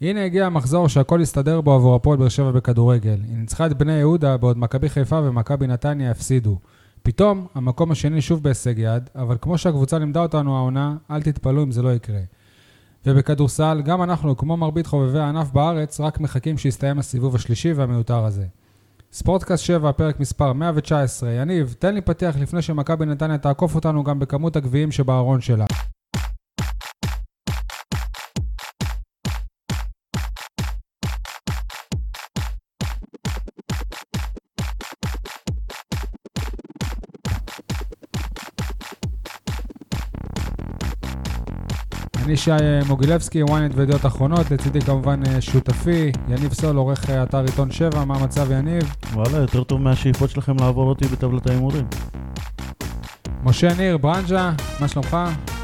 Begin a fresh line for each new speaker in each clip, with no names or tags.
הנה הגיע המחזור שהכל הסתדר בו עבור הפועל באר שבע בכדורגל. היא ניצחה את בני יהודה, בעוד מכבי חיפה ומכבי נתניה הפסידו. פתאום, המקום השני שוב בהישג יד, אבל כמו שהקבוצה לימדה אותנו העונה, אל תתפלאו אם זה לא יקרה. ובכדורסל, גם אנחנו, כמו מרבית חובבי הענף בארץ, רק מחכים שיסתיים הסיבוב השלישי והמיותר הזה. ספורטקאסט 7, פרק מספר 119. יניב, תן לי פתיח לפני שמכבי נתניה תעקוף אותנו גם בכמות הגביעים שבארון שלה. אני שי אה, מוגילבסקי, ynet וידיעות אחרונות, לצידי כמובן אה, שותפי, יניב סול, עורך אה, אתר עיתון 7, מה המצב יניב?
וואלה, יותר טוב מהשאיפות שלכם לעבור אותי בטבלת ההימורים.
משה ניר, ברנז'ה, מה שלומך?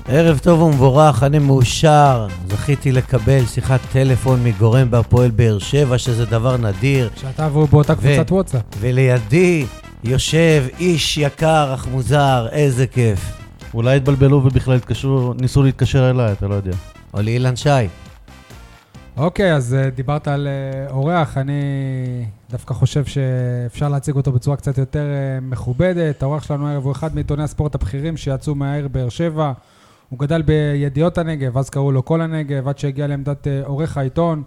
ערב טוב ומבורך, אני מאושר. זכיתי לקבל שיחת טלפון מגורם בהפועל באר שבע, שזה דבר נדיר.
שאתה והוא באותה קבוצת וואטסאפ.
ולידי יושב איש יקר אך מוזר, איזה כיף.
אולי התבלבלו ובכלל התקשרו, ניסו להתקשר אליי, אתה לא יודע.
או לאילן שי.
אוקיי, אז אה, דיברת על אה, אורח, אני דווקא חושב שאפשר להציג אותו בצורה קצת יותר אה, מכובדת. האורח שלנו הערב הוא אחד מעיתוני הספורט הבכירים שיצאו מהעיר באר שבע. הוא גדל בידיעות הנגב, אז קראו לו כל הנגב, עד שהגיע לעמדת אה, עורך העיתון.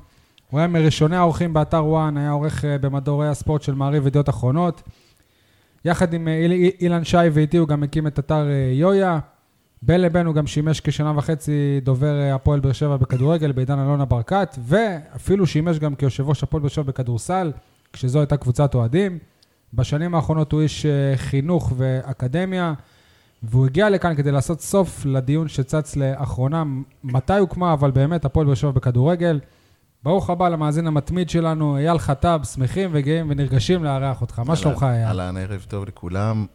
הוא היה מראשוני האורחים באתר וואן, היה עורך אה, במדורי הספורט של מעריב ידיעות אחרונות. יחד עם אה, איל, אילן שי ואיתי הוא גם הקים את אתר אה, יויה. בין לבין הוא גם שימש כשנה וחצי דובר אה, הפועל באר שבע בכדורגל בעידן אלונה ברקת, ואפילו שימש גם כיושב ראש הפועל באר שבע בכדורסל, כשזו הייתה קבוצת אוהדים. בשנים האחרונות הוא איש אה, חינוך ואקדמיה, והוא הגיע לכאן כדי לעשות סוף לדיון שצץ לאחרונה, מתי הוקמה, אבל באמת הפועל באר שבע בכדורגל. ברוך הבא למאזין המתמיד שלנו, אייל חטב, שמחים וגאים ונרגשים לארח אותך. מה
אהלן,
שלומך, אייל?
אהלן, ערב טוב לכולם.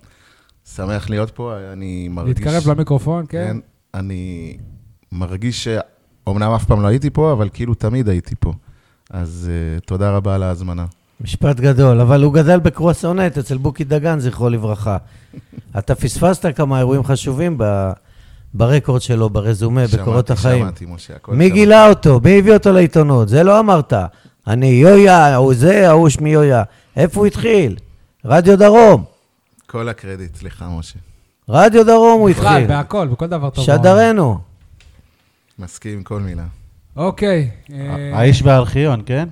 שמח להיות פה, אני מרגיש...
להתקרב למיקרופון, כן?
כן. אני מרגיש שאומנם אף פעם לא הייתי פה, אבל כאילו תמיד הייתי פה. אז אה, תודה רבה על ההזמנה.
משפט גדול, אבל הוא גדל בקרואסונט אצל בוקי דגן, זכרו לברכה. אתה פספסת כמה אירועים חשובים ב... ברקורד שלו, ברזומה, בקורות
שמעתי,
החיים.
שמעתי, משה, הכל
מי גילה אותו? מי הביא אותו לעיתונות? זה לא אמרת. אני יויה, ההוא זה, ההוא שמי יויה. איפה הוא התחיל? רדיו דרום.
כל הקרדיט, סליחה, משה.
רדיו דרום הוא
בכלל,
התחיל.
כן, בהכל, בכל דבר טוב. בעולם.
שדרנו.
מסכים עם כל מילה.
אוקיי. אה,
האיש והארכיון, כן?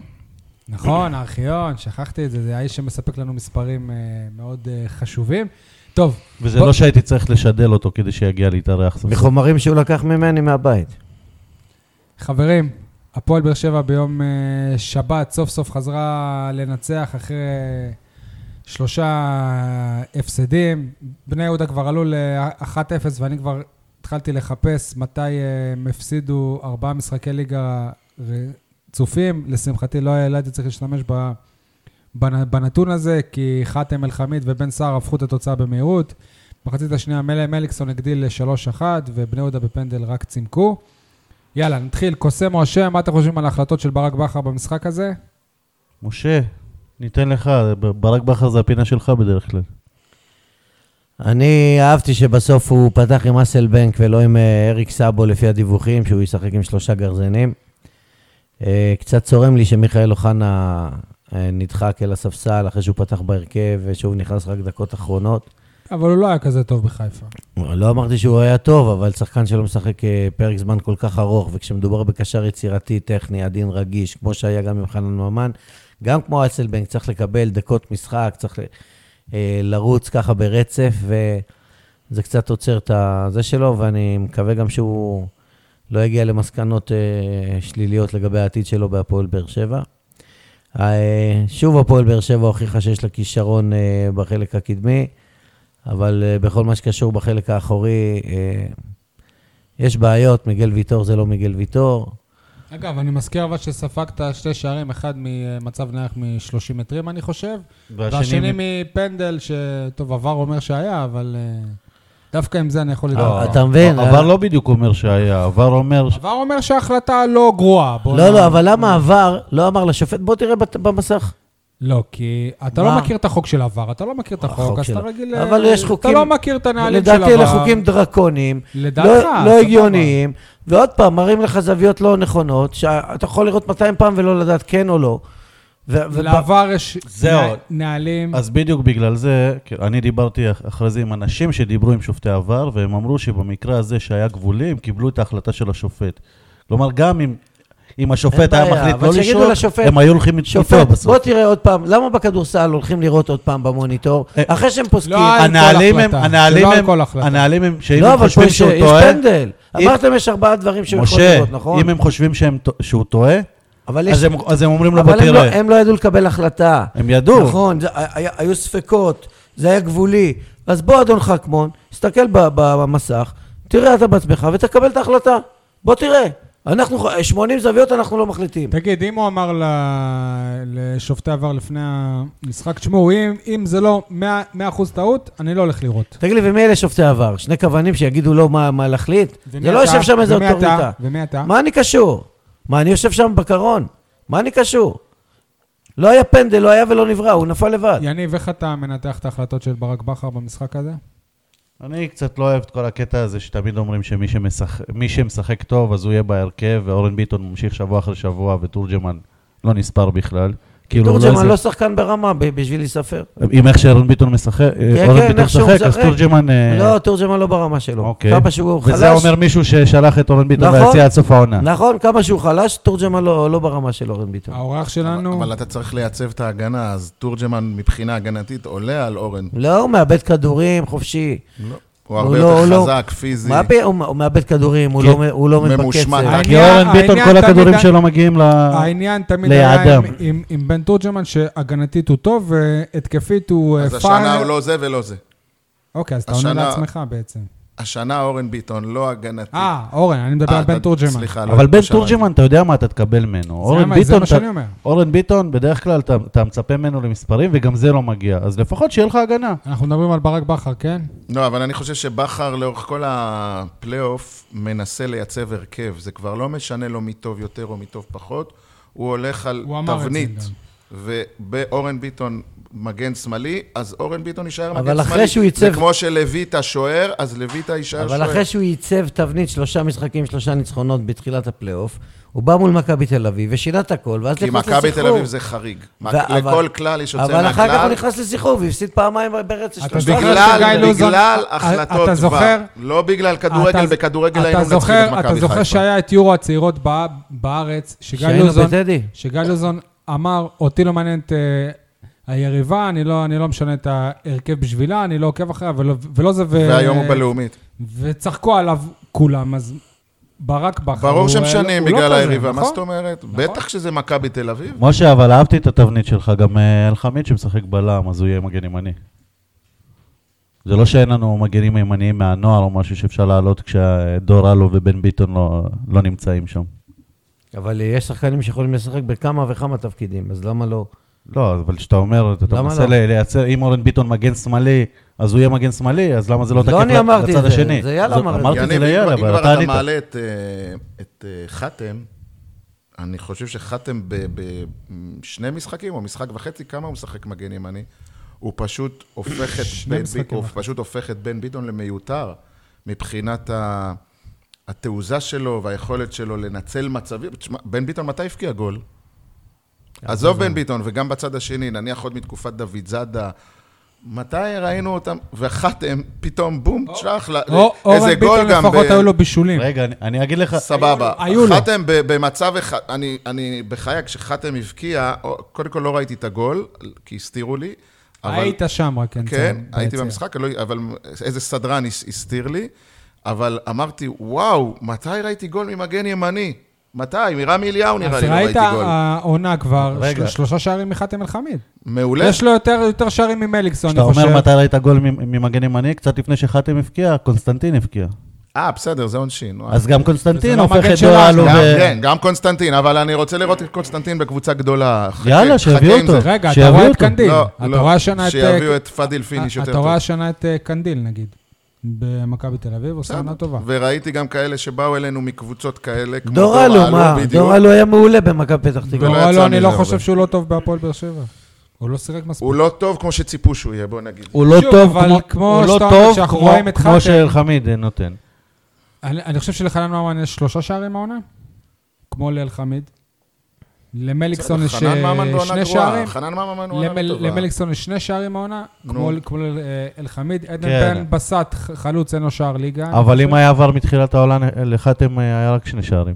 נכון, הארכיון, שכחתי את זה, זה האיש שמספק לנו מספרים אה, מאוד אה, חשובים. טוב,
וזה
בוא-
לא שהייתי צריך לשדל אותו כדי שיגיע להתארח סוף
נכון.
סוף.
מחומרים שהוא לקח ממני מהבית.
חברים, הפועל באר שבע ביום אה, שבת סוף סוף חזרה לנצח אחרי שלושה הפסדים. בני יהודה כבר עלו ל-1-0 ואני כבר התחלתי לחפש מתי אה, הם הפסידו ארבעה משחקי ליגה רצופים. לשמחתי לא היה- לא הייתי צריך להשתמש ב- בנ- בנתון הזה, כי חאתם אל-חמיד ובן סער הפכו את התוצאה במהירות. במחצית השנייה מל- מליקסון הגדיל ל-3-1 ובני יהודה בפנדל רק צימקו. יאללה, נתחיל. קוסם או אשם, מה אתם חושבים על ההחלטות של ברק בכר במשחק הזה?
משה, ניתן לך, ברק בכר זה הפינה שלך בדרך כלל.
אני אהבתי שבסוף הוא פתח עם אסלבנק ולא עם אה, אריק סאבו לפי הדיווחים, שהוא ישחק עם שלושה גרזנים. אה, קצת צורם לי שמיכאל אוחנה אה, נדחק אל הספסל אחרי שהוא פתח בהרכב ושוב נכנס רק דקות אחרונות.
אבל הוא לא היה כזה טוב בחיפה.
לא אמרתי שהוא היה טוב, אבל שחקן שלא משחק אה, פרק זמן כל כך ארוך, וכשמדובר בקשר יצירתי, טכני, עדין, רגיש, כמו שהיה גם עם חנן ממן, גם כמו אצלבנק, צריך לקבל דקות משחק, צריך ל- אה, לרוץ ככה ברצף, וזה קצת עוצר את זה שלו, ואני מקווה גם שהוא לא יגיע למסקנות אה, שליליות לגבי העתיד שלו בהפועל באר שבע. אה, שוב הפועל באר שבע הוכיחה שיש לה כישרון אה, בחלק הקדמי. אבל אה, בכל מה שקשור בחלק האחורי, אה, יש בעיות, מיגל ויטור זה לא מיגל ויטור.
אגב, אני מזכיר אבל שספגת שתי שערים, אחד ממצב נייח מ-30 מטרים, אני חושב, והשני מפנדל, שטוב, עבר אומר שהיה, אבל אה, דווקא עם זה אני יכול לדעת.
אה, אתה מבין?
עבר לא בדיוק אומר שהיה, עבר אומר... ש-
עבר אומר שההחלטה לא גרועה. בוא
לא,
נ-
לא, אבל למה עבר, לא אמר לשופט, בוא תראה בת- במסך.
לא, כי אתה לא
מה?
מכיר את החוק של עבר, אתה לא מכיר את החוק,
החוק
אז אתה
של-
רגיל...
אבל
אה,
יש חוקים-
אתה לא מכיר את הנהלים של עבר.
לדעתי אלה חוקים דרקוניים,
לדעתך,
לא,
סבבה.
לא הגיוניים, ועוד פעם, מראים לך זוויות לא נכונות, שאתה יכול לראות 200 פעם ולא לדעת כן או לא. ו- ו-
לעבר יש
זהו.
נה- נהלים.
אז בדיוק בגלל זה, כאילו, אני דיברתי אח- אחרי זה עם אנשים שדיברו עם שופטי עבר, והם אמרו שבמקרה הזה שהיה גבולי, הם קיבלו את ההחלטה של השופט. כלומר, גם אם, אם השופט היה
בעיה,
מחליט
אבל
לא
שיגידו
לשאול,
לשופט,
הם היו הולכים איתו
שופט, בוא
בסוף.
תראה עוד פעם, למה בכדורסל הולכים לראות עוד פעם במוניטור,
אה,
אחרי שהם פוסקים?
לא, על כל
הנהלים הם,
החלטה,
הנהלים
שלא על
הם,
כל החלטה.
הנהלים הם, שאם
לא,
הם
אבל פה
חושבים
יש
שהוא
יש
טועה,
פנדל.
אם-
אמתם יש ארבעה דברים שהם יכולים
משה,
לראות, נכון?
אם הם חושבים שהם טוע- שהוא טועה,
אבל יש-
אז הם- אז הם אומרים לו, בוא
אבל הם לא-
תראה.
הם לא ידעו לקבל החלטה.
הם ידעו.
נכון, זה- היה- היו ספקות, זה היה גבולי. אז בוא, אדון חכמון, תסתכל ב- ב- במסך, תראה אתה בעצמך ותקבל את ההחלטה. בוא תראה. אנחנו, 80 זוויות אנחנו לא מחליטים.
תגיד, אם הוא אמר ל- לשופטי עבר לפני המשחק, תשמעו, אם- אם זה לא 100 100% טעות, אני לא הולך לראות.
תגיד לי, ומי אלה שופטי עבר? שני כוונים שיגידו לו מה מה להחליט?
ומי
זה לא
אתה?
יושב שם איזה
ומי אתה?
אוטוריטה.
ומי אתה?
מה אני קשור? מה, אני יושב שם בקרון? מה אני קשור? לא היה פנדל, לא היה ולא נברא, הוא נפל לבד.
יניב, איך אתה מנתח את ההחלטות של ברק בכר במשחק הזה?
אני קצת לא אוהב את כל הקטע הזה שתמיד אומרים שמי שמשח... מי שמשחק טוב אז הוא יהיה בהרכב, ואורן ביטון ממשיך שבוע אחרי שבוע, ותורג'מן לא נספר בכלל. כאילו, הוא
תורג'מן לא
איזה-
שחקן ברמה ב- בשביל להיספר.
עם איך שאורן ביטון משחק,
כן,
אורן
כן,
ביטון
איך שהוא
משחק, אז
משחק.
תורג'מן... אה,
לא, תורג'מן לא ברמה שלו.
אוקיי.
כמה שהוא חלש...
וזה אומר מישהו ששלח את אורן ביטון
נכון.
ליציע עד סוף העונה.
נכון, כמה שהוא חלש, תורג'מן לא לא ברמה של אורן
אה,
ביטון.
האורח
אבל
שלנו...
אבל אתה צריך לייצב את ההגנה, אז תורג'מן מבחינה הגנתית עולה על אורן.
אוקיי.
לא, הוא מאבד כדורים, חופשי.
הוא הרבה
לא, הוא
יותר
לא.
חזק, פיזי.
מה פי- הוא הוא מאבד כדורים, הוא
כן.
לא מ- הוא לא עומד
ממושמע.
בקצב.
העניין-
כי אורן ביטון,
העניין
כל
תמיד
הכדורים
ה-
שלו מגיעים ל...
העניין תמיד היה עם,
ליעדם.
עם, עם בן תורג'מן שהגנתית הוא טוב והתקפית הוא
אז
אה,
השנה הוא לא זה ולא זה.
אוקיי, אז אתה עונה
השנה-
לעצמך בעצם.
השנה אורן ביטון לא הגנתי.
אה, אורן, אני מדבר
אה,
על בן
אתה-
תורג'מן.
סליחה, לא
אבל בן
שמעתי.
תורג'מן, אתה יודע מה אתה תקבל ממנו. אורן
מה- זה
ביטון,
מה
אתה-
שאני אומר.
אורן ביטון, בדרך כלל אתה- אתה מצפה ממנו למספרים, וגם זה לא מגיע. אז לפחות שיהיה לך הגנה.
אנחנו מדברים על ברק בכר, כן?
לא, אבל אני חושב שבכר לאורך כל הפלייאוף מנסה לייצב הרכב. זה כבר לא משנה לו מי טוב יותר או מי טוב פחות. הוא הולך על
הוא אמר את זה
תבנית.
גם.
ובאורן ביטון מגן שמאלי, אז אורן ביטון יישאר מגן
אבל
שמאלי.
אחרי שהוא ייצב-
זה כמו שלויטה שוער, אז לויטה יישאר שוער.
אבל אחרי שהוא ייצב תבנית שלושה משחקים, שלושה ניצחונות בתחילת הפלייאוף, הוא בא מול מכבי תל אביב ושינה את הכל, ואז
כי
נכנס
מכבי תל
לסחרור.
אביב זה חריג.
ו-
מכ-
אבל-
לכל כלל יש יוצא
אבל אחר כך הוא
מהכלל.
נכנס לסחרור והפסיד פעמיים ברצף.
אתה לא
שלושה
זוכר
משחקים.
שגיא
בגלל,
לוזון-
בגלל
אתה-
החלטות
אתה זוכר?
כבר. לא בגלל כדורגל,
אתה-
בכדורגל
אתה
היינו מנצחים
זוכר-
את מכבי חיפה.
אתה זוכר שהיה את יורו הצעירות בא- בארץ, שגיא
שהיינו
לוזון...
בטדי.
שגיא לוזון אמר, אותי לא מעניין את אה, היריבה, אני לא אני לא משנה את ההרכב בשבילה, אני לא עוקב אחריה, ולא- ולא זה... ו-
והיום הוא בלאומית.
וצחקו עליו כולם, אז ברק בכר...
ברור
הוא-
שמשנים
הוא לא
בגלל
כזה,
היריבה, מה
נכון?
זאת אומרת? בטח שזה מכבי תל אביב.
משה, אבל אהבתי את התבנית שלך, גם אה, אלחמיד שמשחק בלם, אז הוא יהיה מגן ימני. זה לא שאין לנו מגנים ימניים מהנוער או משהו שאפשר לעלות כשדור אלו ובן ביטון לא, לא נמצאים שם.
אבל יש שחקנים שיכולים לשחק בכמה וכמה תפקידים, אז למה לא?
לא, אבל כשאתה אומר, אתה
למה
מנסה
לא?
לא? לייצר, אם אורן ביטון מגן שמאלי, אז הוא יהיה מגן שמאלי, אז למה זה לא
לא
תקף
אני
לצד
אמרתי את זה,
השני?
זה יאללה
זאת-
אמר את זה.
אמרתי את זה
יניב, אם
ליאללה, אבל
כבר- אם
אתה
כבר אתה
ענית.
מעלה את, אה, את אה, חתם, אני חושב שחתם בשני משחקים, או משחק וחצי, כמה הוא משחק מגן ימני? הוא פשוט הופך את
שני
בן
משחקים
ביטון- הוא
וחצי.
פשוט הופך את בן ביטון למיותר מבחינת ה- התעוזה שלו והיכולת שלו לנצל מצבים. תשמע, בן ביטון מתי הבקיע גול? עזוב בן ביטון, וגם בצד השני, נניח עוד מתקופת דוד זאדה, מתי ראינו אותם? וחתם, פתאום בום, תשלח, לה-
או-
אוקיי. איזה
אה, אורן
גול
ביטון
גם.
לפחות
ב-
היו לו בישולים.
רגע, אני, אני אגיד לך,
סבבה.
היו לו.
חתם ב- במצב אחד, אני, אני בחיי, כשחתם הבקיע, או- קודם כל לא ראיתי את הגול, כי הסתירו לי. אבל-
היית שם רק, כן.
כן,
צא-
הייתי
ביציע.
במשחק, לא, אבל איזה סדרן הס- הסתיר לי, אבל אמרתי, וואו, מתי ראיתי גול ממגן ימני? מתי? מרמי אליהו נראה לי לא
אז ראית
ראיתי גול.
העונה כבר,
רגע.
של- שלושה שערים מחאתם אל-חמיד.
מעולה.
יש לו יותר יותר שערים ממליקסון, אני
כשאתה
חושב.
אומר מתי ראית גול ממ- ממגן ימני, קצת לפני שחתם הבקיע, קונסטנטין הבקיע.
אה, בסדר, זה עונשין. וואי.
אז גם
וזה
קונסטנטין
לא
הופך
מגן
את דור
שלנו.
אלו
אה. גם,
ו...
כן, גם קונסטנטין, אבל אני רוצה לראות את קונסטנטין בקבוצה גדולה. חכה-
יאללה, שיביאו
חכה עם
אותו.
זה.
רגע, אתה
שיביאו
רואה את
אותו.
קנדיל.
לא,
אתה
לא,
רואה השנה את... אה,
שיביאו את פאדיל פיניש יותר
אתה
טוב.
רואה השנה את אה, קנדיל, נגיד, במכבי תל אביב, עושה עונה טובה.
וראיתי גם כאלה שבאו אלינו מקבוצות כאלה, כמו
דורלו, מה?
בדיוק.
דורלו היה מעולה במכבי פתח תקווה.
ולא
ולא,
יצא
אני
מזה
לא
הרבה.
חושב שהוא לא טוב בהפועל באר שבע. הוא לא סירק מספיק.
הוא לא טוב כמו שציפו שהוא יהיה, בוא נגיד.
הוא לא
שוב,
טוב
אבל
כמו-
כמו
הוא לא
שאתה-
טוב
כשאנחנו
כמו-
רואים את חתם.
כמו שאלחמיד אה, נותן.
אני, אני חושב שלחנן ממן יש שלושה שערים העונה, כמו לאלחמיד. למליקסון יש
חנן
אה,
ממן בעונה
שני
גרועה,
שערים.
חנן ממן הוא עונה
למל,
לא טובה.
למליקסון יש שני שערים העונה,
נו.
כמו, כמו אה, אלחמיד. עדן
כן.
בן בסט, ח- חלוץ, אין לו שער ליגה. אני
אבל אם
חושב.
היה עבר מתחילת העולם, לחתם אה, היה רק שני שערים.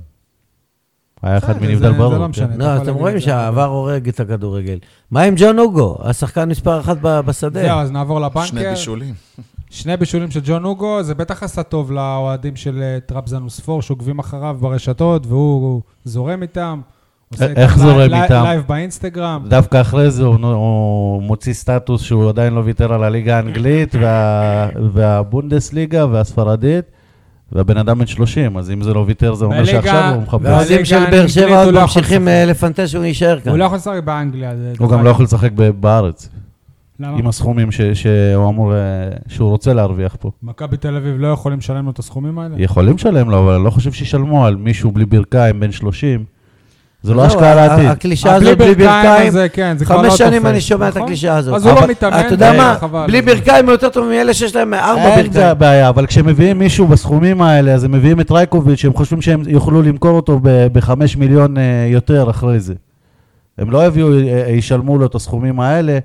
היה אחד
בסדר,
מנבדל
זה- זה
ברור.
לא
כן.
משנה. אתה יכול
לא, אתם
להגיד
רואים
את זה.
שהעבר הורג את הכדורגל. מה עם ג'ון אוגו, השחקן מספר אחת ב-
זהו,
בשדה?
אז נעבור לבנקר.
שני בישולים.
שני בישולים של ג'ון אוגו, זה בטח עשה טוב לאוהדים של אה, טראבזון וספור, שעוקבים אחריו ברשתות, והוא זורם איתם. עושה
אה,
א-
איתם
איך
לי-
זורם
לי-
איתם?
לייב באינסטגרם.
דווקא אחרי זה הוא, נו- הוא מוציא סטטוס שהוא עדיין לא ויתר על הליגה האנגלית וה, והבונדסליגה והספרדית, והבן אדם בן 30, אז אם זה לא ויתר זה אומר
בליגה-
שעכשיו הוא מחפש.
בליגה
והאוהדים של באר שבע
האנגלית הוא
עוד
לא יכול
ממשיכים
לשחק.
אה, לפנטז שהוא יישאר כאן. אה,
הוא לא יכול לשחק באנגליה. זה
הוא
דבר-
גם לא יכול לשחק ב- בארץ,
למה?
עם הסכומים ש, שהוא אמור, אה, שהוא רוצה להרוויח פה.
מכבי תל אביב לא יכולים לשלם לו את הסכומים האלה? אה,
יכולים
כן.
לשלם לו, אבל אני לא חושב שישלמו על מישהו בלי ברכיים בן 30. זה לא
זהו,
השקעה
ה- ה-
לעתיד.
הקלישאה הזאת בלי ברכיים,
הזה, כן, זה כבר לא
חמש
תופס.
שנים אני שומע את
נכון?
הקלישאה הזאת.
אז הוא
אבל
לא מתאמן,
אתה יודע
זה
מה,
חבל.
בלי ברכיים הוא יותר טוב מאלה שיש להם ארבע
אין זה
ברכיים.
הבעיה, אבל כשמביאים מישהו בסכומים האלה, אז הם מביאים את רייקוביץ', הם חושבים שהם יוכלו למכור אותו ב-5 מיליון אה, יותר אחרי זה. הם לא יביאו, אה, ישלמו לו את הסכומים האלה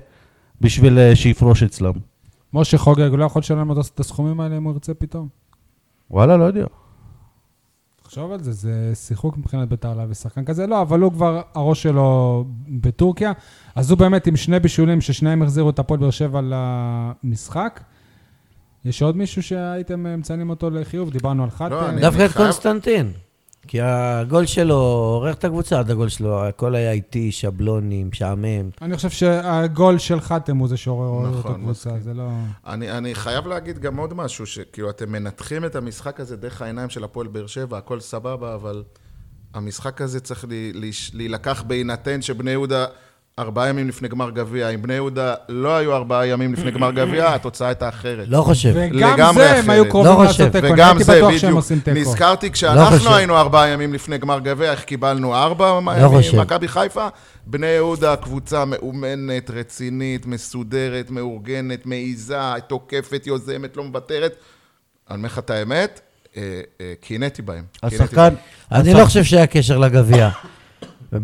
בשביל אה, שיפרוש אצלם.
משה חוגג, הוא לא יכול לשלם לו את הסכומים האלה אם הוא ירצה פתאום?
וואלה, לא יודע.
תחשוב על זה, זה שיחוק מבחינת ביתר להביא שחקן כזה. לא, אבל הוא כבר, הראש שלו בטורקיה. אז הוא באמת עם שני בישולים ששניהם החזירו את הפועל באר שבע למשחק. יש עוד מישהו שהייתם אה, מציינים אותו לחיוב? דיברנו על חתם.
לא, אני-
דווקא את
חייב-
קונסטנטין. כי הגול שלו עורך את הקבוצה עד הגול שלו, הכל היה איטי, שבלוני, משעמם.
אני חושב שהגול של חתם הוא זה שעורר את
נכון,
הקבוצה, זה לא...
אני, אני חייב להגיד גם עוד משהו, שכאילו אתם מנתחים את המשחק הזה דרך העיניים של הפועל באר שבע, הכל סבבה, אבל המשחק הזה צריך לי, לי, להילקח בהינתן שבני יהודה ארבעה ימים לפני גמר גביע, אם בני יהודה לא היו ארבעה ימים לפני גמר גביע, התוצאה הייתה אחרת.
לא חושב.
וגם
לגמרי
זה הם
אחרת.
היו קרובים
לא
לעשות
חושב.
תיקו, אני
וגם
הייתי
זה,
בטוח שהם
בדיוק.
עושים תיקו.
נזכרתי
לא
כשאנחנו
חושב. לא
היינו ארבעה ימים לפני גמר גביע, איך קיבלנו ארבע
חושב.
ימים ממכבי חיפה. בני יהודה, קבוצה מאומנת, רצינית, מסודרת, מאורגנת, מעיזה, תוקפת, יוזמת, לא מוותרת. אני אומר לך את האמת, אה, אה, קינאתי בהם. קינאתי
השחקן...
כן,
אני לא חושב שהיה קשר לגביע.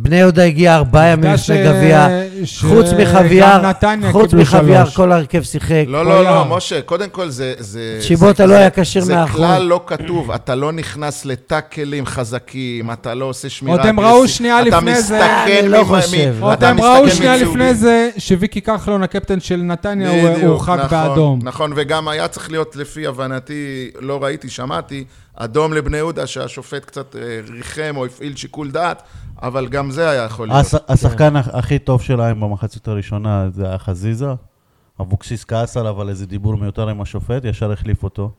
בני יהודה הגיע ארבעה ימים
עובדה
לפני
ש-
גביע,
ש-
חוץ מחביאר,
גם נתניה
חוץ
קיבלו
מחביאר
שלוש.
כל ההרכב שיחק.
לא, לא, לא,
יער.
משה, קודם כל זה... זה
צ'יבוטה
זה-
לא
זה-
היה כשיר
זה
מאחור.
כלל לא כתוב, אתה לא נכנס לטאקלים חזקים, אתה לא עושה שמירה...
עוד הם ראו
אגרסיבית,
שנייה לפני זה-
אתה מסתכן
אני לא
מ- מ-
חושב.
אתה
עוד אוקיי, הם
מסתכן
ראו שנייה
מציאותי.
לפני זה שוויקי כחלון, הקפטן של נתניה, הוא- הוא
בדיוק,
הורחק
נכון,
באדום.
נכון, וגם היה צריך להיות, לפי הבנתי, לא ראיתי, שמעתי, אדום לבני יהודה, שהשופט קצת אה, ריחם או הפעיל שיקול דעת, אבל גם זה היה יכול להיות.
הש-
כן.
השחקן הכ- הכי טוב שלהם במחצית הראשונה זה היה חזיזה. אבוקסיס כעס עליו על איזה דיבור מיותר עם השופט, ישר החליף אותו.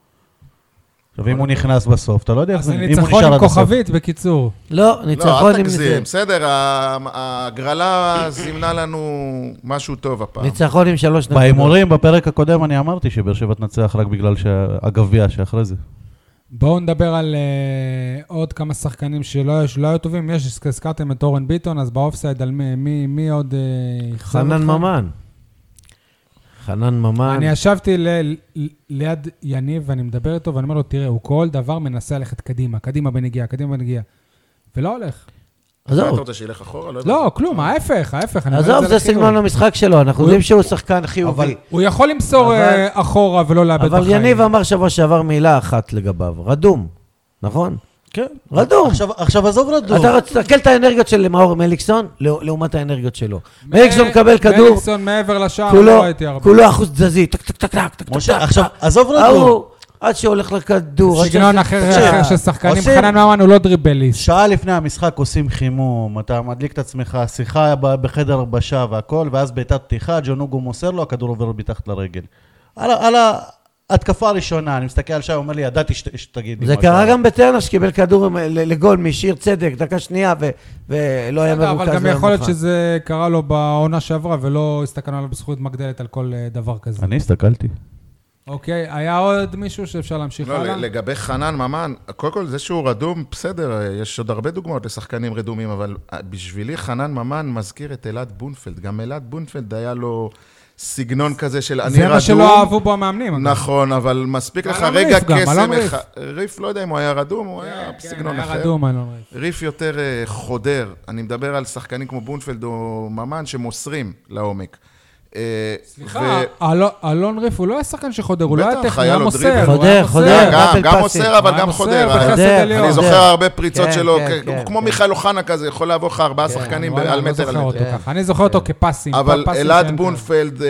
עכשיו, אם הוא נכנס בסוף, אתה לא יודע איך
אז
זה...
זה
אם הוא
ניצחון
נשאר
עם
עד הסוף.
כוכבית, בקיצור.
לא,
לא,
ניצחון
אל
עם
תגזים,
זה.
בסדר, ה- ההגרלה זימנה לנו משהו טוב הפעם.
ניצחון עם שלוש נקודות.
בהימורים, בפרק הקודם אני אמרתי שבאר שבע תנצח רק בגלל שה- הגביע שאחרי זה.
בואו נדבר על אה, עוד כמה שחקנים שלא שלא היו טובים. יש, הזכ- הזכרתם את אורן ביטון, אז באופסייד על מי- מי מי עוד... אה, החזרנו
חנן
אותך?
ממן. חנן ממן.
אני ישבתי ל- ל- ליד יניב ואני מדבר איתו ואני אומר לו, תראה, הוא כל דבר מנסה ללכת קדימה, קדימה בנגיעה, קדימה בנגיעה. ולא הולך.
מה אתה
עזוב,
רוצה, שילך אחורה?
לא, כלום, ההפך, ההפך. אני אומר את
עזוב, זה
לחיוב.
סגנון המשחק שלו, אנחנו יודעים שהוא שחקן חיובי.
הוא יכול למסור
אבל-
אה, אחורה ולא לאבד בחיים.
אבל יניב אמר שבוע שעבר מילה אחת לגביו, רדום, נכון?
כן.
רדום.
עכשיו עזוב
אתה רוצה- תסתכל את האנרגיות של מאור מליקסון לא- לעומת האנרגיות שלו. מליקסון
מ-
מקבל כדור,
מליקסון מעבר לשער,
כולו-
לא ראיתי הרבה.
כולו אחוז תזזי, טק טק טק טק טק
משה,
טק,
עכשיו,
טק.
עזוב רדום.
ההוא, עד שהולך לכדור. עד
סגנון
שעושה-
אחר
תקשיב,
אחר של שחקנים.
עושים-
חנן ממן הוא לא דריבליסט.
שעה לפני המשחק עושים חימום, אתה מדליק את עצמך, שיחה ב- בחדר הרבשה והכל, ואז בעיטת פתיחה, ג'ון אוגו מוסר לו, הכדור עובר מתחת לרגל. על, ה- על ההתקפה הראשונה, אני מסתכל על שעה, הוא אומר לי, ידעתי שת- שתגיד לי
זה
משהו."
קרה גם בטרנר שקיבל כדור מ- ל- לגול משיר צדק, דקה שנייה, ו- ולא היה מרוכז.
אבל גם
לא היה
יכול להיות
מוכן.
שזה קרה לו בעונה שעברה, ולא הסתכלנו עליו בזכות מגדלת על כל אה, דבר כזה.
אני הסתכלתי.
אוקיי, היה עוד מישהו שאפשר להמשיך
לא,
הלאה?
לגבי חנן ממן, קודם כל, זה שהוא רדום, בסדר, יש עוד הרבה דוגמאות לשחקנים רדומים, אבל אה, בשבילי חנן ממן מזכיר את אלעד בונפלד. גם אלעד בונפלד היה לו סגנון כזה של אני רדום.
זה מה שלא אהבו בו המאמנים. אגב.
נכון, אבל מספיק לך
אלון
רגע
ריף גם, אלון
קסם
ריף.
אחד. ריף, לא יודע אם הוא היה רדום, הוא היה בסגנון
כן, היה
אחר.
רדום, אלון ריף.
ריף יותר אה, חודר. אני מדבר על שחקנים כמו בונפלד או ממן שמוסרים לעומק. אה,
סליחה,
ו-
אלון- אלון ריף הוא לא היה שחקן שחודר, הוא לא
בטח,
היה טכני,
היה
הוא היה
לו
מוסר.
דריבל.
הוא היה
חודר,
מוסר.
חודר.
גם,
דאבל
גם
פאסים.
מוסר, אבל
הוא היה
גם
מוסר
חודר.
בחסד
אני
עליון.
עליון.
אני זוכר הרבה פריצות
כן,
שלו,
כן,
כ-
כן,
כמו
כן.
מיכאל אוחנה כזה, יכול לעבור לך ארבעה שחקנים ב-
וואלה,
על
אני לא
מטר על
זוכר
מטר. כן.
אותו ככה. אני זוכר אותו כפסים. כן,
אבל
פסים
אלעד
שהם
בונפלד, אה,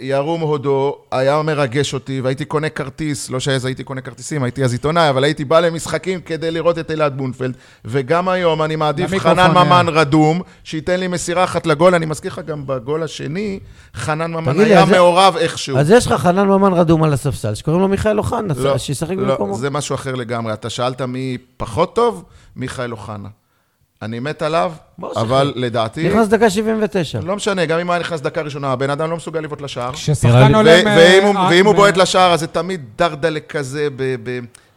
ירום הודו, היה מרגש אותי, והייתי קונה כרטיס, לא שאז הייתי קונה כרטיסים, הייתי אז עיתונאי, אבל הייתי בא למשחקים כדי לראות את אלעד בונפלד, וגם היום אני מעדיף
למיקרופון,
חנן
אה.
ממן רדום, שייתן לי מסירה אחת לגול, אני מזכיר לך גם בגול השני, חנן ממן
תגיד לי,
היה
אז זה-
מעורב איכשהו.
אז יש לך חנן ממן רדום על הספסל, שקוראים לו מיכאל אוחנה, שישחק
לא,
במקומו.
זה משהו אחר לגמרי. אתה שאלת מי פחות טוב? מיכאל אוחנה. אני מת עליו,
בוא,
אבל לדעתי...
נכנס דקה 79.
לא משנה, גם אם היה נכנס דקה ראשונה, הבן אדם לא מסוגל לבעוט לשער.
כן. כששחקן
נראה לי-
עולה...
ו-
מה-
ואם הוא-
אה,
ואם הוא
מה-
בועט לשער, אז זה תמיד דרדלה כזה,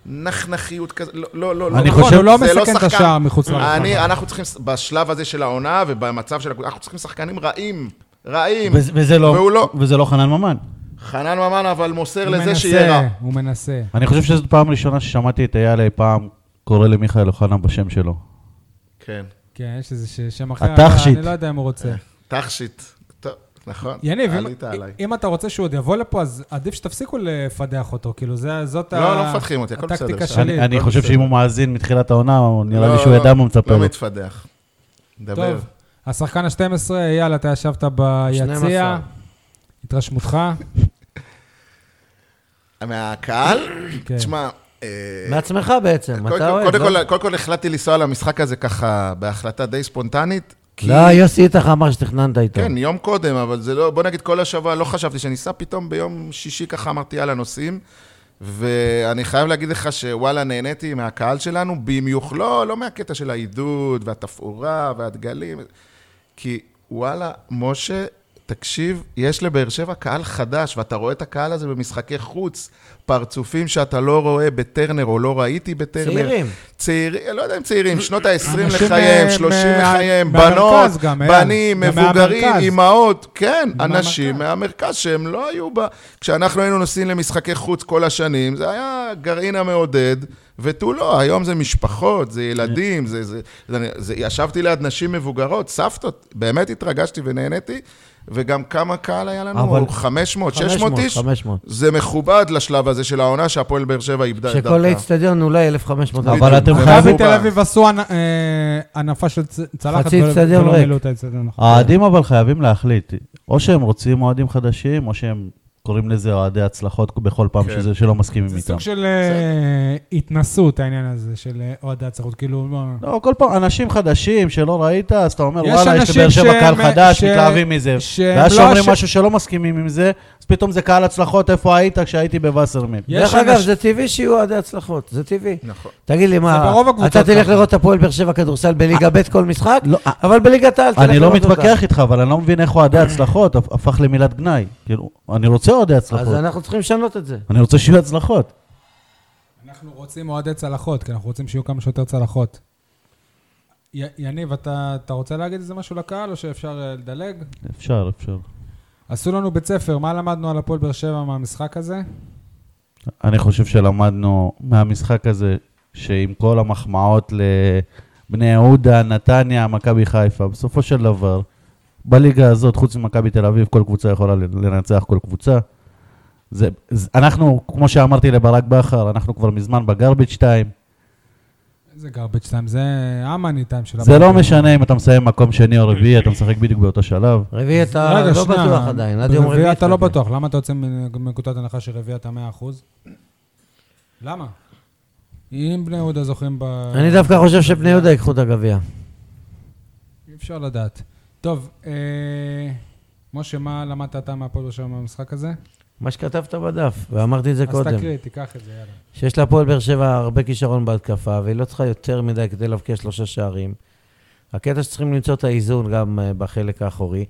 בנחנחיות כזה, לא, לא, לא.
אני
לא.
נכון,
חושב-
הוא לא
זה
מסכן את
שחקן-
השער מחוץ לרחבה.
אני, אנחנו צריכים, בשלב הזה של העונה ובמצב של... הקבוצה, אנחנו צריכים שחקנים רעים, רעים.
וזה- וזה
והוא
לא,
לא.
וזה לא חנן ממן.
חנן ממן, אבל מוסר
הוא
לזה
מנסה,
שיהיה רע.
הוא מנסה.
אני חושב שזו פעם ראשונה ששמעתי את אייל אי פעם קורא למיכאל אוחנה בשם שלו.
כן,
כן, יש איזה ש- שם אחר.
התכשיט.
אני לא יודע אם הוא רוצה.
תכשיט. טוב, נכון.
יניב, אם-
עלית עליי.
אם אתה רוצה שהוא עוד יבוא לפה, אז עדיף שתפסיקו לפדח אותו. כאילו, זה- זאת
לא, לא מפתחים אותי, הכל בסדר.
הטקטיקה
שלי,
אני-
שלי.
אני
הכל
חושב
בסדר.
שאם הוא מאזין מתחילת העונה, הוא- נראה לי
לא,
שהוא
לא,
ידע מה מצפה
לא
לו.
מתפדח. דבר.
טוב, השחקן ה-12, אייל, אתה ישבת ביציע.
12.
התרשמותך?
מהקהל?
כן.
תשמע, אה,
מעצמך בעצם,
קודם
אתה
כל-
אוהד,
קודם
לא?
כל- קודם כל החלטתי לנסוע למשחק הזה ככה בהחלטה די ספונטנית. כי-
לא, יוסי איתך אמר שתכננת איתו.
כן, יום קודם, אבל זה לא... בוא נגיד, כל השבוע לא חשבתי שניסע, פתאום ביום שישי ככה אמרתי, יאללה, נוסעים. ואני חייב להגיד לך שוואלה, נהניתי מהקהל שלנו, במיוחד, לא, לא מהקטע של העידוד והתפאורה והדגלים, כי וואלה, משה, תקשיב, יש לבאר שבע קהל חדש, ואתה רואה את הקהל הזה במשחקי חוץ, פרצופים שאתה לא רואה בטרנר או לא ראיתי בטרנר.
צעירים.
צעירים, לא יודע אם צעירים, שנות ה-20
אנשים
לחייהם,
מה-
30
מה-
לחייהם, בנות,
מהמרכז גם, אייל.
בנים,
גם
מבוגרים,
מהמרכז.
אימהות, כן,
מהמרכז.
אנשים מהמרכז שהם לא היו ב... כשאנחנו היינו נוסעים למשחקי חוץ כל השנים, זה היה הגרעין המעודד ותו לא. היום זה משפחות, זה ילדים, זה... זה, זה, זה ישבתי ליד נשים מבוגרות, סבתות, באמת התרגשתי ונהניתי, וגם כמה קהל היה לנו?
אבל-
500, 600
500,
איש?
500.
זה מכובד לשלב הזה של העונה שהפועל באר שבע איבדה את
שכל
דרכה.
האיצטדיון אולי 1,500.
אבל
אנשים.
אתם
זה
חייבים-
מכבי
מכובד.
תל אביב עשו הנ- אה, הנפה של צ- צלחת
חצי
ולא-
אצטדיון
ולא
ריק.
מילאו את האצטדיון, נכון.
האוהדים אבל חייבים להחליט, או שהם רוצים אוהדים חדשים, או שהם קוראים לזה אוהדי הצלחות בכל פעם
כן.
שזה- שלא מסכימים
זה
איתם.
סוג של אה, התנסות, העניין הזה של אה, אוהדי הצלחות. כאילו, לא...
לא, כל פעם, אנשים חדשים שלא ראית, אז אתה אומר,
יש
וואלה, יש לבאר
אנשים
שבע קהל
שהם- אה,
חדש,
ש-
מתלהבים מזה.
שהם
ואז
לא
שאומרים
ש-
משהו שלא מסכימים עם זה, אז פתאום זה קהל הצלחות, איפה היית כשהייתי בווסרמיל?
יש
דרך אגב,
אנשים-
זה טבעי שיהיו אוהדי הצלחות, זה טבעי.
נכון.
תגיד לי, מה,
ברוב הקבוצות
אתה תלך
ככה.
לראות את הפועל באר שבע כדורסל בליגה ב' כל משחק,
לא, אה,
אבל בליגת העל תלך
אני לא
לראות אותה.
מתווכח איתך, אבל אני לא מבין איך אוהדי הצלחות הפ- הפך למילת גנאי. כאילו, אני רוצה אוהדי
אז
הצלחות.
אנחנו צריכים לשנות את זה.
אני רוצה שיהיו הצלחות.
אנחנו רוצים אוהדי צלחות, כי אנחנו רוצים שיהיו כמה שיותר צלחות. י- יניב, אתה אתה רוצה להגיד איזה משהו לקהל, או שאפשר אה, לדלג?
אפשר, אפשר.
עשו לנו בית ספר, מה למדנו על הפועל באר שבע מהמשחק הזה?
אני חושב שלמדנו מהמשחק הזה, שעם כל המחמאות לבני יהודה, נתניה, מכבי חיפה, בסופו של דבר, בליגה הזאת, חוץ ממכבי תל אביב, כל קבוצה יכולה לנצח כל קבוצה. זה, זה, אנחנו, כמו שאמרתי לברק בכר, אנחנו כבר מזמן בגרביג' 2.
איזה גרבג' טיים, זה המאני טיים של
זה לא
הפועל.
משנה אם אתה מסיים מקום שני או רביעי, אתה משחק בדיוק באותו שלב.
רביעי אתה
רגע,
לא
שנייה.
בטוח עדיין, עד יום רביעי.
ברביעי אתה לא
חכה.
בטוח, למה אתה יוצא מנקודת הנחה שרביעי אתה 100%? למה? אם בני יהודה זוכרים ב...
אני דווקא חושב שבני יהודה ייקחו את הגביע.
אי אפשר לדעת. טוב, אה, משה, מה למדת אתה מהפועל באר שבע מהמשחק הזה?
מה שכתבת בדף, ואמרתי את זה
אז
קודם,
תקריא, תיקח את זה, יאללה.
שיש להפועל באר שבע הרבה כישרון בהתקפה, והיא לא צריכה יותר מדי כדי להבקיע שלושה שערים. הקטע שצריכים למצוא את האיזון גם אה, בחלק האחורי.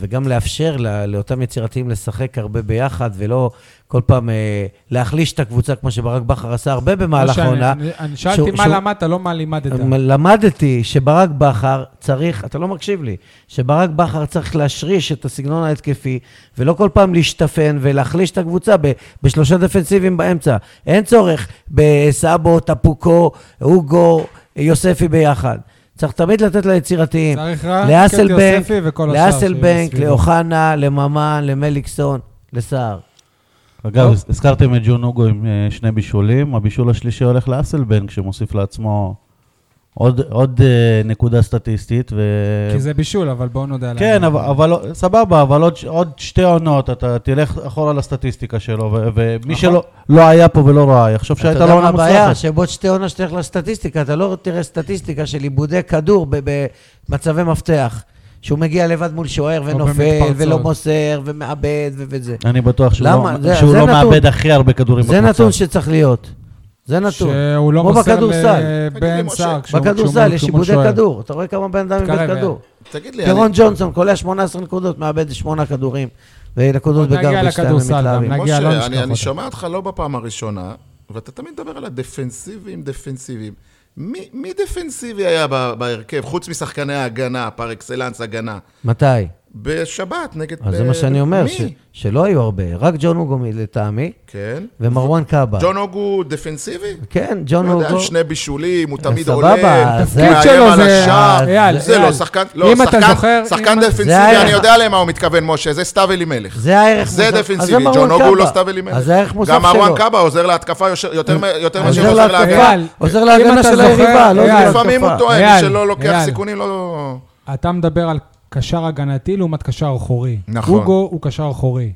וגם לאפשר לא, לאותם יצירתיים לשחק הרבה ביחד, ולא כל פעם אה, להחליש את הקבוצה, כמו שברק בכר עשה הרבה במהלך
לא שאני-
העונה.
אני- אני
שהוא-
שאלתי מה
שהוא-
למדת, לא מה לימדת.
אמ, למדתי שברק בכר צריך, אתה לא מקשיב לי, שברק בכר צריך להשריש את הסגנון ההתקפי, ולא כל פעם להשתפן ולהחליש את הקבוצה ב, בשלושה דפנסיבים באמצע. אין צורך בסאבו, טפוקו, אוגו, יוספי ביחד. צריך תמיד לתת ליצירתיים.
צריך רק את
לאסלבנק,
יוספי וכל השאר
לאסלבנק,
שיהיו
לאוחנה, לממן, למליקסון, לסער.
אגב, הז- הזכרתם את ג'ון אוגו עם אה, שני בישולים, הבישול השלישי הולך לאסלבנק, שמוסיף לעצמו עוד- עוד אה, נקודה סטטיסטית. ו-
כי זה בישול, אבל בואו נודה על האמת.
כן, אבל, אבל סבבה, אבל עוד, עוד שתי עונות, אתה תלך אחורה לסטטיסטיקה שלו, ו- ומי שלא לא היה פה ולא ראה, יחשוב
נכון. אתה
שהייתה
יודע
לו
מה
עונה
הבעיה?
מוצלחת.
שבעוד שתי עונה שתלך לסטטיסטיקה, אתה לא תראה סטטיסטיקה של עיבודי כדור ב- במצבי מפתח. שהוא מגיע לבד מול שוער
לא
ונופל,
במתפרצות.
ולא מוסר, ומאבד ו- וזה.
אני בטוח שהוא
למה?
לא,
זה-
שהוא
זה
לא
נתון.
מאבד הכי הרבה כדורים
זה
בקבוצה.
נתון שצריך להיות. זה נתון.
שהוא לא
כמו
מוסר
בכדורסל.
תגיד לי,
לבן
משה,
סער. כשהוא- כשהוא מול-
בכדורסל יש
כשהוא מול
עיבודי
שוער.
כדור. אתה רואה כמה בן אדם
תתקרב,
איבד כדור.
תגיד לי,
פירון
אני-
ג'ונסון קולע 18 נקודות, מאבד 8 כדורים. ונקודות
עוד נגיע
בגרבג' שאתה
לכדורסל גם,
מתלהבים.
נגיע, לא
משה,
נשכח
אני-
אותה.
אני שומע אותך לא בפעם הראשונה, ואתה תמיד מדבר על הדפנסיביים, דפנסיביים. מי מי דפנסיבי היה ב- בהרכב, חוץ משחקני ההגנה, פר אקסלנס הגנה?
מתי?
בשבת נגד...
אז זה
ב-
אה,
מה שאני אומר,
מי?
ש- שלא היו הרבה, רק ג'ון אוגו לטעמי,
כן.
ומרואן קאבה.
ג'ון אוגו דפנסיבי?
כן, ג'ון
לא יודע,
אוגו.
שני בישולים, הוא תמיד
סבבה,
עולה,
אז
מאיים
אה, התפקיד שלו
על
זה- אה,
השער.
אייל,
זה
אייל.
לא, שחקן, לא,
אם אתה
שחקן-
זוכר,
שחקן
אם-
זה
דפנסיבי,
היה-
אני יודע למה הוא מתכוון, משה, זה סתיו אלימלך.
זה הערך
זה
מוסף- אז
דפנסיבי,
מרואן
ג'ון אוגו הוא לא
קאבה.
סתיו אלימלך.
אז זה הערך מוסף
גם מרואן
שלו.
קאבה עוזר להתקפה יוש- יותר מ- יותר מאשר
עוזר
עוזר להגנה.
להתקפה,
להגנה.
עוזר
אם
להגנה
אתה
של
זוכר,
היריבה, לא
אייל,
עוזר
לפעמים הוא
להתקפה.
טועה,
אייל,
מי שלא לוקח
אייל.
סיכונים לא...
אתה מדבר על קשר הגנתי לעומת קשר אחורי.
נכון.
אוגו הוא קשר אחורי.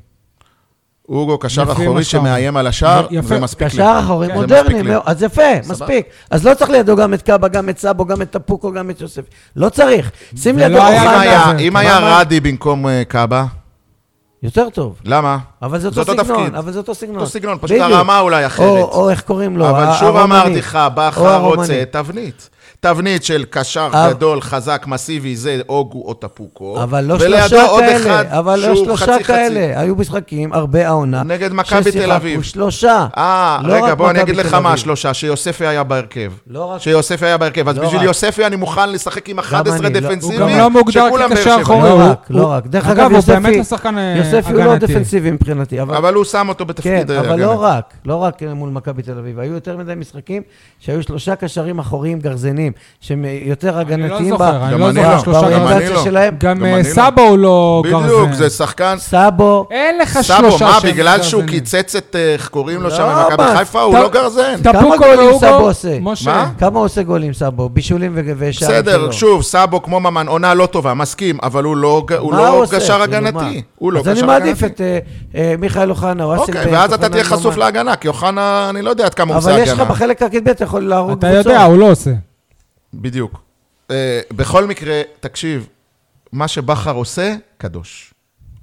אוגו, קשר
לפי מה
אחורי
שאתה אומר.
שמאיים על השער,
יפה.
זה מספיק לי.
קשר אחורי
כן,
זה
מודרני,
מספיק לי.
מאוד. אז יפה, מספיק. אז לא צריך לידו גם את קאבה, גם את סאבו, גם את טפוקו, גם את יוסף. לא צריך. שים
ולא
לידו
לא היה
אם
גם
אוחנה.
היה-
זה.
אם
מה,
היה
מה?
רדי במקום אה, קאבה,
יותר טוב.
למה?
אבל זה
זה
אותו
אותו
סגנון,
תפקיד.
אבל זה אותו סגנון.
אותו סגנון, פשוט
בדיוק.
הרמה אולי אחרת.
או- או איך קוראים לו,
אבל
ה-
שוב
הרומני.
אמרתי לך,
או
בכר
הרומני.
רוצה תבנית. תבנית של קשר
אבל-
גדול, חזק, מסיבי, זה אוגו או טפוקו.
אבל לא
ולידו
שלושה
עוד אחד
כאלה, אבל לא
שהוא
שלושה
חצי-חצי.
כאלה. היו משחקים, הרבה העונה.
נגד מכבי תל
ששיחקו
אביב.
שלושה.
אה,
לא
רגע,
רק
בוא אני
מכבי
אגיד לך
תל
מה
אביב.
השלושה, שיוספי היה בהרכב.
לא רק-
שיוספי היה בהרכב. אז
לא
בשביל
רק.
יוספי אני מוכן לשחק עם 11
אני, לא- הוא
הוא
דפנסיביים,
גם לא מוגדר
שכולם באר
כקשר
שבע.
אחורי.
לא
הוא-
רק, לא
הוא-
רק. דרך אגב, יוספי...
אגב, הוא באמת לא שחקן אה, הגנתי.
יוספי הוא לא דפנסיבי מבחינתי, אבל...
אבל הוא שם אותו
כן,
בתפקיד
אבל
הגנה.
לא רק, לא רק מול מכבי תל אביב. היו יותר מדי משחקים שהיו שלושה קשרים אחוריים גרזנים, שהם אה, יותר הגנתיים...
זוכר,
ב-
אני
גם
לא
אני
זוכר
לא,
שלושה
גם אני
באוריינטציה
לא.
שלהם.
גם
גם
אה,
אני לא.
סבא הוא לא גרזן.
בדיוק, זה שחקן...
סאבו,
אין לך שלושה שהם
סבו, מה, בגלל
גרזנים.
שהוא קיצץ את, אה, איך קוראים לו שם,
לא,
במכבי
מה,
חיפה, הוא
ת-
לא גרזן.
טפוקו
כמה גולים
ואוגו-
סבו עושה?
משה,
מה?
כמה עושה גולים סאבו? בישולים ו- ושערים
בסדר,
שלו.
שוב, סאבו כמו ממן, עונה לא טובה, מסכים, אבל הוא לא, הוא
מה
לא
הוא עושה?
גשר
כאילו, מה?
הגנתי. הוא לא גשר
אז
הגנתי.
אני מעדיף את אה, אה, מיכאל אוחנה או אסל
אוקיי, ואז אתה תהיה חשוף
להגנה.
להגנה, כי אוחנה, אני לא יודע עד כמה הוא עושה
אבל יש לך
הגנה.
בחלק הקדמי, אתה יכול להרוג
אתה
קבוצות.
יודע, הוא לא עושה.
בדיוק. אה, בכל מקרה, תקשיב, מה שבכר עושה, קדוש,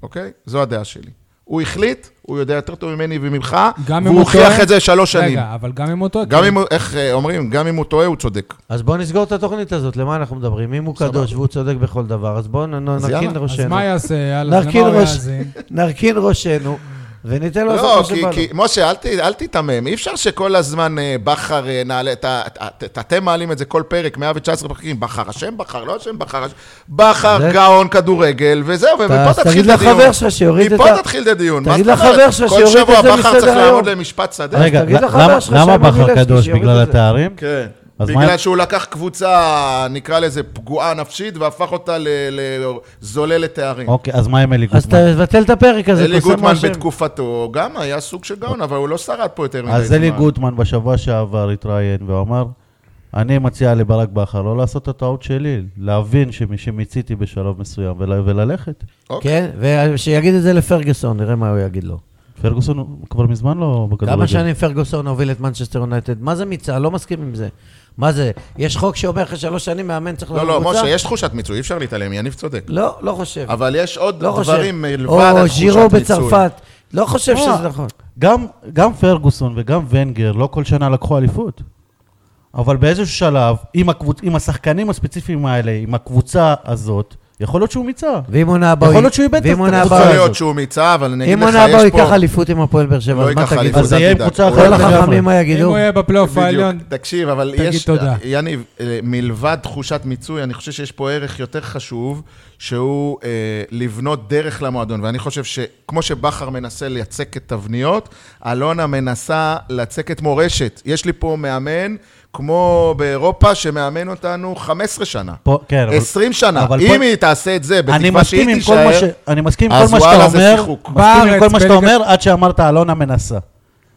אוקיי? זו הדעה שלי. הוא החליט, הוא יודע יותר טוב ממני וממך,
גם אם
והוא
הוא טועה...
הוכיח את זה שלוש שנים.
רגע, אבל גם אם הוא טועה...
גם
כי-
אם הוא, איך אה, אומרים, גם אם הוא טועה, הוא צודק.
אז בואו נסגור את התוכנית הזאת, למה אנחנו מדברים? אם הוא קדוש והוא צודק בכל דבר, אז בואו
אז
נרכין
יאללה.
אז
ראשנו.
מה יעשה? יאללה, אז
נרכין
למה הוא לא
ראש-
יאזין?
נרכין ראשנו, וניתן לו
לא,
לעשות מה
כי,
שבא
כי,
לו.
משה, אל, ת, אל תיתמם. אי אפשר שכל הזמן אה, בכר אה, נעלה, ת, ת, ת, אתם מעלים את זה כל פרק, 119 פרקים, בכר אשם, בכר לא אשם, בכר אשם. בכר
זה-
גאון כדורגל, וזהו, ומפה
אז תגיד
תתחיל את הדיון.
לחבר שלך שיוריד את
מפה
ה-
תתחיל את הדיון. מה
תגיד
זאת אומרת?
לחבר שלך שיוריד את
כל
זה
שבוע בכר צריך
מסדר
לעמוד
היום.
למשפט שדה.
רגע,
תגיד
ל-
לחבר
למה-
שלך
למה
שמעון
בכר
מילבסקי
קדוש?
שיוריד
בגלל
את זה.
התארים?
כן.
אז מה-
בגלל שהוא לקח קבוצה, נקרא לזה פגועה נפשית, והפך אותה לזוללת תארים.
אוקיי, אז מה עם אלי
אז
גוטמן?
תבטל את הפרק הזה,
אלי
קוסם
גוטמן
השם.
בתקופתו גם היה סוג של גאון, אבל הוא לא שרד פה יותר מדי
אז אלי גוטמן בשבוע שעבר התראיין ואמר, אני מציע לברק בכר לא לעשות את הטעות שלי, להבין שמי שמיציתי בשלב מסוים ול- וללכת.
אוקיי.
כן, ושיגיד את זה לפרגוסון, נראה מה הוא יגיד לו.
פרגוסון הוא כבר מזמן לא בכדורגל.
כמה שנים פרגוסון הוביל את מנצ'סטר יונייטד? מה זה מיצה? לא מסכים עם זה. מה זה? יש חוק שאומר אחרי שלוש שנים מאמן צריך
לא,
לעבור
לא,
קבוצה?
משה, יש תחושת מיצוי, אי אפשר להתעלם, יניב צודק.
לא, לא חושב.
אבל יש עוד
לא חושב.
דברים מלבד
או
התחושת מיצוי.
ז'ירו בצרפת. לא חושב
אה.
שזה נכון.
גם, גם פרגוסון וגם ונגר לא כל שנה לקחו אליפות. אבל באיזשהו שלב, עם, הקבוצ... עם השחקנים הספציפיים האלה, עם הקבוצה הזאת, יכול להיות שהוא מיצה.
ואם עונה הבאה...
יכול
הוא-
להיות שהוא איבד את
ואם עונה
יכול
הבעיה
הבאה...
להיות שהוא מיצה, אבל אני אגיד
אם
לך,
עונה הבאה הוא
יש
ייקח
פה...
אליפות עם הפועל באר שבע,
לא
אז מה
ייקח
תגיד?
אליפות,
אז זה
אל
יהיה עם
תדאג.
קבוצה
הוא
אחרת
כל
לא ייקח-
לגמרי.
החכמים מה
אם
יגידו?
הוא יהיה בפלייאוף העליון,
בדיוק. תקשיב, אבל
תגיד
יש...
תודה.
יניב, אה, מלבד תחושת מיצוי, אני חושב שיש פה ערך יותר חשוב, שהוא אה, לבנות דרך למועדון. ואני חושב שכמו שבכר מנסה לצקת תבניות, אלונה מנסה לצקת מורשת. יש לי פה מאמן, כמו באירופה, שמאמן אותנו 15 שנה.
פה- כן, אבל-
20 שנה.
אבל
אם
פה-
היא תעשה את זה,
אני
בתקווה
מסכים
שהיא
עם כל מה ש...
תישאר...
אני מסכים עם
אז
כל מה שאתה
וואלה, זה
אומר,
שיחוק.
מסכים עם כל
בארץ,
מה שאתה
בליגת-
אומר, עד שאמרת אלונה מנסה.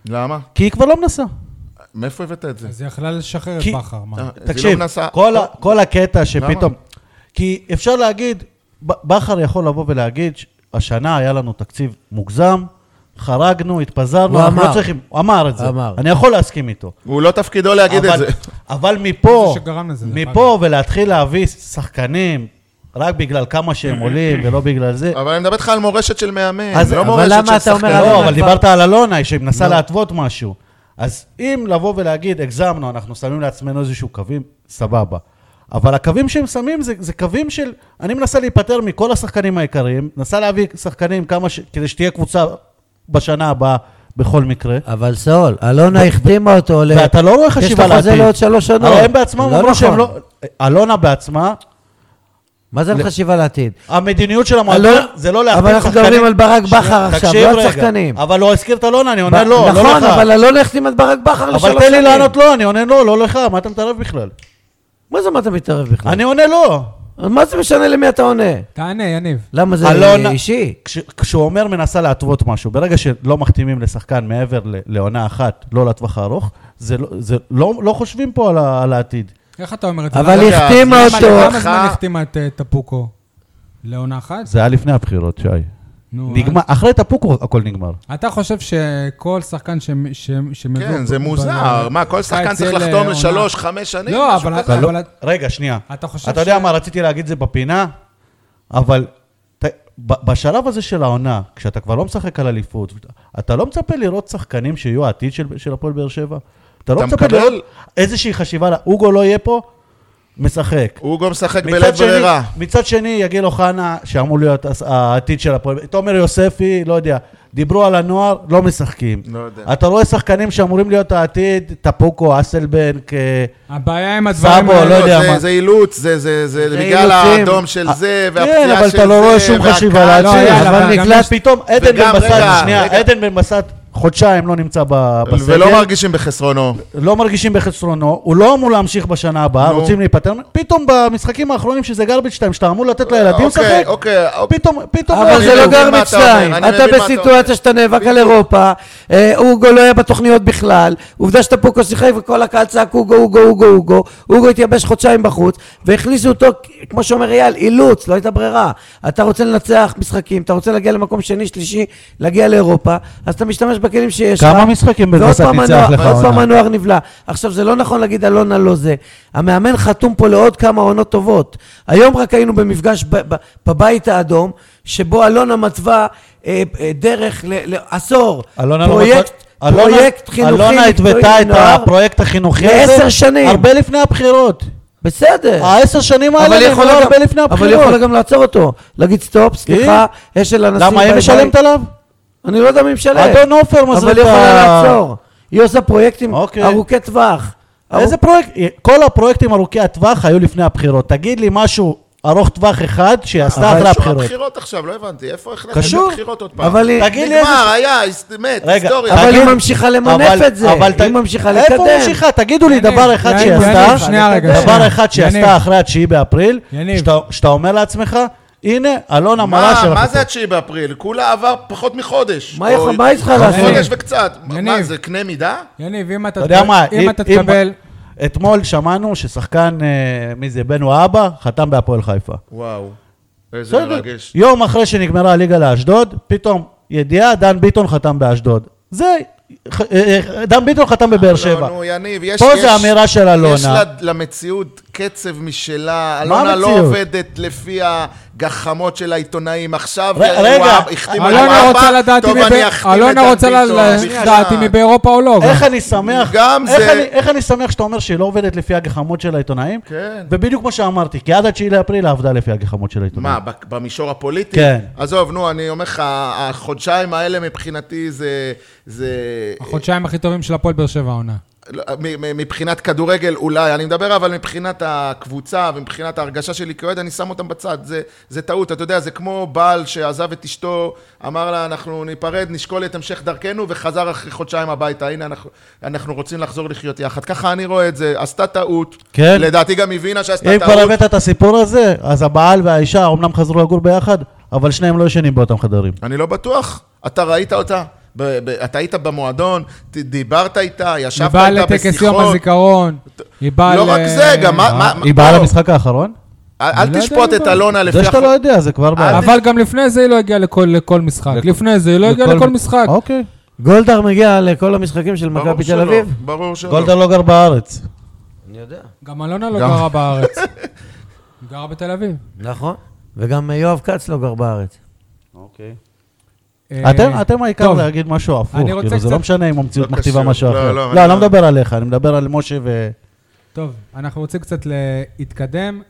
למה?
כי היא כבר לא מנסה.
מאיפה הבאת את זה?
אז היא יכלה לשחרר את
כי-
בכר, מה?
אה, אז היא לא
תקשיב,
מנסה.
כל,
לא.
ה, כל הקטע שפתאום...
למה?
כי אפשר להגיד, ב- בכר יכול לבוא ולהגיד, ש- השנה היה לנו תקציב מוגזם, חרגנו, התפזרנו,
הוא
אנחנו
אמר.
לא צריכים... הוא אמר את זה.
אמר.
אני יכול להסכים איתו.
הוא לא תפקידו להגיד את
אבל,
זה.
אבל מפה,
זה נכון. שגרם לזה, דרך
מפה ולהתחיל להביא שחקנים רק בגלל כמה שהם עולים ולא בגלל זה.
אבל אני מדבר איתך על מורשת של מאמן,
אז-
לא
אבל
מורשת
למה
של
אתה אומר
שחקן.
על לא.
לא,
אלונה
אבל
כבר-
דיברת על אלונה, שהיא מנסה להתוות משהו. אז אם לבוא ולהגיד, הגזמנו, אנחנו שמים לעצמנו איזשהו קווים, סבבה. אבל הקווים שהם שמים זה, זה קווים של... אני מנסה להיפטר מכל השחקנים העיקריים, מנסה להביא שחקנים כמה ש... כדי שתהיה קבוצה בשנה הבאה בכל מקרה.
אבל סול, אלונה החתימה אותו ל...
ואתה לא רואה חשיבה
יש לו חוזה
לעתיד.
לעוד שלוש שנות.
הרי הם בעצמם
לא
אמרו שהם
נכון.
לא... אלונה בעצמה,
מה זה אין חשיבה לעתיד?
המדיניות של המועדון
אלונה-
זה לא להחתים
אבל
שחקנים...
אנחנו מדברים על ברק
שנייה,
בכר עכשיו,
תקשיב
לא על
רגע.
שחקנים.
אבל הוא הזכיר את אלונה, אני עונה
ב-
לו, לא לך.
נכון, אבל אלונה החתימה את ברק בכר לשלוש שנים.
אבל תן לי לענות לו, אני עונה לו, לא לך, מה אתה מתערב בכלל?
מה זה מה אתה מתערב בכלל?
אני עונה לא. לו.
מה זה משנה למי אתה עונה?
תענה, יניב.
למה זה
אלונה-
אישי?
כש- כשהוא אומר מנסה להתוות משהו, ברגע שלא מחתימים לשחקן מעבר ל- לעונה אחת, לא לטווח הארוך, זה לא- זה לא לא חושבים פה על ה- על העתיד.
איך אתה אומר את זה?
אבל
למה-
רגע,
החתימה
אז
למה-
אותו.
למה זמן החתימה את אה, טפוקו? לעונה אחת?
זה היה לפני הבחירות, שי.
נו,
נגמר, אחרי טפוקו הכל נגמר.
אז- אתה חושב שכל שחקן ש- ש- שמביאו...
כן, זה
ב-
מוזר.
ב-
מה, כל שחקן
קיץ
צריך
זה
לחתום
לעונה.
לשלוש, חמש שנים?
לא,
משהו
אבל-
כזה.
אבל לא-
את-
רגע, שנייה.
אתה חושב
אתה
ש-
יודע מה, רציתי להגיד זה בפינה, אבל ת- ב- בשלב הזה של העונה, כשאתה כבר לא משחק על אליפות, אתה לא מצפה לראות שחקנים שיהיו העתיד של של הפועל באר שבע? אתה לא
אתה
מצפה
מקבל-
לראות איזושהי חשיבה, לה- אוגו לא יהיה פה, משחק.
הוא גם משחק
מצד
בלית
שני-
ברירה.
מצד שני, יגיל אוחנה, שאמור להיות הס- העתיד של הפועל, תומר יוספי, לא יודע, דיברו על הנוער, לא משחקים.
לא יודע.
אתה רואה שחקנים שאמורים להיות העתיד, טפוקו, אסלבנק, אה,
הבעיה עם הדברים
סבו, לא יודע
זה-
מה.
זה אילוץ, זה- זה זה
זה
בגלל
אילוצים.
האדום של זה,
כן,
והפציעה של זה,
אבל אתה לא רואה שום
והקהל.
חשיבה
לא,
להציל,
יאללה,
אבל
אבל גם
נקלט
יש-
פתאום, עדן
וגם,
בן בסט,
רגע,
שנייה,
רגע.
עדן בן בסט חודשיים לא נמצא ב- בסגל,
ולא מרגישים בחסרונו.
לא מרגישים בחסרונו, הוא לא אמור להמשיך בשנה הבאה,
נו.
רוצים להיפטר, פתאום במשחקים האחרונים שזה גרביץ' טיים, שאתה אמור לתת לילדים
אוקיי,
לשחק,
אוקיי, אוקיי.
פתאום, פתאום,
אבל
אני
זה לא
מבין מה
גרביץ
אתה אומר,
2,
אני
אתה
מבין מה אתה
בסיטואציה
אומר.
שאתה נאבק על אירופה, אה, אוגו לא היה בתוכניות בכלל, עובדה שטפוקו שיחק וכל הקהל צעק אוגו, אוגו, אוגו, אוגו, אוגו התייבש חודשיים בחוץ, והכניסו אותו, כמו שאומר אייל, אילוץ, לא הייתה ברירה. אתה רוצה לנצח משחקים, אתה רוצה להגיע למקום שני, שלישי, להגיע לאירופה, אז אתה משתמש בכלים שיש לך.
כמה משחקים בן
ועוד
בסט
פעם
ניצח
הנוער-
לך
ועוד פעם
העונה?
הנוער נבלע. עכשיו, זה לא נכון להגיד אלונה לא זה. המאמן חתום פה לעוד כמה עונות טובות. היום רק היינו במפגש ב- ב- בבית האדום, שבו אלונה מתווה אה, אה, דרך ל- לעשור.
אלונה לא
פרויקט,
מצא- אלונה-
פרויקט חינוכי
אלונה
מקצועי
התוותה את
לנוער.
הפרויקט החינוכי
לעשר
הזה,
שנים.
הרבה לפני הבחירות,
בסדר.
העשר שנים
אבל היא
האלה נבנו
יכולה גם-
הרבה לפני
אבל היא יכולה
הבחירות,
גם לעצור אותו. להגיד סטופ, סליחה, יש של הנשיא.
למה היא
ביי
משלמת
ביי."
עליו?
אני לא יודע מי משלם.
אדון עופר מזריק
אבל היא יכולה
ה-
לעצור. היא עושה פרויקטים
אוקיי.
ארוכי טווח.
איזה פרויקט? אה, כל הפרויקטים ארוכי הטווח היו לפני הבחירות. תגיד לי משהו ארוך טווח אחד שעשתה
אבל
אחרי
קשור
הבחירות.
הבחירות עכשיו, לא הבנתי. איפה החלטתם
קשור.
בבחירות עוד פעם?
אבל היא...
תגיד לי
נגמר, היה, היס- מת,
רגע,
היסטוריה.
אבל
תגיד-
היא ממשיכה למנף
אבל-
את זה,
אבל ת-
היא ממשיכה לקדם.
איפה ממשיכה? תגידו לי
יניב,
דבר אחד
יניב,
שהיא
יניב,
עשתה,
שנייה רגע,
דבר
שנייה.
אחד שהיא
יניב.
עשתה אחרי התשיעי באפריל,
יניב.
שאתה- שאתה אומר לעצמך, הנה, אלונה מראה
מה,
שלך.
מה זה התשיעי באפריל? כולה עבר פחות מחודש.
מה יכול-
או-
מה היא צריכה לעשות?
חודש וקצת. מה-
יניב.
מה, זה קנה מידה?
יניב, אם אתה
אתה יודע מה,
אם אתה תקבל...
אתמול שמענו ששחקן, אה, מי זה, בן והבה, חתם בהפועל חיפה.
וואו. איזה
בסדר.
מרגש.
יום אחרי שנגמרה הליגה לאשדוד, פתאום ידיעה, דן ביטון חתם באשדוד. זה, ח- אה, אה, דן ביטון חתם בבאר
לא,
שבע.
נו, יניב, יש...
פה
יש-
זה אמירה של
יש
אלונה.
ל- למציאות קצב משלה,
מה
אלונה לא
המציאות?
עובדת לפי הגחמות של העיתונאים עכשיו.
ר- רגע.
וואב, החתימו את
אלונה
וואבה,
רוצה לדעת
טוב,
אם היא
אני
ב-
אחתים את
אלונה
דן
רוצה
ביטון,
לדעת אם היא באירופה או לא.
איך אני שמח,
גם
איך
זה-
אני, איך אני שמח שאתה אומר שהיא לא עובדת לפי הגחמות של העיתונאים?
כן.
ובדיוק כמו שאמרתי, כי עד ה-9 לאפריל היא עבדה לפי הגחמות של העיתונאים.
מה, בק- במישור הפוליטי?
כן.
עזוב, נו, אני אומר לך, החודשיים האלה מבחינתי זה... זה...
החודשיים הכי טובים של הפועל באר שבע העונה.
לא, מ- מ- מבחינת כדורגל אולי, אני מדבר אבל מבחינת הקבוצה ומבחינת ההרגשה שלי כאוהד, אני שם אותם בצד, זה, זה טעות, אתה יודע, זה כמו בעל שעזב את אשתו, אמר לה, אנחנו ניפרד, נשקול את המשך דרכנו, וחזר אחרי חודשיים הביתה, הנה, אנחנו, אנחנו רוצים לחזור לחיות יחד. ככה אני רואה את זה, עשתה טעות,
כן.
לדעתי גם הבינה שעשתה
אם כבר
טעות,
הבאת את הסיפור הזה, אז הבעל והאישה אומנם חזרו לגור ביחד, אבל שניהם לא ישנים באותם חדרים.
אני לא בטוח, אתה ראית אותה. ב- ב- אתה היית במועדון, ת- דיברת איתה,
היא
ישבת
באה
איתה
לטקס יום
בשיחות.
הזיכרון, היא באה ל...
לא רק זה, גם מה... מה-
היא באה
בוא,
למשחק האחרון?
אל-
אני לא
אל
יודע
תשפוט
אם
את
בא.
אלונה לפי אה,
זה שאתה
החוק.
לא יודע, זה כבר בעיה.
אבל גם לפני זה היא לא הגיעה לכל לכל משחק.
לכ-
לפני זה היא לא הגיעה לכל משחק.
אוקיי.
גולדהר מגיע לכל המשחקים של
ברור
מכבי תל
שלא,
אביב?
ברור שלא.
גולדה לא גר בארץ.
אני יודע.
גם אלונה לא
גם-
גרה בארץ. היא גרה בתל אביב.
נכון. וגם אה, יואב כץ לא גר בארץ.
אוקיי.
אה,
אתם, אתם העיקר
טוב,
להגיד משהו הפוך,
אני רוצה
כאילו זה
קצת-
לא משנה אם המציאות
לא
מכתיבה
קשור.
משהו
לא,
אחר.
לא,
לא,
אני
אני לא
לא-
מדבר עליך, אני מדבר על משה ו...
טוב, אנחנו רוצים קצת להתקדם.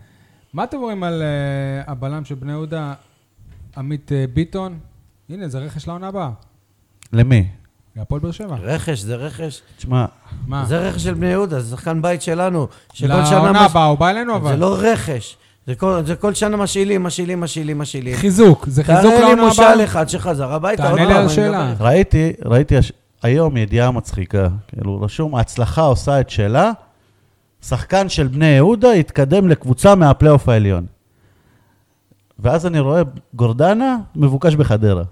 מה אתם אומרים על אה, הבלם של בני יהודה, עמית אה, ביטון? הנה, זה רכש לעונה הבאה.
למי?
להפועל באר שבע.
רכש זה רכש.
תשמע,
מה?
זה רכש של בני יהודה, זה שחקן בית שלנו. שכל שנה...
אה. לעונה
מש-
הבאה, הוא בא אלינו אבל.
זה לא רכש. זה כל- זה כל שנה משאילים, משאילים, משאילים, משאילים.
חיזוק, זה חיזוק
תראה לי
לעונה הבאה.
מושל אחד שחזר הביתה.
תענה
עוד
לי
פעם,
על
אני
השאלה.
מדבר.
ראיתי, ראיתי הש... היום ידיעה מצחיקה, כאילו רשום, ההצלחה עושה את שלה, שחקן של בני יהודה התקדם לקבוצה מהפלייאוף העליון. ואז אני רואה גורדנה מבוקש בחדרה.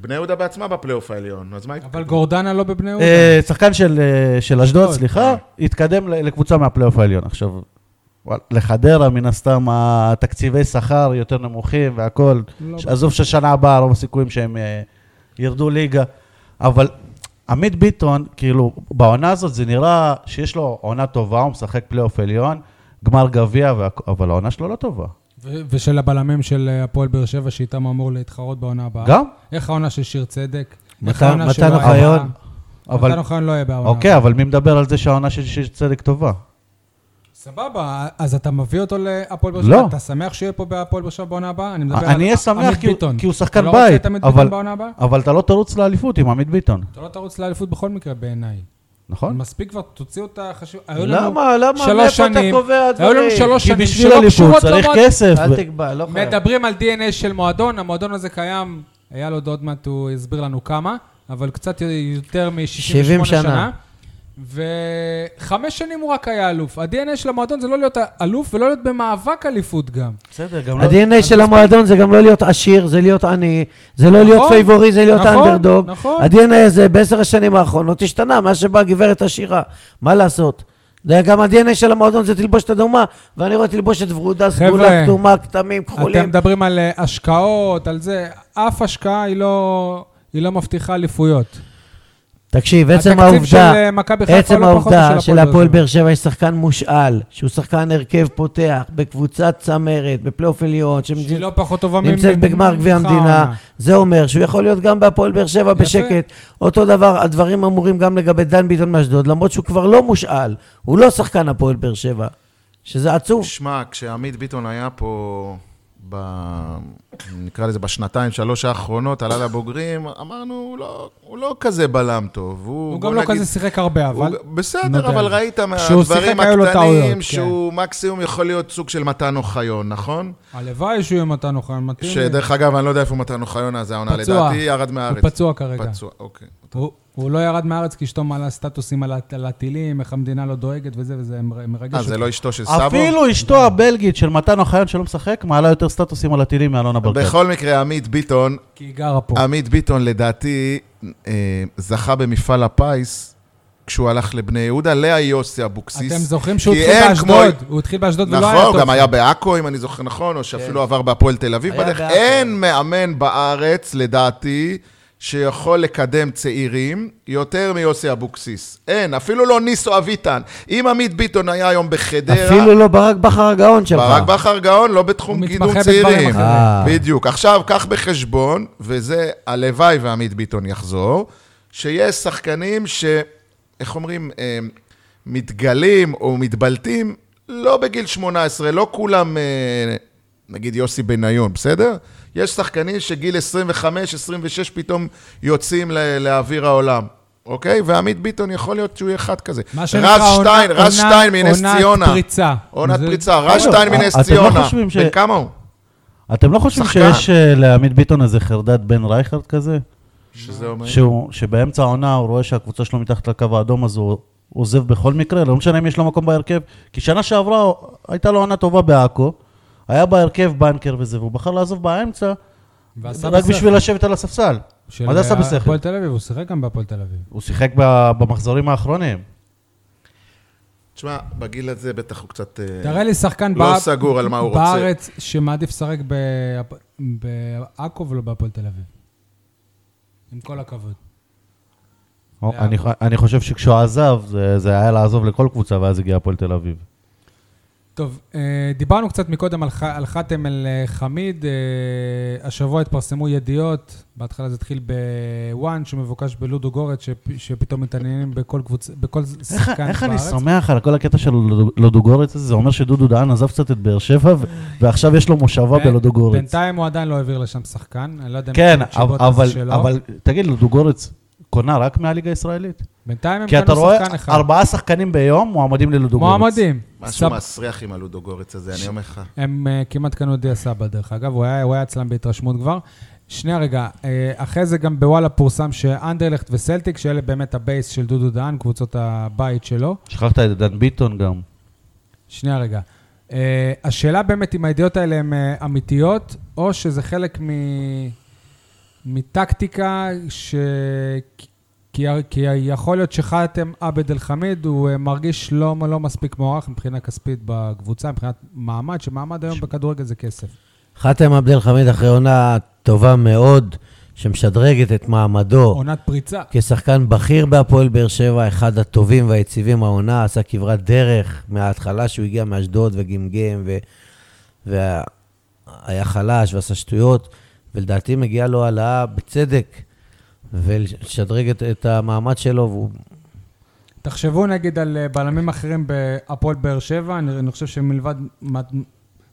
בני יהודה בעצמה בפלייאוף העליון, אז מה...
אבל גורדנה לא בבני יהודה.
אה, שחקן של, אה, של אשדוד,
אשדוד,
סליחה, התקדם ל- לקבוצה מהפלייאוף העליון. עכשיו, וואל, לחדרה, מן הסתם, התקציבי שכר יותר נמוכים והכול.
לא
ש- עזוב ששנה הבאה, רוב הסיכויים שהם אה, ירדו ליגה. אבל עמית ביטון, כאילו, בעונה הזאת זה נראה שיש לו עונה טובה, הוא משחק פלייאוף עליון, גמר גביע, והכ- אבל העונה שלו לא טובה.
ו- ושל הבלמים של אה, הפועל באר שבע, שאיתם הוא אמור להתחרות בעונה הבאה.
גם?
איך העונה של שיר צדק?
מתן-
איך העונה
מתן
שלו היה
אוחיון.
בעונה?
אבל-
מתן אוחיון לא יהיה בעונה הבאה.
אוקיי, אבל מי מדבר על זה שהעונה של שיר צדק טובה?
סבבה, אז אתה מביא אותו להפועל באר
לא.
שבע? לא. אתה שמח שהוא יהיה פה בהפועל באר שבע בעונה הבאה? אני מדבר על
אני אהיה
עמית
שמח כי הוא-
ביטון.
כי הוא שחקן
אתה לא רוצה
בית,
את עמית
אבל-
ביטון בעונה הבאה?
אבל אתה לא תרוץ לאליפות עם עמית ביטון,
אתה לא תרוץ לאליפות בכל מקרה בעיניי.
נכון?
מספיק כבר, תוציאו את החשיבות.
למה? למה?
שלוש
מאיפה אתה
שנים.
קובע
היו לנו
דברים?
שלוש
כי
שנים
בשביל
שלא
אליפות
קשורות
צריך
למועדון.
כסף. ו-
אל תקבע, לא חייב.
מדברים על DNA של מועדון, המועדון הזה קיים, אייל עוד עוד מעט הוא יסביר לנו כמה, אבל קצת יותר מ-68
70 שנה.
שנה. וחמש שנים הוא רק היה אלוף. ה-DNA של המועדון זה לא להיות אלוף ולא להיות במאבק אליפות גם.
בסדר, גם לא...
ה-DNA של המועדון זה גם לא להיות עשיר, זה להיות עני, זה לא להיות פייבורי, זה להיות
נכון,
אנדרדוג.
נכון.
ה-DNA הזה בעשר השנים האחרונות השתנה, מאז שבאה גברת עשירה. מה לעשות? זה גם ה-DNA של המועדון זה תלבושת אדומה, ואני רואה תלבושת ורודה,
חבר'ה,
סגולה, כתומה, כתמים,
אתם
כחולים.
מדברים על אה, השקעות, על זה. אף השקעה היא לא, היא לא מבטיחה אליפויות.
תקשיב, עצם
התקציב
העובדה,
של, אה, מכבי חיפה
עצם
לא פחות משל
העובדה
הפועל באר
שלהפועל
שבע.
באר שבע יש שחקן מושאל, שהוא שחקן הרכב פותח, בקבוצת צמרת, בפלייאוף עליון,
שהיא לא פחות טובה ממך.
נמצאת בגמר גביע המדינה, זה אומר שהוא יכול להיות גם בהפועל באר שבע בשקט. אותו דבר, הדברים אמורים גם לגבי דן ביטון מאשדוד, למרות שהוא כבר לא מושאל, הוא לא שחקן הפועל באר שבע, שזה עצוב.
שמע, כשעמית ביטון היה פה, ב... נקרא לזה בשנתיים, שלוש האחרונות, עלה לבוגרים, אמרנו, הוא לא, הוא לא כזה בלם טוב.
הוא
הוא, בוא
גם לא
נגיד,
כזה שיחק הרבה,
הוא...
אבל...
בסדר,
נודה.
אבל ראית
כשהוא
מהדברים
שיחק היו לו טעויות,
הקטנים,
כן.
שהוא מקסימום יכול להיות סוג של מתן אוחיון, נכון?
הלוואי שהוא יהיה מתן אוחיון מתאים. לי.
שדרך אגב, אני לא יודע איפה מתן אוחיון אז העונה,
כן. פצוע.
לדעתי ירד
הוא
מהארץ.
פצוע כרגע.
פצוע, אוקיי.
הוא- הוא לא ירד מהארץ כי אשתו מעלה סטטוסים על הט- על הטילים, איך המדינה לא דואגת וזה, וזה מר- מרגש
אה,
אותי.
זה אה. לא אשתו של סבו?
אפילו אשתו הבלגית של מתן אוחיון שלא משחק, מעלה יותר סטטוסים על הטילים מאלונה ברקת.
בכל מקרה, עמית ביטון,
כי היא גרה פה.
עמית ביטון לדעתי אה, זכה במפעל הפיס כשהוא הלך לבני יהודה, לאה יוסי אבוקסיס.
אתם זוכרים שהוא
כי
התחיל
אין
באשדוד, הוא התחיל באשדוד ולא היה
נכון,
טוב. כן.
גם היה בעכו, אם אני זוכר נכון, או שאפילו עבר בהפועל תל אביב.
היה
בדרך
בעכו.
אין מאמן בארץ, לדעתי, שיכול לקדם צעירים יותר מיוסי אבוקסיס. אין, אפילו לא ניסו אביטן. אם עמית ביטון היה היום בחדרה...
אפילו לא ברק בכר הגאון שלך.
ברק בכר גאון לא בתחום
הוא
קידום
מתמחה בדברים
צעירים.
אחרים.
אה.
בדיוק. עכשיו, קח בחשבון, וזה, הלוואי ועמית ביטון יחזור, שיש שחקנים ש... איך אומרים? אה, מתגלים או מתבלטים לא בגיל 18, לא כולם, אה, נגיד יוסי בניון, בסדר? יש שחקנים שגיל 25, 26 פתאום יוצאים ל- לאוויר העולם. אוקיי? ועמית ביטון יכול להיות שהוא יהיה אחד כזה.
מה
רז
שנקרא עונה-
שטיין, רז
עונה-
שטיין מנס
עונת
ציונה.
פריצה.
עונת
זה-
פריצה. רז
בסדר,
שטיין
אה,
מנס
אתם לא
ציונה.
חושבים ש-
בן כמה הוא?
אתם לא חושבים
שחקן.
שיש אה, לעמית ביטון איזה חרדת בן רייכרד כזה?
שזה אומר...
שהוא, שבאמצע העונה הוא רואה שהקבוצה שלו מתחת לקו האדום, אז הוא עוזב בכל מקרה, לא משנה אם יש לו מקום בהרכב. כי שנה שעברה הוא- הייתה לו עונה טובה בעכו, היה בהרכב בנקר וזה, והוא בחר לעזוב באמצע,
ועשה
רק
בסדר.
בשביל לשבת על הספסל.
של אה,
מה זה עשה בשכל?
הפועל תל אביב, הוא שיחק גם בהפועל תל
אה,
אביב.
הוא שיחק ב- במחזורים האחרונים.
תשמע, בגיל הזה בטח הוא קצת... אה,
תראה לי שחקן
לא
בא-
סגור על מה הוא רוצה.
בארץ שמעדיף לשחק בהפ- בעכו ולא בהפועל תל אביב. עם כל הכבוד.
או,
לאן?
אני, ח- אני חושב שכשהוא עזב, זה, זה היה לעזוב לכל קבוצה, ואז הגיע הפועל תל אביב.
טוב, אה, דיברנו קצת מקודם על, ח... על חתם אל אה, חמיד. אה, השבוע התפרסמו ידיעות, בהתחלה זה התחיל בוואן, שמבוקש בלודו גורץ, שפ... שפתאום מתעניינים בכל, קבוצ... בכל שחקן
איך,
בארץ.
איך אני שמח על כל הקטע של לודו- לודוגורץ הזה, זה אומר שדודו דהן עזב קצת את באר שבע, ו- ועכשיו יש לו מושבה
ב-
בלודוגורץ.
כן, בינתיים הוא עדיין לא העביר לשם שחקן, אני לא יודע אם
כן,
יש תשובות לזה
אבל,
שלא.
אבל תגיד, לודוגורץ קונה רק מהליגה הישראלית?
בינתיים הם
כי אתה
קנו
רואה
כן, שחקן אחד.
ארבעה שחקנים ביום מועמדים ללודוגורץ.
מועמדים.
משהו
סב-
מסריח עם הלודוגורץ הזה, אני אומר לך.
הם אה, כמעט קנו את דיה סבא, דרך אגב, הוא היה, הוא היה אצלם בהתרשמות כבר. שנייה רגע, אה, אחרי זה גם בוואלה פורסם שאנדרלכט וסלטיק, שאלה באמת הבייס של דודו דהן, קבוצות הבית שלו.
שכחת את דן ביטון גם.
שנייה רגע. אה, השאלה באמת אם הידיעות האלה הן אה, אמיתיות, או שזה חלק מ... מטקטיקה ש... כי, כי יכול להיות שחאתם עבד אל-חמיד, הוא אה, מרגיש לא, לא מספיק מוערך מבחינה כספית בקבוצה, מבחינת מעמד, שמעמד היום בכדורגל זה כסף.
חתם עבד אל חמיד אחרי עונה טובה מאוד, שמשדרגת את מעמדו
עונת פריצה.
כן. כשחקן בכיר בהפועל באר שבע, אחד הטובים והיציבים העונה, עשה כברת דרך מההתחלה שהוא הגיע מאשדוד וגמגם ו... והיה חלש ועשה שטויות, ולדעתי מגיעה לו העלאה בצדק, ולשדרג את, את המעמד שלו, והוא...
תחשבו נגיד על אה, בלמים אחרים בהפועל באר שבע, אני, אני חושב שמלבד מת,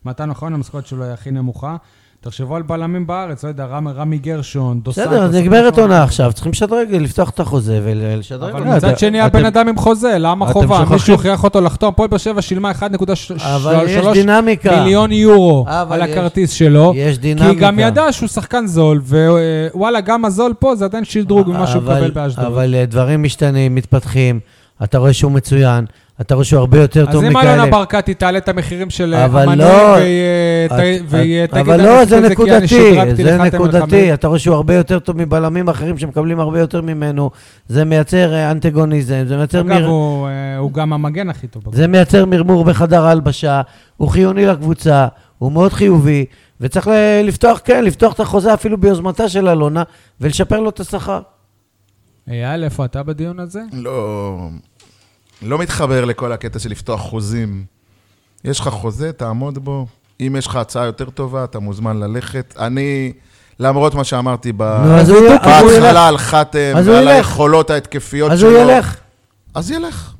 מתן אוחיון, המשכורת שלו היא הכי נמוכה. תחשבו על בלמים בארץ, לא יודע, רמי, רמי גרשון, דוסנטוס.
בסדר, אז נגמרת עונה עכשיו, צריכים לשדרג, לפתוח את החוזה ולשדרג
אבל
לא,
מצד
אתה-
שני,
אתם-
הבן אדם עם חוזה, למה
אתם
חובה?
שוכחים-
מישהו הכריח אותו לחתום. הפועל באר שבע שילמה
אבל יש
1.3
דינמיקה.
מיליון יורו
אבל
על
יש-
הכרטיס שלו.
יש
כי
דינמיקה.
היא גם ידעה שהוא שחקן זול, ווואלה, גם הזול פה זה עדיין שדרוג ממה שהוא
אה, אבל-
מקבל באשדוד.
אבל אה, דברים משתנים, מתפתחים, אתה רואה שהוא מצוין, אתה רואה שהוא הרבה יותר
אז
טוב
אם אלונה
מכאלה.
ברקת תעלה את המחירים של אה,
אבל
המנוי,
לא,
והיא,
את-
אה, ת-
את-
והיא תגיד,
אבל
"אני
לא,
עשיתי
זה
את כי אני
נקודתי,
שדרגתי
זה
לחתם
נקודתי.
מלחמה".
אתה רואה שהוא הרבה יותר טוב מבלמים אחרים שמקבלים הרבה יותר ממנו. זה מייצר אה, אנטגוניזם, זה מייצר
אגב,
מר-
הוא, אה, הוא גם המגן הכי טוב. בקבוצה.
זה מייצר מרמור בחדר ההלבשה, הוא חיוני לקבוצה, הוא מאוד חיובי, וצריך ל- לפתוח, כן, לפתוח את החוזה אפילו ביוזמתה של אלונה, ולשפר לו את השכר.
אייל, איפה אתה בדיון הזה?
לא... לא מתחבר לכל הקטע של לפתוח חוזים. יש לך חוזה, תעמוד בו. אם יש לך הצעה יותר טובה, אתה מוזמן ללכת. אני, למרות מה שאמרתי ב...
נו, אז הוא ילך. אז הוא ילך.
בהתחלה על חתם,
אז הוא
ועל
ילך.
היכולות ההתקפיות
אז
שלו.
הוא ילך.
אז ילך.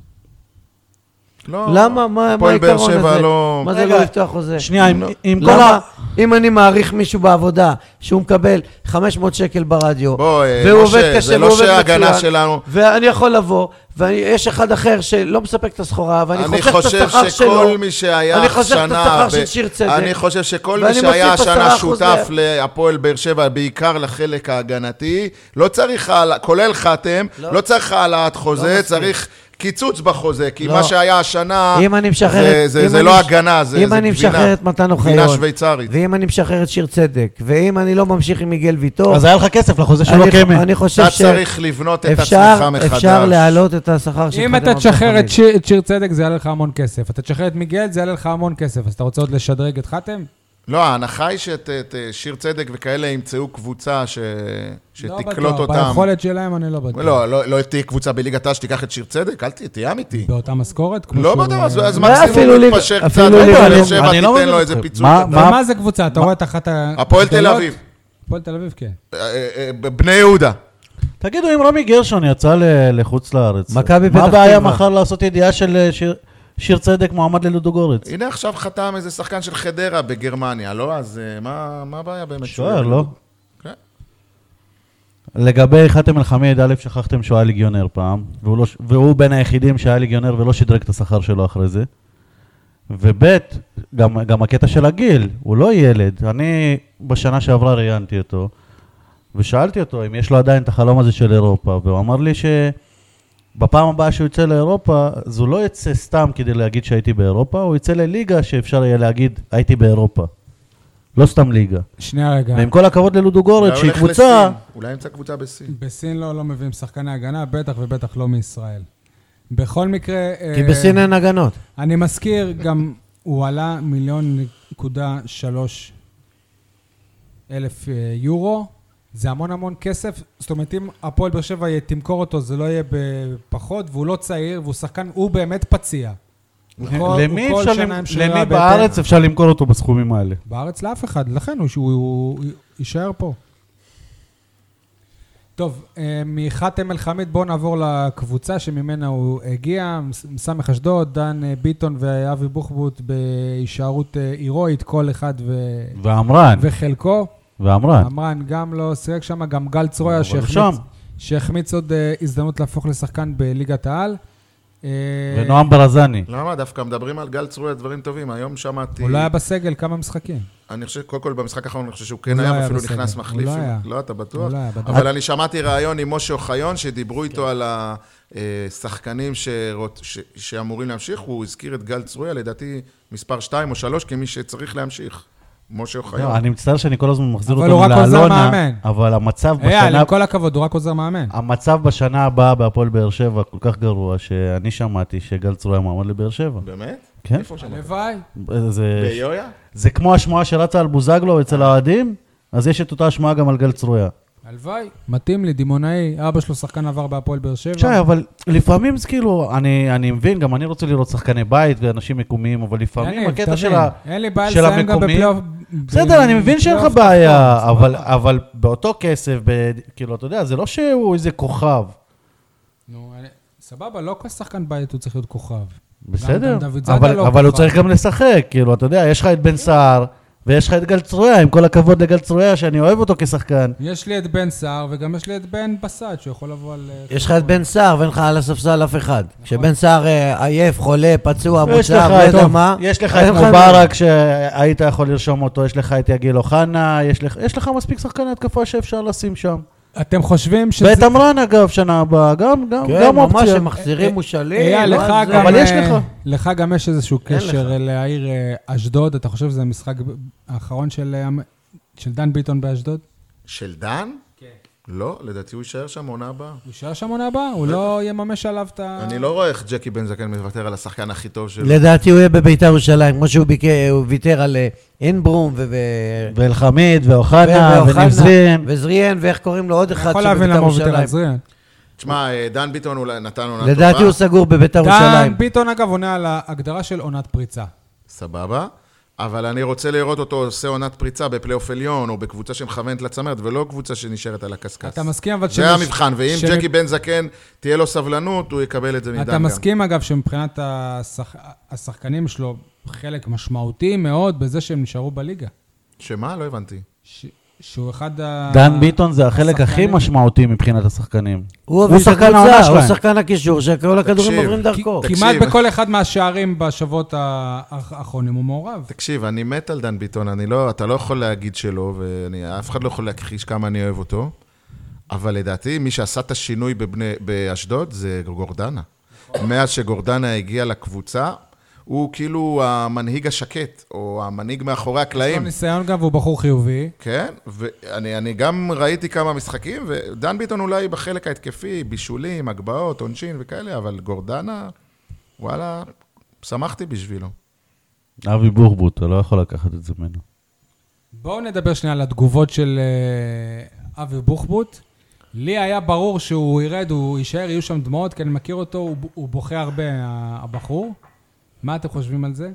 לא...
למה? מה מה
הפועל באר
העיקרון
שבע
הזה?
לא...
מה זה
רגע,
לא לפתוח חוזה?
שנייה, עם- עם כל
למה?
ה...
אם אני מעריך מישהו בעבודה שהוא מקבל 500 שקל ברדיו,
בוא, אה,
והוא
משה,
עובד קשה,
זה לא
והוא עובד
שההגנה
מצוין,
שלנו-
ואני יכול לבוא, ויש אחד אחר שלא מספק את הסחורה, ואני
אני
חוסך את
חושב
השכר שלו.
שכל מי שהיה
אני חוסך את
השנה...
השכר של
ב-
שיר צדק.
אני חושב שכל מי
ואני
שהיה
מוסיף
השנה
10%
שותף
ל-
להפועל באר שבע, בעיקר לחלק ההגנתי, לא צריך, העלה- כולל חתם,
לא.
לא צריך העלאת חוזה,
מסכים.
צריך קיצוץ בחוזה, כי
לא.
מה שהיה השנה,
אם אני משחרר...
זה-
אם
זה זה
אני
לא
מש-
הגנה, זה זה
אם
גבינה.
אני משחרר את מתן
גבינה
אוחיון,
שוויצרית.
ואם אני משחרר את שיר צדק, ואם אני לא ממשיך עם מיגל ויטור,
אז היה לך כסף לחוזה שלו
אני-
קמא.
אני חושב
אתה
ש...
צריך לבנות את
אפשר,
עצמך מחדש.
אפשר להעלות את השכר של
אם
חדרה
אתה תשחרר
המזרחנית.
את שיר- את שיר צדק, זה יעלה לך המון כסף. אתה תשחרר את מיגל, זה יעלה לך המון כסף. אז אתה רוצה עוד לשדרג את חתם?
לא, ההנחה היא שאת את, אה, שיר צדק וכאלה ימצאו קבוצה ש...
לא
שתקלוט
בטוח,
אותם.
ביכולת שלהם אני לא בטוח.
לא, לא, לא תהיה קבוצה בליגת העל שתיקח את שיר צדק, אל תהיה, תהיה אמיתי.
באותה משכורת? כמו
לא
שהוא-
בטוח, אז אז
אולי אפילו
מקסימום הוא
ליגה-
יתפשר
אפילו
קצת, לא
ליגה
באר
לאומית.
שבע
אני לא
תיתן
מבין
לו איזה
אתכם.
פיצוי.
מה- לא-
קטן.
אבל מה זה קבוצה? אתה רואה את אחת ה...
הפועל תל
הגדולות?
אביב.
הפועל תל אביב, כן.
אה, אה, אה, בני יהודה.
תגידו, אם רמי גרשון יצא ל- לחוץ לארץ,
מכבי פתח
מה הבעיה
תקווה.
מחר לעשות ידיעה של אה, שיר- שיר צדק מועמד לדודוגורץ?
הנה עכשיו חתם איזה שחקן של חדרה בגרמניה, לא? אז אה, מה מה הבעיה באמת?
שוער, לא?
כן.
לגבי חתם אל-חמיד, א', שכחתם שהוא היה ליגיונר פעם, והוא, לא, ש- והוא בין היחידים שהיה ליגיונר ולא שדרג את השכר שלו אחרי זה. וב', גם, גם הקטע של הגיל, הוא לא ילד. אני בשנה שעברה ראיינתי אותו, ושאלתי אותו אם יש לו עדיין את החלום הזה של אירופה, והוא אמר לי שבפעם הבאה שהוא יצא לאירופה, אז הוא לא יצא סתם כדי להגיד שהייתי באירופה, הוא יצא לליגה שאפשר יהיה להגיד, הייתי באירופה. לא סתם ליגה.
שנייה רגע.
ועם כל הכבוד ללודו גורץ,
אולי
שהיא
כן. הולך
קבוצה...
לסין, אולי ימצא קבוצה בסין.
בסין לא, לא מביאים שחקני הגנה, בטח ובטח לא מישראל. בכל מקרה...
כי
אה,
בסין אין הגנות.
אני מזכיר, גם הוא עלה מיליון נקודה שלוש אלף אה, יורו. זה המון המון כסף. זאת אומרת, אם הפועל באר שבע י- תמכור אותו, זה לא יהיה בפחות, והוא לא צעיר, והוא שחקן, הוא באמת פציע. הוא כל- נכון? הוא
למי
כל
אפשר
שנה
למ-
עם שרירי
למי
הבטן.
בארץ אפשר למכור אותו בסכומים האלה?
בארץ לאף אחד, לכן הוא, שהוא, הוא, הוא יישאר פה. טוב, אה, מחאתם אל חמיד בואו נעבור לקבוצה שממנה הוא הגיע, מס- מסמך אשדוד, דן אה, ביטון ואבי בוחבוט בהישארות אה, הירואית, כל אחד ו...
ועמרן,
וחלקו.
ועמרן.
אמרן גם לא שיחק שם, גם גל צרויה
אבל
שהחמיץ-
שם.
שהחמיץ עוד אה, הזדמנות להפוך לשחקן בליגת העל. אה, לא,
ונועם ברזני.
למה? דווקא מדברים על גל צרויה דברים טובים. היום שמעתי...
הוא לא היה בסגל כמה משחקים.
אני חושב, קודם כל במשחק האחרון אני חושב שהוא
הוא
כן
לא
היה,
היה
ואפילו
בסדר.
נכנס
הוא
מחליף.
לא
אם-
היה.
לא, אתה בטוח?
הוא לא היה בטוח.
אבל אני שמעתי ראיון עם משה אוחיון, שדיברו איתו על השחקנים שרוצ- ש- שאמורים להמשיך, הוא הזכיר את גל צרויה, לדעתי, מספר 2 או 3, כמי שצריך להמשיך. משה
לא,
אוחיון.
אני מצטער שאני כל הזמן מחזיר
אבל
אותו
הוא רק עוזר
לאלונה,
מאמן. אה,
אבל המצב
אייל,
בשנה...
עם כל הכבוד, הוא רק עוזר מאמן.
המצב בשנה הבאה בהפועל באר שבע כל כך גרוע, שאני שמעתי שגל צרויה מועמד לבאר שבע.
באמת?
כן.
איפה שם?
הלוואי.
זה-
ביויה?
זה כמו השמועה שרצה על בוזגלו
אה.
אצל האוהדים, אז יש את אותה השמועה גם על גל צרויה.
הלוואי. מתאים לי, דימונאי, אבא שלו שחקן עבר בהפועל באר
שי,
שבע.
אבל לפעמים זה כאילו, אני, אני מבין, גם אני רוצה לראות שחקני בית ואנשים מקומיים, אבל לפעמים
יניב,
הקטע
תבין,
של, ה,
אין לי בעיה
של
לסיים גם
המקומי-
בפלייאוף.
בסדר, אני מבין שאין לך
בפלייאוף
בעיה,
תחתון,
אבל,
סבבה.
אבל באותו כסף, ב, כאילו, אתה יודע, זה לא שהוא איזה כוכב.
נו, אני- סבבה, לא כל שחקן בית הוא צריך להיות כוכב.
בסדר,
גם דוד זאדה
אבל,
לא
אבל הוא
כוכב.
צריך גם לשחק, כאילו, אתה יודע, יש לך את בן סער, ויש לך את גל צרויה, עם כל הכבוד לגל צרויה, שאני אוהב אותו כשחקן.
יש לי את בן סער, וגם יש לי את בן בסט, שיכול לבוא על... אה,
יש לך את בן סער ואין לך על הספסל אף אחד. כשבן סער אה, עייף, חולה, פצוע,
יש
מוצב,
לך,
לא יודע
טוב,
מה.
יש לך
אין
את מובארק שהיית יכול לרשום אותו, יש לך את יגיל אוחנה, יש לך- יש לך מספיק שחקני התקפה שאפשר לשים שם.
אתם חושבים שזה...
ואת אמרן, אגב, שנה הבאה, גם גם-
כן,
גם
ממש,
אופציה.
הם מחזירים מושאלים.
אייל,
לא
אה, לך
על זה.
גם...
אה, אבל יש
אה,
לך.
לך גם יש איזשהו
לך.
קשר לעיר אה, אשדוד, אתה חושב שזה המשחק האחרון של אה, של דן ביטון באשדוד?
של דן? כן. לא, לדעתי הוא יישאר שם עונה הבאה.
הוא יישאר שם עונה הבאה? הוא לא יממש עליו את ה...
אני לא רואה איך ג'קי בן זקן מוותר על השחקן הכי טוב שלו.
לדעתי הוא יהיה בביתר ירושלים, כמו שהוא ביקר- הוא ויתר על אה, אינברום ו... ו-
ואלחמיד, ואוחנה,
ואוחנה,
ונימזרין.
וזריאן, ואיך קוראים לו עוד
אני
אחד
יכול להבין למה
שבביתר
הוא ויתר על
ירושלים.
זריאן.
תשמע, אה, דן ביטון אולי נתן עונה אה, טובה.
לדעתי הוא סגור בביתר
דן
ירושלים.
ביטון, אגב, עונה על ההגדרה של עונת פריצה.
סבבה. אבל אני רוצה לראות אותו עושה עונת פריצה בפלייאוף עליון, או בקבוצה שמכוונת לצמרת, ולא קבוצה שנשארת על הקשקש.
אתה מסכים אבל... שמש-
זה המבחן, ואם
שמ-
ג'קי בן זקן תהיה לו סבלנות, הוא יקבל את זה מדן
אתה
גם.
מסכים, אגב, שמבחינת השח- השחקנים שלו, חלק משמעותי מאוד בזה שהם נשארו בליגה.
שמה? לא הבנתי.
ש- שהוא אחד ה...
דן ביטון זה החלק הכי
השחקנים.
משמעותי מבחינת השחקנים.
הוא הוביל את
שחקן
הקבוצה,
העונה
הוא
שלהם.
שחקן הקישור, שכל הכדורים
תקשיב,
עוברים
כי-
דרכו.
תקשיב.
כמעט בכל אחד מהשערים בשבועות האח- האחרונים הוא מעורב.
תקשיב, אני מת על דן ביטון, אני לא, אתה לא יכול להגיד שלא, ואף אחד לא יכול להכחיש כמה אני אוהב אותו, אבל לדעתי, מי שעשה את השינוי בבני, באשדוד זה גורדנה. מאז שגורדנה הגיע לקבוצה, הוא כאילו המנהיג השקט, או המנהיג מאחורי
יש לו
הקלעים.
ניסיון גם, והוא בחור חיובי.
כן, ואני אני גם ראיתי כמה משחקים, ודן ביטון אולי בחלק ההתקפי, בישולים, הגבהות, עונשין וכאלה, אבל גורדנה, וואלה, שמחתי בשבילו.
אבי בוחבוט, אתה לא יכול לקחת את זה ממנו.
בואו נדבר שנייה על התגובות של אה, אבי בוחבוט. לי היה ברור שהוא ירד, הוא יישאר, יהיו שם דמעות, כי אני מכיר אותו, הוא, הוא בוכה הרבה, ה- הבחור. מה אתם חושבים על זה?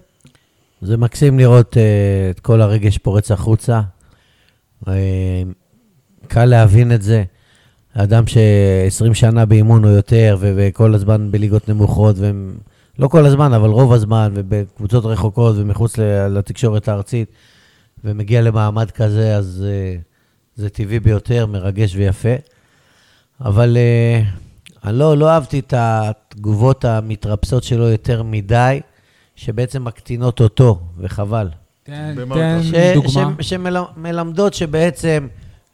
זה מקסים לראות אה, את כל הרגש פורץ החוצה. אה, קל להבין את זה. אדם ש-20 שנה באימון או יותר, ו- וכל הזמן בליגות נמוכות, והם... לא כל הזמן, אבל רוב הזמן, ובקבוצות רחוקות ומחוץ ל- לתקשורת הארצית, ומגיע למעמד כזה, אז אה, זה טבעי ביותר, מרגש ויפה. אבל אה, אני לא, לא אהבתי את התגובות המתרפסות שלו יותר מדי, שבעצם מקטינות אותו, וחבל.
תן,
במה
תן
אתה-
ש,
דוגמה.
ש, שמלמדות שבעצם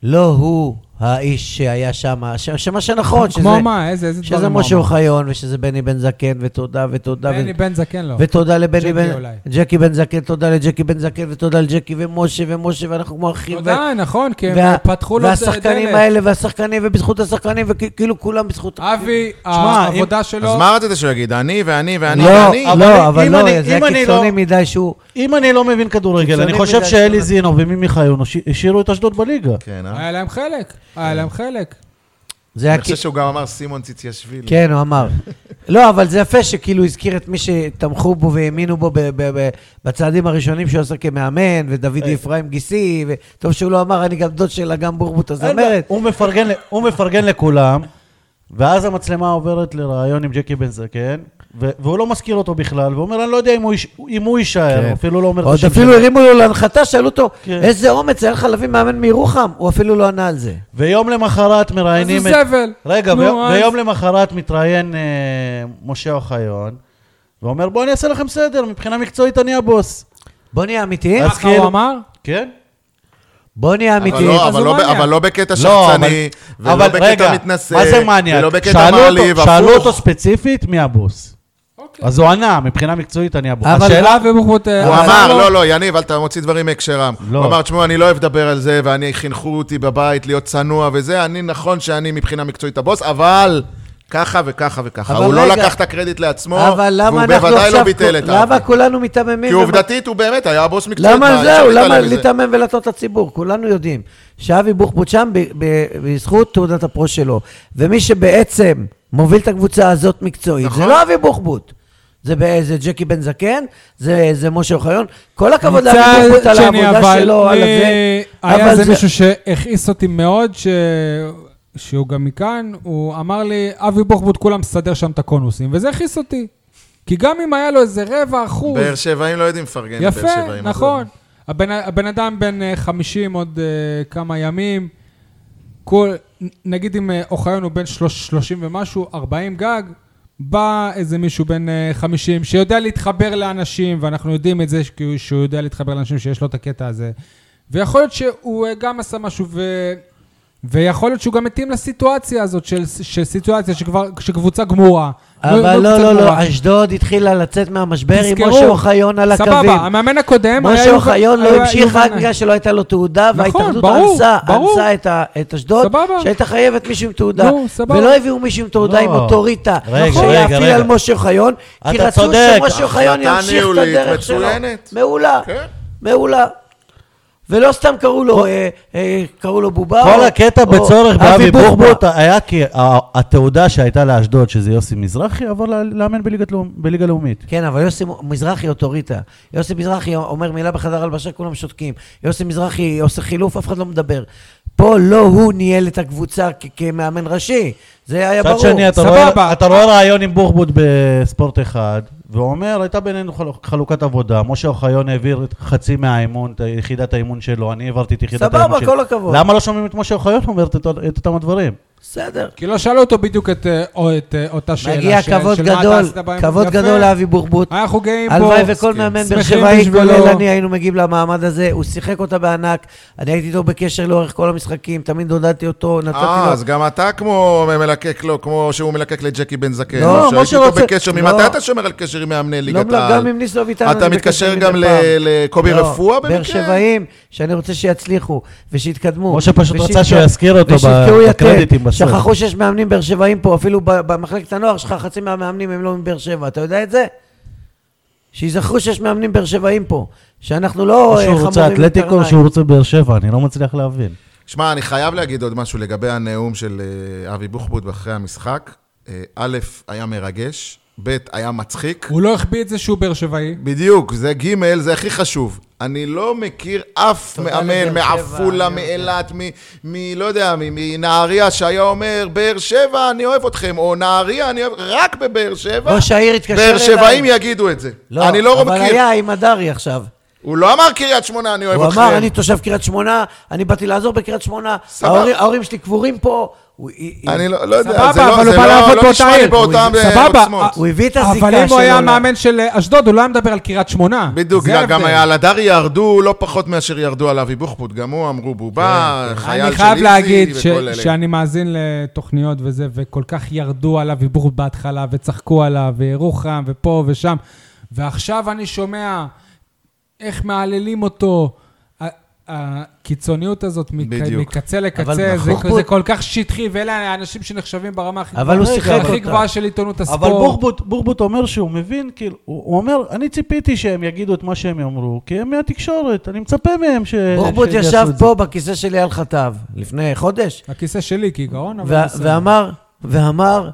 לא הוא האיש שהיה שם, ש, שמה שנכון, נכון, שזה,
כמו מה? איזה, איזה דברים
שזה
הוא
משה
אמר?
אוחיון, ושזה בני בן זקן, ותודה, ותודה, ו-
בני בן זקן לא.
ותודה
ג'קי
לבני בן...
אולי.
ג'קי בן זקן, תודה לג'קי בן זקן, ותודה לג'קי ומשה ומשה, ואנחנו כמו אחים. ו-
תודה, נכון, כי הם
וה-
פתחו לו את הדלת.
והשחקנים האלה, והשחקנים, ובזכות השחקנים, וכאילו כולם בזכות...
אבי,
שמע,
העבודה שלו...
אז מה רצית שהוא יגיד? אני ואני ואני ואני?
לא,
אבל
לא, אבל
אם
לא,
אני-
זה
אם אני
היה קיצוני
לא-
מדי שהוא...
אם אני לא מבין כדורגל,
קיצוני
אני חושב
מדי
שאלי
שאתה-
זינו ומימי חיון השי- השאירו את אשדוד בליגה.
כן, אה?
היה להם חלק, היה להם חלק.
זה היה
אני חושב
קיצוני.
שהוא גם אמר סימון ציציאשווילי.
כן, הוא אמר. לא, אבל זה יפה שכאילו הזכיר את מי שתמכו בו והאמינו בו ב- ב- ב- בצעדים הראשונים שהוא עשה כמאמן, ודוד
אה.
אפרים גיסי, וטוב שהוא לא אמר, אני גם דוד של אגם בורבוט
אין בעיה,
הזמרת.
הוא מפרגן ל- הוא מפרגן לכולם, ואז המצלמה עוברת לראיון עם ג'קי בן זקן, ו- והוא לא מזכיר אותו בכלל, והוא אומר, אני לא יודע אם הוא יש- אם הוא יישאר, הוא אפילו לא אומר את
כן. עוד
השם
אפילו
שלו."
הרימו לו להנחתה, שאלו אותו,
כן.
איזה אומץ, היה לך להביא מאמן מירוחם? הוא אפילו לא ענה על זה.
ויום למחרת מראיינים
איזה זבל.
רגע,
נו,
ביום,
אז-
ביום למחרת מתראיין אה, משה אוחיון, ואומר, בואו אני אעשה לכם סדר, מבחינה מקצועית אני הבוס.
בוא נהיה אמיתיים.
אז
ככה הוא
כאילו-
אמר?
כן?
בוא נהיה
אה. אבל
אמיתיים.
לא-
אז
אבל
הוא
לא ב-
מניאק.
אבל לא בקטע שחצני, ולא בקטע מתנשא,
מה זה מניאק?
ולא בקטע
שאלו
מעליב,
אותו, שאלו אותו
הפוך.
ספציפית מי הבוס.
אוקיי.
אז הוא ענה, מבחינה מקצועית אני הבוס.
אבל-
השאלה...
שאלה ובוחבוט...
הוא אמר, לא, לא, יניב, אל ת- מוציא דברים מהקשרם.
לא.
הוא אמר, תשמעו, אני לא אוהב לדבר על זה, ואני, חינכו אותי בבית להיות צנוע וזה, אני, נכון שאני מבחינה מקצועית הבוס, אבל ככה וככה וככה.
אבל
הוא לא
רגע.
לקח את הקרדיט לעצמו,
אבל למה
והוא
אנחנו
בוודאי
עכשיו...
לא ביטל את
למה
ה...
כולנו מיתממים?
כי
ומה-
עובדתית הוא באמת היה הבוס מקצועית. מה,
למה
אי אפשר
זהו?
להתעלם
למה
מזה.
להיתמם ולטעות את הציבור? כולנו יודעים שאבי בוחבוט שם ב- ב- בזכות תעודת הפרו שלו, ומי שבעצם מוביל את הקבוצה הזאת מקצועית, זה
נכון.
לא אבי בוחבוט. זה, ב- זה ג'קי בן זקן, זה, זה משה אוחיון. כל הכבוד לאבי
מצד
בוחבוט על
שני,
העבודה
אבל
שלו, על
לי-
הזה.
היה
אבל
איזה
זה-
מישהו שהכעיס אותי מאוד, ש- שהוא גם מכאן, הוא אמר לי, אבי בוחבוט, כולם מסדר שם את הקונוסים, וזה הכעיס אותי. כי גם אם היה לו איזה רבע אחוז,
באר שבעים לא יודעים לפרגן לבאר שבעים.
יפה,
עזוב.
נכון. הבן, הבן אדם בן אה, 50 עוד uh, כמה ימים, כל, נ- נגיד אם אה, אוחיון הוא בן שלוש- 30 ומשהו, 40 גג, בא איזה מישהו בן אה, 50 שיודע להתחבר לאנשים, ואנחנו יודעים את זה ש- כי הוא- שהוא יודע להתחבר לאנשים שיש לו את הקטע הזה. ויכול להיות שהוא אה, גם עשה משהו ו... ויכול להיות שהוא גם מתאים לסיטואציה הזאת, של, של סיטואציה שכבר, שקבוצה גמורה.
אבל
קבוצה
לא, לא,
גמורה.
לא, אשדוד התחילה לצאת מהמשבר עם
תזכרו,
משה אוחיון על הקווים.
סבבה, המאמן הקודם... כן, היה
משה
יובל-
אוחיון לא
היה
המשיך
יובל
רק
נעים.
בגלל שלא הייתה לו תעודה,
נכון,
וההתאחדות
ברור,
אנסה
ברור.
אנסה את ה- את אשדוד,
סבבה.
שהייתה חייבת מישהו עם תעודה,
נו, סבבה.
ולא הביאו מישהו עם תעודה עם
לא.
אוטוריטה,
רגע,
שהיה
רגע,
אפילו
רגע.
על משה אוחיון, כי
אתה
רצו
צודק,
שמשה אוחיון
החלטה
ימשיך את
ניהולית
הדרך שלו.
מצוינת.
מעולה,
כן.
מעולה. ולא סתם קראו לו, אה, אה, קראו לו בובה.
כל
או-
הקטע
או
בצורך באבי
בוחבוט.
בוחבוט היה כי ה- התעודה שהייתה לאשדוד, שזה יוסי מזרחי, עבר ל- לאמן בליגת לאומ- בליגה לאומית.
כן, אבל יוסי מזרחי אוטוריטה. יוסי מזרחי אומר מילה בחדר הלבשה, כולם שותקים. יוסי מזרחי עושה חילוף, אף אחד לא מדבר. פה לא הוא ניהל את הקבוצה כ- כמאמן ראשי, זה היה אה, ברור.
מצד שני, אתה
סבבה.
רואה- אתה רואה רעיון עם בוחבוט בספורט אחד, והוא אומר, הייתה בינינו חלוק- חלוקת עבודה, משה אוחיון העביר את חצי מהאימון, את יחידת האימון שלו, אני העברתי את יחידת
סבבה,
האימון שלי.
כל הכבוד.
למה לא שומעים את משה אוחיון אומר את אותו- את אותם הדברים?
בסדר.
כי לא שאלו אותו בדיוק את, אה, או את אה, אותה שאלה.
מגיע
של-
כבוד
של מה אתה
גדול,
עשית בהם.
כבוד
יפה.
גדול לאבי בוחבוט.
אנחנו גאים בו.
הלוואי
כן.
וכל מאמן
שמחים
באר שבעי,
בשבילו.
כולל אני, היינו מגיעים למעמד הזה. הוא שיחק אותה בענק, אני הייתי איתו בקשר לאורך כל המשחקים, תמיד עודדתי אותו, נתתי
אה,
לו...
אז גם אתה כמו מלקק לו, כמו שהוא מלקק לג'קי בן זקן.
לא,
שהייתי
משה
איתו
רוצה-
בקשר,
לא.
ממתי אתה שומר על קשר עם מאמני
לא,
ליגת
לא,
העל?
גם עם ניסו אביטן.
אתה
אני
מתקשר
בקשר
גם
מדי פעם.
ל- לקובי
לא,
רפואה במקרה?
באר שבעים, שאני רוצה שיצליחו ושיתקדמו.
משה פשוט רצה
ושיתק-
שהוא יזכיר אותו ב-
ושיתקעו יתד.
בקרדיטים בסוף.
שכחו שיש מאמנים באר שבעים פה, אפילו ב- במחלקת הנוער שלך, חצי מהמאמנים הם לא מבאר שבע, אתה יודע את זה? שיזכרו שיש מאמנים באר שבעים פה, שאנחנו לא
או
אה,
שהוא רוצה
חמורים
אתלטיקו או
מקרניים.
שהוא רוצה באר שבע, אני לא מצליח להבין.
שמע, אני חייב להגיד עוד משהו לגבי הנאום של אה, אבי בוחבוט אחרי המשחק. אה, א', היה מרגש, ב', היה מצחיק.
הוא לא החביא את זה שהוא באר שבעי.
בדיוק, זה ג', זה הכי חשוב. אני לא מכיר אף
תודה לבאר
מאמן
שבע,
מעפולה,
אני
מאילת, מ- מ... לא יודע, מ- מנהריה, שהיה אומר, באר שבע, אני אוהב אתכם, או נהריה, אני אוהב... רק בבאר שבע,
ראש העיר התקשר לא, אליי.
באר שבעים יגידו את זה. אני לא
אבל
מכיר.
היה עם הדרי עכשיו.
הוא לא אמר קריית שמונה, אני אוהב
הוא
אתכם.
אמר, אני תושב קריית שמונה, אני באתי לעזור בקריית שמונה,
סבבה.
ההורים ההורים שלי קבורים פה. הוא-
אני לא לא יודע, זה
סבבה,
לא-
אבל הוא
זה
בא לעבוד
לא לא
באותה
נשמע לי
עיר.
באותן אה,
סבבה,
עוצמות.
הוא הביא את הזיקה שלו.
אבל אם הוא היה
ל-
המאמן של אה, אשדוד, הוא לא היה מדבר על קריית שמונה.
בדיוק,
זה
גם
ההבדל.
על הדר ירדו לא פחות מאשר ירדו על אבי בוחבוט, גם הוא אמרו בובה, חייל של
כן, אני חייב
איזי
להגיד ש-
וכל אלה.
שאני מאזין לתוכניות וזה, וכל כך ירדו עליו עיבור בהתחלה, וצחקו עליו, וירוחם, ופה ושם. ועכשיו אני שומע איך מהללים אותו. ה- הקיצוניות הזאת מק-
בדיוק.
מקצה
אבל
לקצה, זה-
בוחבוט-
זה כל כך שטחי, ואלה האנשים שנחשבים ברמה הכי
אבל הוא שיחק
הכי
אותה.
גבוהה של עיתונות הספורט.
אבל בורבוט, בורבוט אומר שהוא מבין, כאילו, הוא הוא אומר, אני ציפיתי שהם יגידו את מה שהם יאמרו, כי הם מהתקשורת, אני מצפה מהם ש...
כן,
בוחבוט
שהם
ישב
יעשו את זה.
פה בכיסא של אייל חטב, לפני חודש,
הכיסא שלי, כי גאון, כן, אבל...
וה-
בסדר.
ואמר, ואמר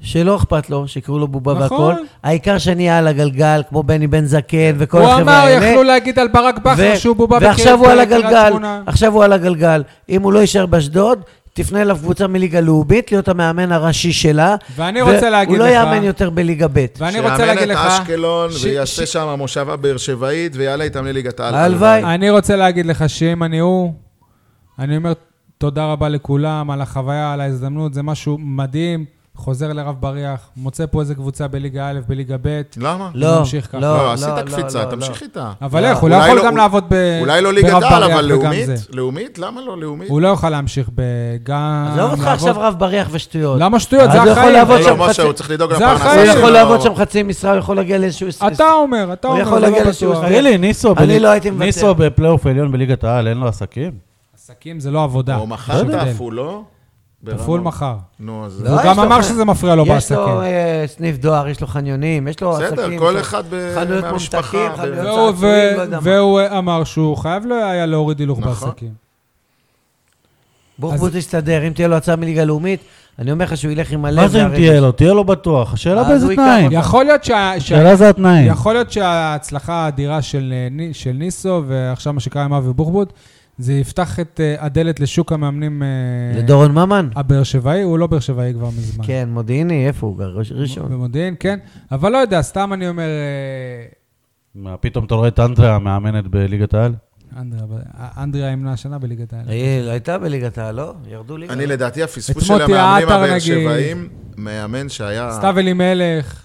שלא אכפת לו, שיקראו לו בובה
נכון.
והכל, העיקר שאני על הגלגל, כמו בני בן זקן וכל
כן. הוא
החבר'ה
אמר,
האלה.
יכלו להגיד על ברק בכר
ו-
שהוא בובה
ועכשיו הוא על
בקריית- בקריית
הגלגל,
שמונה.
עכשיו הוא על הגלגל. אם הוא לא יישאר באשדוד, תפנה אליו קבוצה מליגה לאומית, להיות המאמן הראשי שלה.
ואני רוצה להגיד
הוא לא
לך-
יאמן יותר בליגה ב'.
ואני רוצה להגיד לך...
שיאמן את אשקלון
ש-
ויעשה
ש-
שם מושבה באר שבעית ויעלה איתם לליגת העל.
הלוואי.
אני רוצה להגיד לך שאם אני הוא, אני אומר תודה רבה לכולם על החוויה, על ההזדמנות, זה משהו מדהים. חוזר לרב בריח, מוצא פה איזה קבוצה בליגה א', בליגה ב'.
למה?
לא,
נמשיך ככה.
לא,
לא,
לא,
עשית
לא,
קפיצה,
לא,
תמשיך
לא.
איתה.
אבל
לא,
איך, הוא לא
אולי
יכול גם
הוא-
לעבוד ב-
אולי לא ליגת
ברב
העל,
בריח
אבל
וגם
לאומית?
זה.
לאומית? למה לא לאומית?
הוא לא יוכל להמשיך בגם...
עזוב אותך
לעבוד-
עכשיו רב בריח ושטויות.
למה שטויות?
אז
זה
הוא יכול
החיים.
לעבוד
לא,
שם
לא,
חצי-
משה, הוא צריך לדאוג
זה
לפרנסה
החיים.
הוא
שלו.
יכול לעבוד שם חצי משרה, הוא יכול להגיע לאיזשהו...
לא. אתה אומר, אתה
הוא
אומר,
יכול
זה
להגיע
לא
לאיזשהו
בטוח.
הסדר.
תגיד לי, ניסו,
אני
בליג-
לא הייתי מוותר.
ניסו בפלייאוף עליון בליגת העל, אין לו עסקים?
עסקים זה לא עבודה.
או
יש
מחר
הבדל.
תעפו, לא?
תפעול
ברמות.
מחר.
נו, אז...
לא,
הוא
יש
גם
לו
אמר
חן-
שזה מפריע לו
יש לו
בעסקים.
אה, סניף דואר, יש לו חניונים, יש לו עסקים.
בסדר, כל
של-
אחד ב-
חנויות
מהמשפחה,
ממתקים,
ב-
חנויות
והוא-
צעצועים, לא יודע מה.
והוא אמר שהוא חייב לא היה להוריד הילוך
נכון.
בעסקים.
בוחבוט יסתדר, אם תהיה לו הצעה מליגה לאומית, אני אומר לך שהוא ילך עם הלב.
מה זה אם
והרגש.
תהיה לו? תהיה לו בטוח. השאלה
אז
באיזה
הוא ייקח
תנאים.
אותו.
יכול להיות שה...
לא
שה-
השאלה זה
כן.
התנאים.
יכול להיות שההצלחה האדירה של, אה, ני- של ניסו, ועכשיו מה שקרה עם אבי בוחבוט, זה יפתח את אה, הדלת לשוק המאמנים אה,
לדורון ממן?
הבאר שבעי, הוא לא באר שבעי כבר מזמן.
כן, מודיעיני, איפה הוא גר? ראש- ראשון.
במודיעין, כן. אבל לא יודע, סתם אני אומר, אה,
מה, פתאום אתה רואה את אנדריה המאמנת בליגת העל?
אנדריה, אבל- אנדריה ימנה השנה בליגת העל.
היא הייתה בליגת העל, לא? ירדו ליגה.
אני לדעתי
את
הפספוס של
מוטי
המאמנים
עטר,
הבאר
נגיד.
שבעים, מאמן שהיה...
סתיו אלימלך,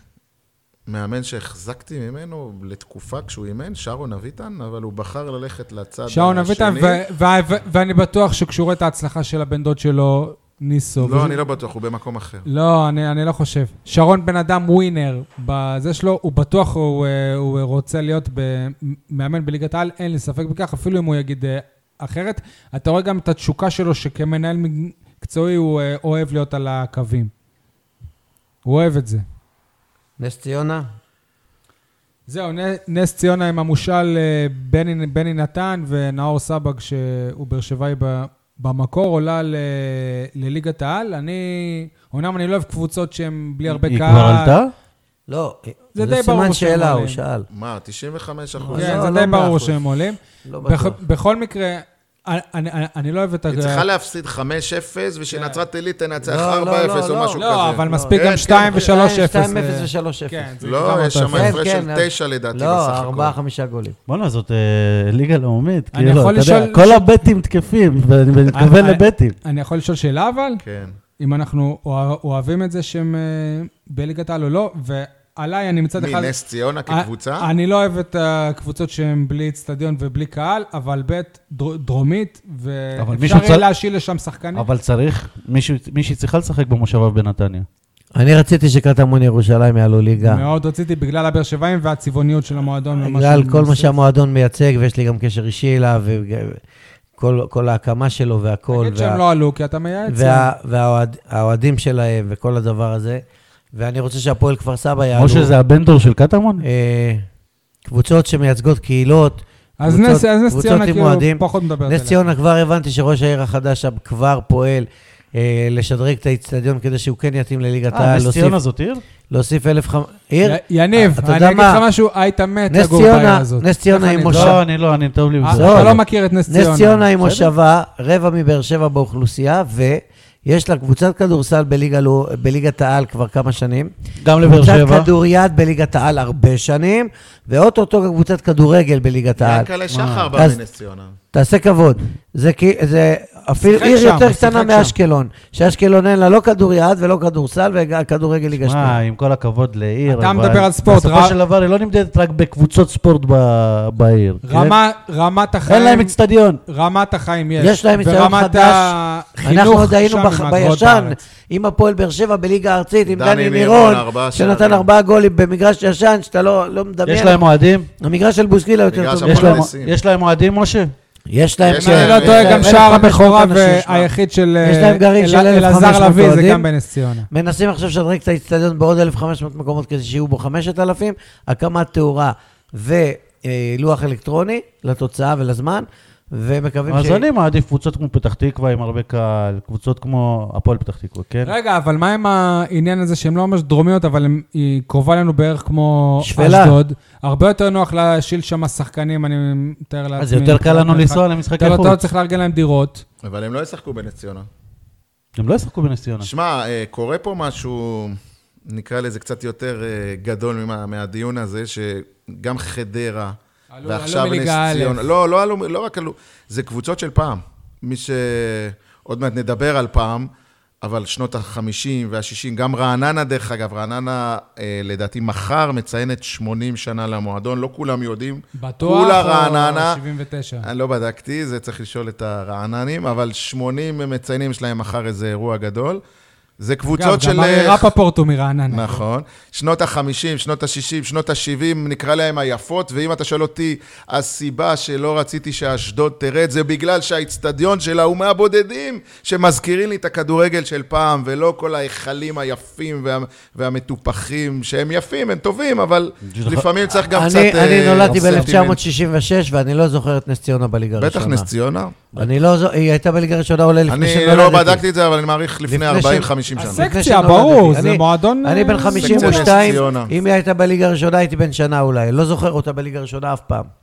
מאמן שהחזקתי ממנו לתקופה כשהוא אימן, שרון אביטן, אבל הוא בחר ללכת לצד השני.
שרון אביטן, ו- ו- ו- ואני בטוח שכשהוא רואה את ההצלחה של הבן דוד שלו, ניסו.
לא,
וזה-
אני לא בטוח, הוא במקום אחר.
לא, אני, אני לא חושב. שרון בן אדם ווינר, בזה שלו, הוא בטוח הוא, אה, הוא רוצה להיות ב- מאמן בליגת העל, אין לי ספק בכך, אפילו אם הוא יגיד אה, אחרת. אתה רואה גם את התשוקה שלו, שכמנהל מקצועי הוא אה, אוהב להיות על הקווים. הוא אוהב את זה.
נס ציונה?
זהו, נ- נס ציונה עם המושאל אה, בני, בני נתן ונאור סבג, שהוא באר שבעי ב- במקור, עולה ל, לליגת העל. אני, אומנם אני לא אוהב קבוצות שהן בלי הרבה
היא
קהל.
כבר עלתה?
לא.
זה די ברור
סימן
שהם
שאלה,
עולים.
הוא שאל.
מה, 95 אחוז?
לא,
כן,
לא,
זה
לא
די
מאה
ברור
אחוז.
שהם עולים.
לא
בכ-
בטוח.
בכל מקרה, אני- אני אני לא אוהב את ה...
היא צריכה להפסיד 5-0, ושנצרת עילית תנצח
לא,
4-0
לא, לא,
או
לא.
משהו כזה.
כן. לא, אבל מספיק
כן,
גם
כן,
2 ו-3-0.
אה, 2-0 ו-3-0.
כן, זה
לא,
גם
יש
אותו
שם
אפס.
הפרש של תשע לדעתי בסך
כן, לא,
הכל.
ארבעה, חמישה גולים.
בואנה, זאת אה, ליגה לאומית.
אני
כאילו,
יכול
אתה יודע,
לשאול-
כל הבטים תקפים, ואני ואני מתכוון
אני-
לבטים.
אני יכול לשאול שאלה אבל?
כן.
אם אנחנו אוה- אוהבים את זה שהם אה, בליגת העל או לא, ועליי אני מצד אחד...
מנס ציונה כקבוצה?
אני לא אוהב את הקבוצות שהן בלי אצטדיון ובלי קהל, אבל ב' דר- דרומית,
אבל
ואפשר
מישהו
יהיה
צר-
להשאל לשם שחקנים.
אבל צריך, מישהו- מישהי צריכה לשחק במושבה בנתניה.
אני רציתי שקטמון ירושלים יעלו ליגה.
מאוד רציתי, בגלל הבאר שבעים והצבעוניות של המועדון. ומה
בגלל
שהם
כל מה
עושים.
שהמועדון מייצג, ויש לי גם קשר אישי אליו, וכל ההקמה שלו והכל.
תגיד שהם
וה-
לא עלו, כי אתה מייעץ. להם.
והאוהדים שלהם
אה, לא.
וכל הדבר הזה. ואני רוצה שהפועל כפר סבא יעלו.
משה זה הבן דור של קטמון?
אה, קבוצות שמייצגות קהילות,
אז
קבוצות-
נס אז נס
קבוצות
ציונה
עם
כאילו
אוהדים.
פחות מדברת
נס ציונה כבר הבנתי שראש העיר החדש שם כבר פועל אה, לשדרג את האיצטדיון כדי שהוא כן יתאים לליגת
אה,
העל,
נס
להוסיף-
ציונה זאת עיר?
להוסיף אלף חמ... עיר?
י- יניב,
אתה
אני
יודע
אגיד
מה?
לך משהו, היית מת
נס
לגור בעיר
ציונה-
הזאת.
נס ציונה
ככה
עם
אני-
מושב.
לא,
לא, אני לא, אני טוב לי
אה,
בזה.
לא,
אתה לא
אבל-
מכיר את נס ציונה.
נס ציונה היא
בסדר?
מושבה, רבע מבאר שבע באוכלוסייה, ויש לה קבוצת כדורסל בליגה לאו- בליגת העל כבר כמה שנים.
גם לבאר שבע.
קבוצת כדוריד בליגת העל הרבה שנים, ואו-טו-טו גם קבוצת כדורגל בליגת העל.
ינקלה שחר בא
אז-
מנס ציונה.
תעשה כבוד. זה, כי- זה אפילו
שיחק
עיר
שם,
יותר
הוא
קטנה
שיחק
מאשקלון, שאשקלון אין לה לא כדוריד ולא כדורסל וכדורגל ליגה
מה,
שנייה.
עם כל הכבוד לעיר,
אתה
אבל
מדבר על ספורט,
בסופו
רע-
של דבר היא לא נמדדת רק בקבוצות ספורט ב- בעיר.
רמה- רמת
כן? אין
החיים,
להם אצטדיון.
רמת החיים יש.
יש להם ניסיון
ורמת
חדש.
החינוך
אנחנו עוד היינו
שם
בח-
עם הגרועות
בישן,
בארץ.
עם הפועל באר שבע בליגה הארצית, עם
דני
דני
מירון,
מירון,
ארבעה
שנתן
שערים.
ארבעה גולים במגרש ישן, שאתה לא לא
יש
מדמיין.
להם אוהדים?
המגרש של בוסקילה יותר
מגרש
טוב.
הפועל.
יש להם-
נסים.
יש להם אוהדים, משה?
יש להם,
יש
כן.
אם אני
להם-
לא טועה, גם
יש
שער
להם
הבכורה
1,500 אנשים,
והיחיד של אה,
יש להם גרעין של
אל-
1,500
אלעזר לביא זה
אוהדים.
גם בנס ציונה.
מנסים עכשיו לשדרג את האיצטדיון בעוד 1,500 מקומות כדי שיהיו בו 5,000, הקמת תאורה ולוח אלקטרוני לתוצאה ולזמן, ומקווים
אז אני מעדיף קבוצות כמו פתח תקווה עם הרבה קהל, קבוצות כמו הפועל פתח תקווה, כן?
רגע, אבל מה עם העניין הזה שהן לא ממש דרומיות, אבל הן- היא קרובה לנו בערך כמו
שפלה.
אשדוד? הרבה יותר נוח להשיל שם שחקנים, אני מתאר לעצמי.
אז יותר קל לנו
מבחינת
לנסוע
מרחק.
למשחקי
אתה לא- אתה לא
חוץ.
צריך לארגן להם דירות.
אבל הם לא ישחקו בנס ציונה.
הם לא ישחקו בנס ציונה.
שמע, אה, קורה פה משהו, נקרא לזה קצת יותר אה, גדול ממה- מהדיון הזה, שגם חדרה,
עלו-
ועכשיו
עלו
נס
מליגה א'.
ציונה. לא, לא עלו, לא רק עלו, זה קבוצות של פעם. מי ש... עוד מעט נדבר על פעם, אבל שנות ה-50 וה-60, גם רעננה, דרך אגב, רעננה, אה, לדעתי, מחר מציינת 80 שנה למועדון, לא כולם יודעים.
בטוח
כולה
או
רעננה.
79?
אני לא בדקתי, זה צריך לשאול את הרעננים, אבל 80 הם מציינים שלהם מחר איזה אירוע גדול. זה קבוצות של... אה,
אגב, גם אריה רפפורט הוא מרעננה.
נכון. שנות ה-50, שנות ה-60, שנות ה-70, נקרא להן היפות, ואם אתה שואל אותי, הסיבה שלא רציתי שאשדוד תרד, זה בגלל שהאיצטדיון שלה הוא מהבודדים שמזכירים לי את הכדורגל של פעם, ולא כל ההיכלים היפים וה- והמטופחים, שהם יפים, הם טובים, אבל לפעמים צריך גם קצת...
אני, אני
אה,
נולדתי
סנטימנט.
ב-1966, ואני לא זוכר את נס ציונה בליגה
בטח
הראשונה.
נס ציונה.
אני לא זו... היא הייתה בליגה הראשונה אולי לפני
אני
שנולדתי.
לא בדקתי את זה, אבל אני מעריך לפני
לפני
40-50 שנה.
לפני
סקציה,
שנולדתי.
ברור,
אני-
זה מועדון...
אני בן
אה,
סקציה נס
52,
ציונה.
אם היא הייתה בליגה הראשונה, הייתי בן שנה אולי. לא זוכר אותה בליגה הראשונה אף פעם.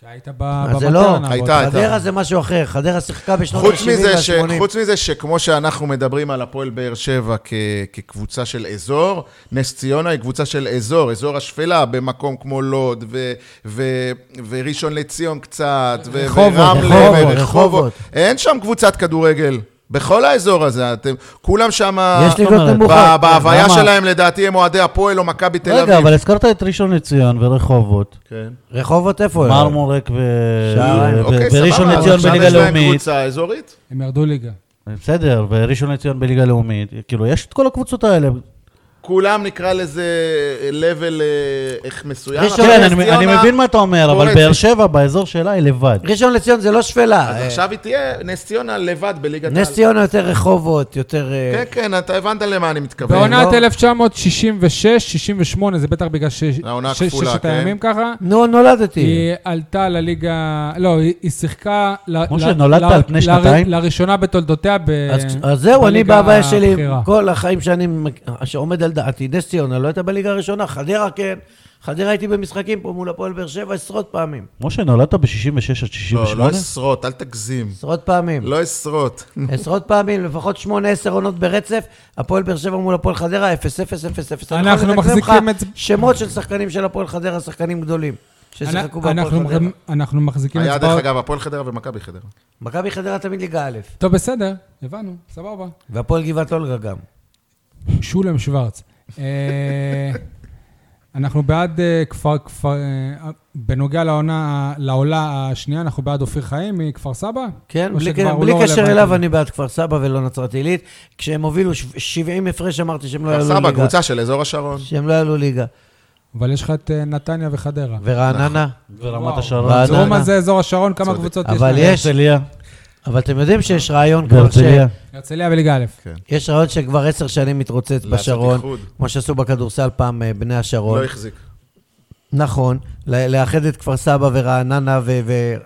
כי היית
אה,
ב-
אז זה
במטרנה.
לא-
באותה
אה, הייתה, הייתה.
חדרה זה משהו אחר, חדרה שיחקה בשנות
חוץ
ה-70
מזה, ש...
וה-80.
חוץ מזה שכמו שאנחנו מדברים על הפועל באר שבע כ... כקבוצה של אזור, נס ציונה היא קבוצה של אזור, אזור השפלה, במקום כמו לוד ו... ו... וראשון לציון קצת, ו...
רחובות,
ורמלה
רחובות,
ורחובות.
רחובות.
אין שם קבוצת כדורגל. בכל האזור הזה, אתם, כולם שם,
יש ליגות
אומרת?
נמוכות.
בהוויה
למה?
שלהם לדעתי הם אוהדי הפועל או מכבי תל אביב.
רגע, אבל הזכרת את ראשון לציון ורחובות,
כן.
רחובות איפה?
מרמורק ו...
שעריים.
ו-
אוקיי,
וראשון
סבבה,
לציון
אבל שם
בליגה
יש להם
לאומית.
קבוצה אזורית.
הם ירדו ליגה.
בסדר, וראשון לציון בליגה לאומית. כאילו, יש את כל הקבוצות האלה.
כולם נקרא לזה level אה, איך מסוים.
ראשון
אבל
כן,
נס
אני-
ציונה-
אני מבין מה אתה אומר, אבל
פורצת.
באר שבע, באזור שלה, היא לבד.
ראשון לציון זה לא שפלה.
אז
אה,
עכשיו היא תהיה נס ציונה לבד בליגת העל.
נס ציונה יותר רחובות, יותר... אה,
כן, כן, אתה הבנת למה אני מתכוון.
בעונת
לא-
1966-68, זה בטח בגלל ש-
העונה
ש-
הכפולה,
ששת
כן.
הימים ככה,
נו, נולדתי.
היא עלתה לליגה, לא, היא היא שיחקה... ל-
משה,
ל-
נולדת
ל-
על פני
ל-
שנתיים?
לראשונה בתולדותיה ב...
אז- אז זהו, אני
אה, בליגה
בהוויה שלי,
הבכירה.
כל החיים שאני, מק- שעומד על דעתי, נס ציונה לא הייתה בליגה הראשונה, חדרה כן. חדרה הייתי במשחקים פה מול הפועל באר שבע עשרות פעמים.
משה, נולדת ב-66 עד 68?
לא, לא עשרות, אל תגזים.
עשרות פעמים.
לא עשרות.
עשרות פעמים, לפחות שמונה, עשר עונות ברצף, הפועל באר שבע מול הפועל חדרה, אפס, אפס, אפס, אפס. אני יכול
אנחנו
לדקלם לך
מחזיקים את-
שמות של שחקנים של הפועל חדרה, שחקנים גדולים, ששיחקו
אנ-
בהפועל
אנחנו-
חדרה.
אנחנו מחזיקים
היה דרך
אצבעות.
אגב, הפועל חדרה ומכבי חדרה.
מכבי חדרה תמיד ליגה א',
טוב, בסדר, הבנו, סבבה.
והפועל גבעת אולגה גם.
שולם שוורץ. אה, אנחנו בעד אה, כפר, כפר, אה, בנוגע לעונה, לעולה השנייה, אנחנו בעד אופיר חיים מכפר סבא?
כן,
או
בלי,
שכבר הוא
בלי
לא
קשר
רלוונטי?
אליו, אני בעד כפר סבא ולא נצרת עילית. כשהם הובילו ש- 70 הפרש, אמרתי שהם לא
כפר
יעלו
סבא,
ליגה.
קבוצה של אזור השרון.
שהם לא יעלו ליגה.
אבל יש לך את אה, נתניה וחדרה.
ורעננה.
ורמת
וואו.
השרון.
רעננה.
הדרום הזה, אזור השרון, כמה
צודק.
קבוצות יש
אבל
להם?
יש-
הרצליה.
אבל אתם יודעים שיש רעיון כבר ש...
והרצליה.
הרצליה בליגה א'.
יש רעיון שכבר עשר שנים מתרוצץ
לעשות
בשרון,
איחוד.
כמו שעשו בכדורסל פעם אה, בני השרון.
לא החזיק.
נכון, ל- לאחד את כפר סבא ורעננה ו-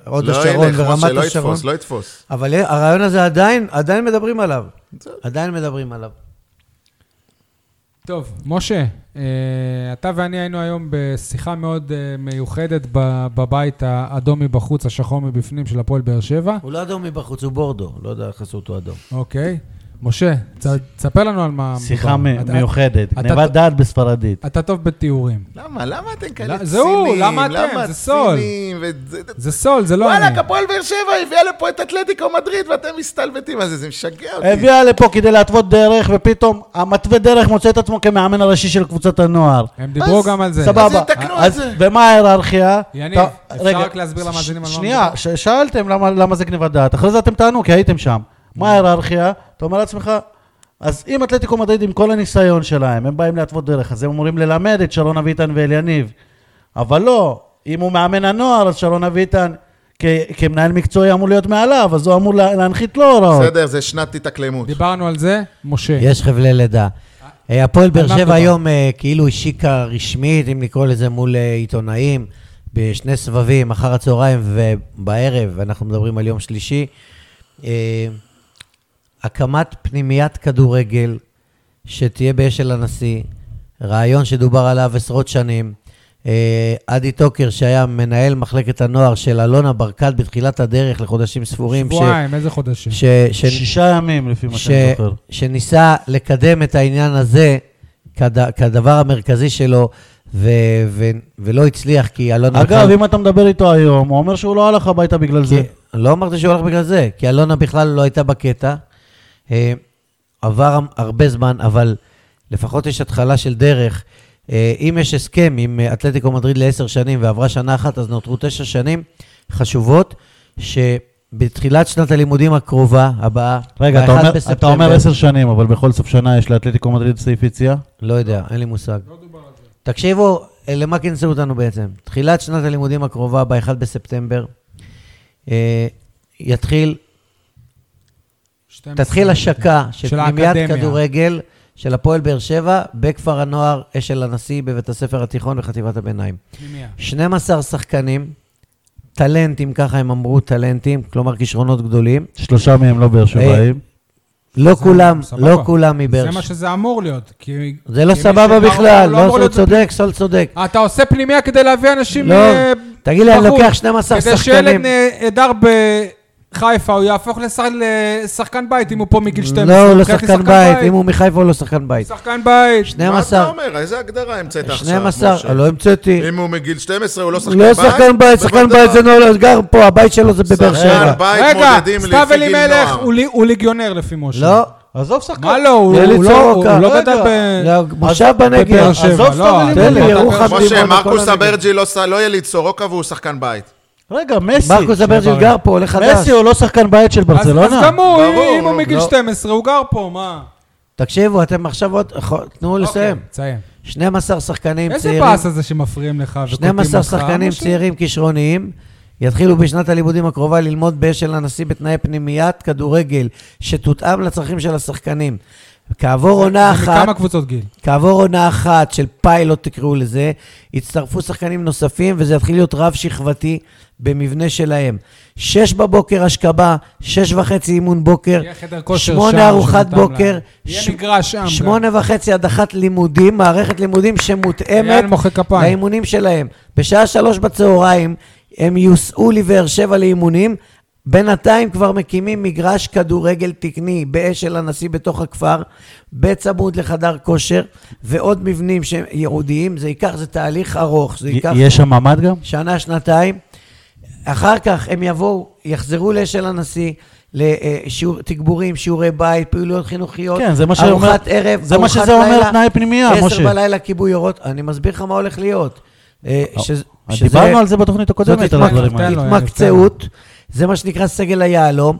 והוד
לא
השרון
ילך, משה,
ורמת
לא
השרון.
יתפוס, לא יתפוס.
אבל אה, הרעיון הזה עדיין, עדיין מדברים עליו. עדיין מדברים עליו.
טוב, משה, אה, אתה ואני היינו היום בשיחה מאוד אה, מיוחדת ב- בבית האדום מבחוץ, השחור מבפנים של הפועל באר שבע.
הוא לא אדום מבחוץ, הוא בורדו. לא יודע איך עשו אותו אדום.
אוקיי. משה, צ- תספר לנו על מה...
שיחה
מדובר.
מ-
אתה-
מיוחדת,
אתה-
גניבת דעת בספרדית.
אתה טוב בתיאורים.
למה? למה אתם כאלה
לא,
ציניים?
זהו, למה אתם? זה סול.
ציניים? וזה-
זה סול, זה לא אני.
וואלכ, הפועל באר שבע הביאה לפה את אתלטיקו מדריד ואתם מסתלבטים על זה, זה משגע אותי.
הביאה לפה כדי להתוות דרך, ופתאום המתווה דרך מוצא את עצמו כמאמן הראשי של קבוצת הנוער.
הם דיברו
אז-
גם על זה.
אז
סבבה.
יתקנו
אז
את זה.
ומה ההיררכיה?
יניב,
אתה-
אפשר
רגע,
רק להסביר
ש-
למאזינים על מה
שנייה, ש- שאלתם למה- למה זה גניבת דעת, אחרי זה אתם טענו, כי הייתם שם.
Mm.
מה ההיררכיה? אתה אומר לעצמך, אז אם אתלטיקו מדריד עם כל הניסיון שלהם, הם באים להתוות דרך, אז הם אמורים ללמד את שרון אביטן ואל יניב. אבל לא, אם הוא מאמן הנוער, אז שרון אביטן כ- כמנהל מקצועי אמור להיות מעליו, אז הוא אמור לה- להנחית לו הוראות.
בסדר, זה שנת התאקלמות.
דיברנו על זה, משה.
יש חבלי לידה. אה, הפועל
על
באר
מה
שבע
מדובר?
היום אה, כאילו השיקה רשמית, אם נקרא לזה, מול אה, עיתונאים, בשני סבבים, אחר הצהריים ובערב, אנחנו מדברים על יום שלישי. אה, הקמת פנימיית כדורגל שתהיה באשל הנשיא, רעיון שדובר עליו עשרות שנים. אה, אדי טוקר, שהיה מנהל מחלקת הנוער של אלונה ברקת בתחילת הדרך לחודשים ספורים, ש-
שבועיים, איזה חודשים.
ש... ש-
שישה ימים לפי מה שאני זוכר.
שניסה לקדם את העניין הזה כד... כדבר המרכזי שלו, ו... ו... ולא הצליח, כי אלונה...
אגב, אם אתה מדבר איתו היום, הוא אומר שהוא לא הלך הביתה בגלל
כי...
זה.
לא אמרתי שהוא הלך בגלל זה, כי אלונה בכלל לא הייתה בקטע. אה, עבר הרבה זמן, אבל לפחות יש התחלה של דרך. אה, אם יש הסכם עם אה, אתלטיקו מדריד לעשר שנים ועברה שנה אחת, אז נותרו תשע שנים חשובות, שבתחילת שנת הלימודים הקרובה, הבאה,
רגע, אתה
ב-1
אומר- אתה
בספטמבר-
אומר עשר שנים, אבל בכל סוף שנה יש לאתלטיקו מדריד סעיף יציאה?
לא יודע, אין לי מושג.
לא
תקשיבו, אה, למה כינסו אותנו בעצם? תחילת שנת הלימודים הקרובה, ב-1 בספטמבר, אה, יתחיל,
12.
תתחיל השקה של
של
פנימיית
האקדמיה.
כדורגל של הפועל באר שבע בכפר הנוער אשל הנשיא בבית הספר התיכון וחטיבת הביניים.
פנימייה.
12 שחקנים, טלנטים, ככה הם אמרו, טלנטים, כלומר כישרונות גדולים.
שלושה מהם לא באר שבעים.
לא
זה
כולם,
סבבה.
לא כולם מבאר
זה מה שזה אמור להיות. כי...
זה לא
כי מי
סבבה
שבא-
בכלל,
אמור
לא, הוא
להיות בפנימייה.
צודק, סול צודק.
אתה עושה פנימייה כדי להביא אנשים...
לא,
אה,
תגיד לי, אני
בחוץ.
לוקח 12
כדי שילד
שחקנים.
נהדר בחיפה, הוא יהפוך לשח- לשחקן בית אם הוא פה מגיל 12.
לא, הוא לא
לוקח לי
שחקן בית, אם הוא מחיפה הוא לא שחקן בית.
שחקן בית.
מה אתה
12,
אומר? איזה הגדרה המצאת עכשיו,
12,
משה?
לא המצאתי.
אם הוא מגיל 12 הוא לא שחקן בית?
לא שחקן בית, שחקן
בוודאי.
בית זה נולד, גר פה, הבית שלו זה בבאר שבע.
שחקן בית
רגע,
מודדים לפי
סתיו
גיל
אלימלך
נוער.
הוא לי- הוא ליגיונר לפי משה.
לא,
עזוב שחקן.
מה לא? הוא
יליד
הוא לא- הוא
סורוקה.
לא
רגע.
גדל ב...
לא, מושב בנגב.
בבאר שבע.
עזוב סתיו
לא,
אלימלך.
אתה-
תן לי,
אתה-
ירוחם,
משה,
דימונה, כל
מרקוס
הנגב.
אברג'י לא ש- לא יליד סורוקה והוא שחקן בית.
רגע, מסי.
מרקוס אברג'יל גר פה, עולה חדש.
מסי הוא לא שחקן בית של
אז- אז
ברצלונה?
גם הוא,
ברור,
אם הוא מגיל
לא.
12, הוא גר פה, מה?
תקשיבו, אתם עכשיו עוד... תנו לסיים.
אוקיי, תסיים.
12 שחקנים
איזה
צעירים.
באס הזה שמפריעים לך וקוטעים אותך?
12 שחקנים
משהו?
צעירים כישרוניים יתחילו בשנת הלימודים הקרובה ללמוד באשל הנשיא בתנאי פנימיית כדורגל שתותאם לצרכים של השחקנים. כעבור
זה
עונה אחת,
מכמה קבוצות גיל?
כעבור עונה אחת של פיילוט תקראו לזה, יצטרפו שחקנים נוספים וזה יתחיל להיות רב-שכבתי במבנה שלהם. שש בבוקר השכבה, שש וחצי אימון בוקר,
יהיה חדר כושר שם.
שמונה ארוחת
שמותאם לה.
בוקר,
יהיה
ש-
מגרש שם. גם.
שמונה וחצי הדחת לימודים, מערכת לימודים שמותאמת
אייל מוחא כפיים.
לאימונים שלהם. בשעה שלוש בצהריים הם יוסעו לבאר שבע לאימונים. בינתיים כבר מקימים מגרש כדורגל תקני באשל הנשיא בתוך הכפר, בצמוד לחדר כושר, ועוד מבנים שהם ייעודיים. זה ייקח, זה תהליך ארוך, זה
י-
ייקח...
יש שם ממ"ד גם?
שנה, שנתיים. אחר כך הם יבואו, יחזרו לאשל הנשיא, לתגבורים, שיעורי בית, פעילויות חינוכיות,
כן, זה מה שאומר-
ארוחת ערב,
זה מה
ארוחת
שזה אומר
לילה,
תנאי פנימייה,
עשר
משה.
בלילה כיבוי אורות, אני מסביר לך מה הולך להיות. אה, ש- שזה-
לא, דיברנו על זה בתוכנית
זאת
הקודמת, על
לא
התמק-
הדברים האלה.
תן לו, יאללה,
התמקצעות, זה מה שנקרא סגל היהלום.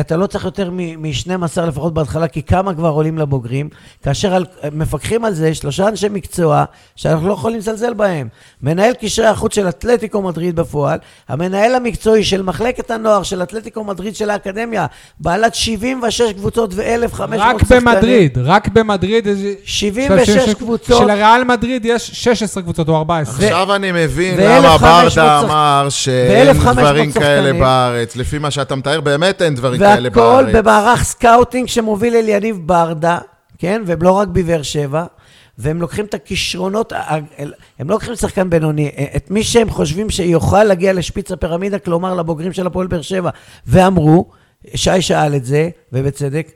אתה לא צריך יותר מ-12 לפחות בהתחלה, כי כמה כבר עולים לבוגרים, כאשר על, מפקחים על זה שלושה אנשי מקצוע שאנחנו לא יכולים לזלזל בהם. מנהל קשרי החוץ של אתלטיקו מדריד בפועל, המנהל המקצועי של מחלקת הנוער של אתלטיקו מדריד של האקדמיה, בעלת 76 קבוצות ו-1,500
רק במדריד, רק במדריד. איזה-
76
של- של-
קבוצות.
שלריאל מדריד יש 16 קבוצות או 14.
עכשיו אני מבין
ו-
למה
1,500
ברדה
שחק-
אמר שאין
ו- 1,500
דברים כאלה
שחקנים.
בארץ. לפי מה שאתה מתאר, באמת אין דברים כאלה
והכל
בארץ.
במערך סקאוטינג שמוביל אל יניב ברדה, כן? והם לא רק בבאר שבע, והם לוקחים את הכישרונות, ה- ה- הם לא לוקחים שחקן בינוני, אה, את מי שהם חושבים שיוכל להגיע לשפיץ הפירמידה, כלומר לבוגרים של הפועל באר שבע, ואמרו, שי שאל את זה, ובצדק,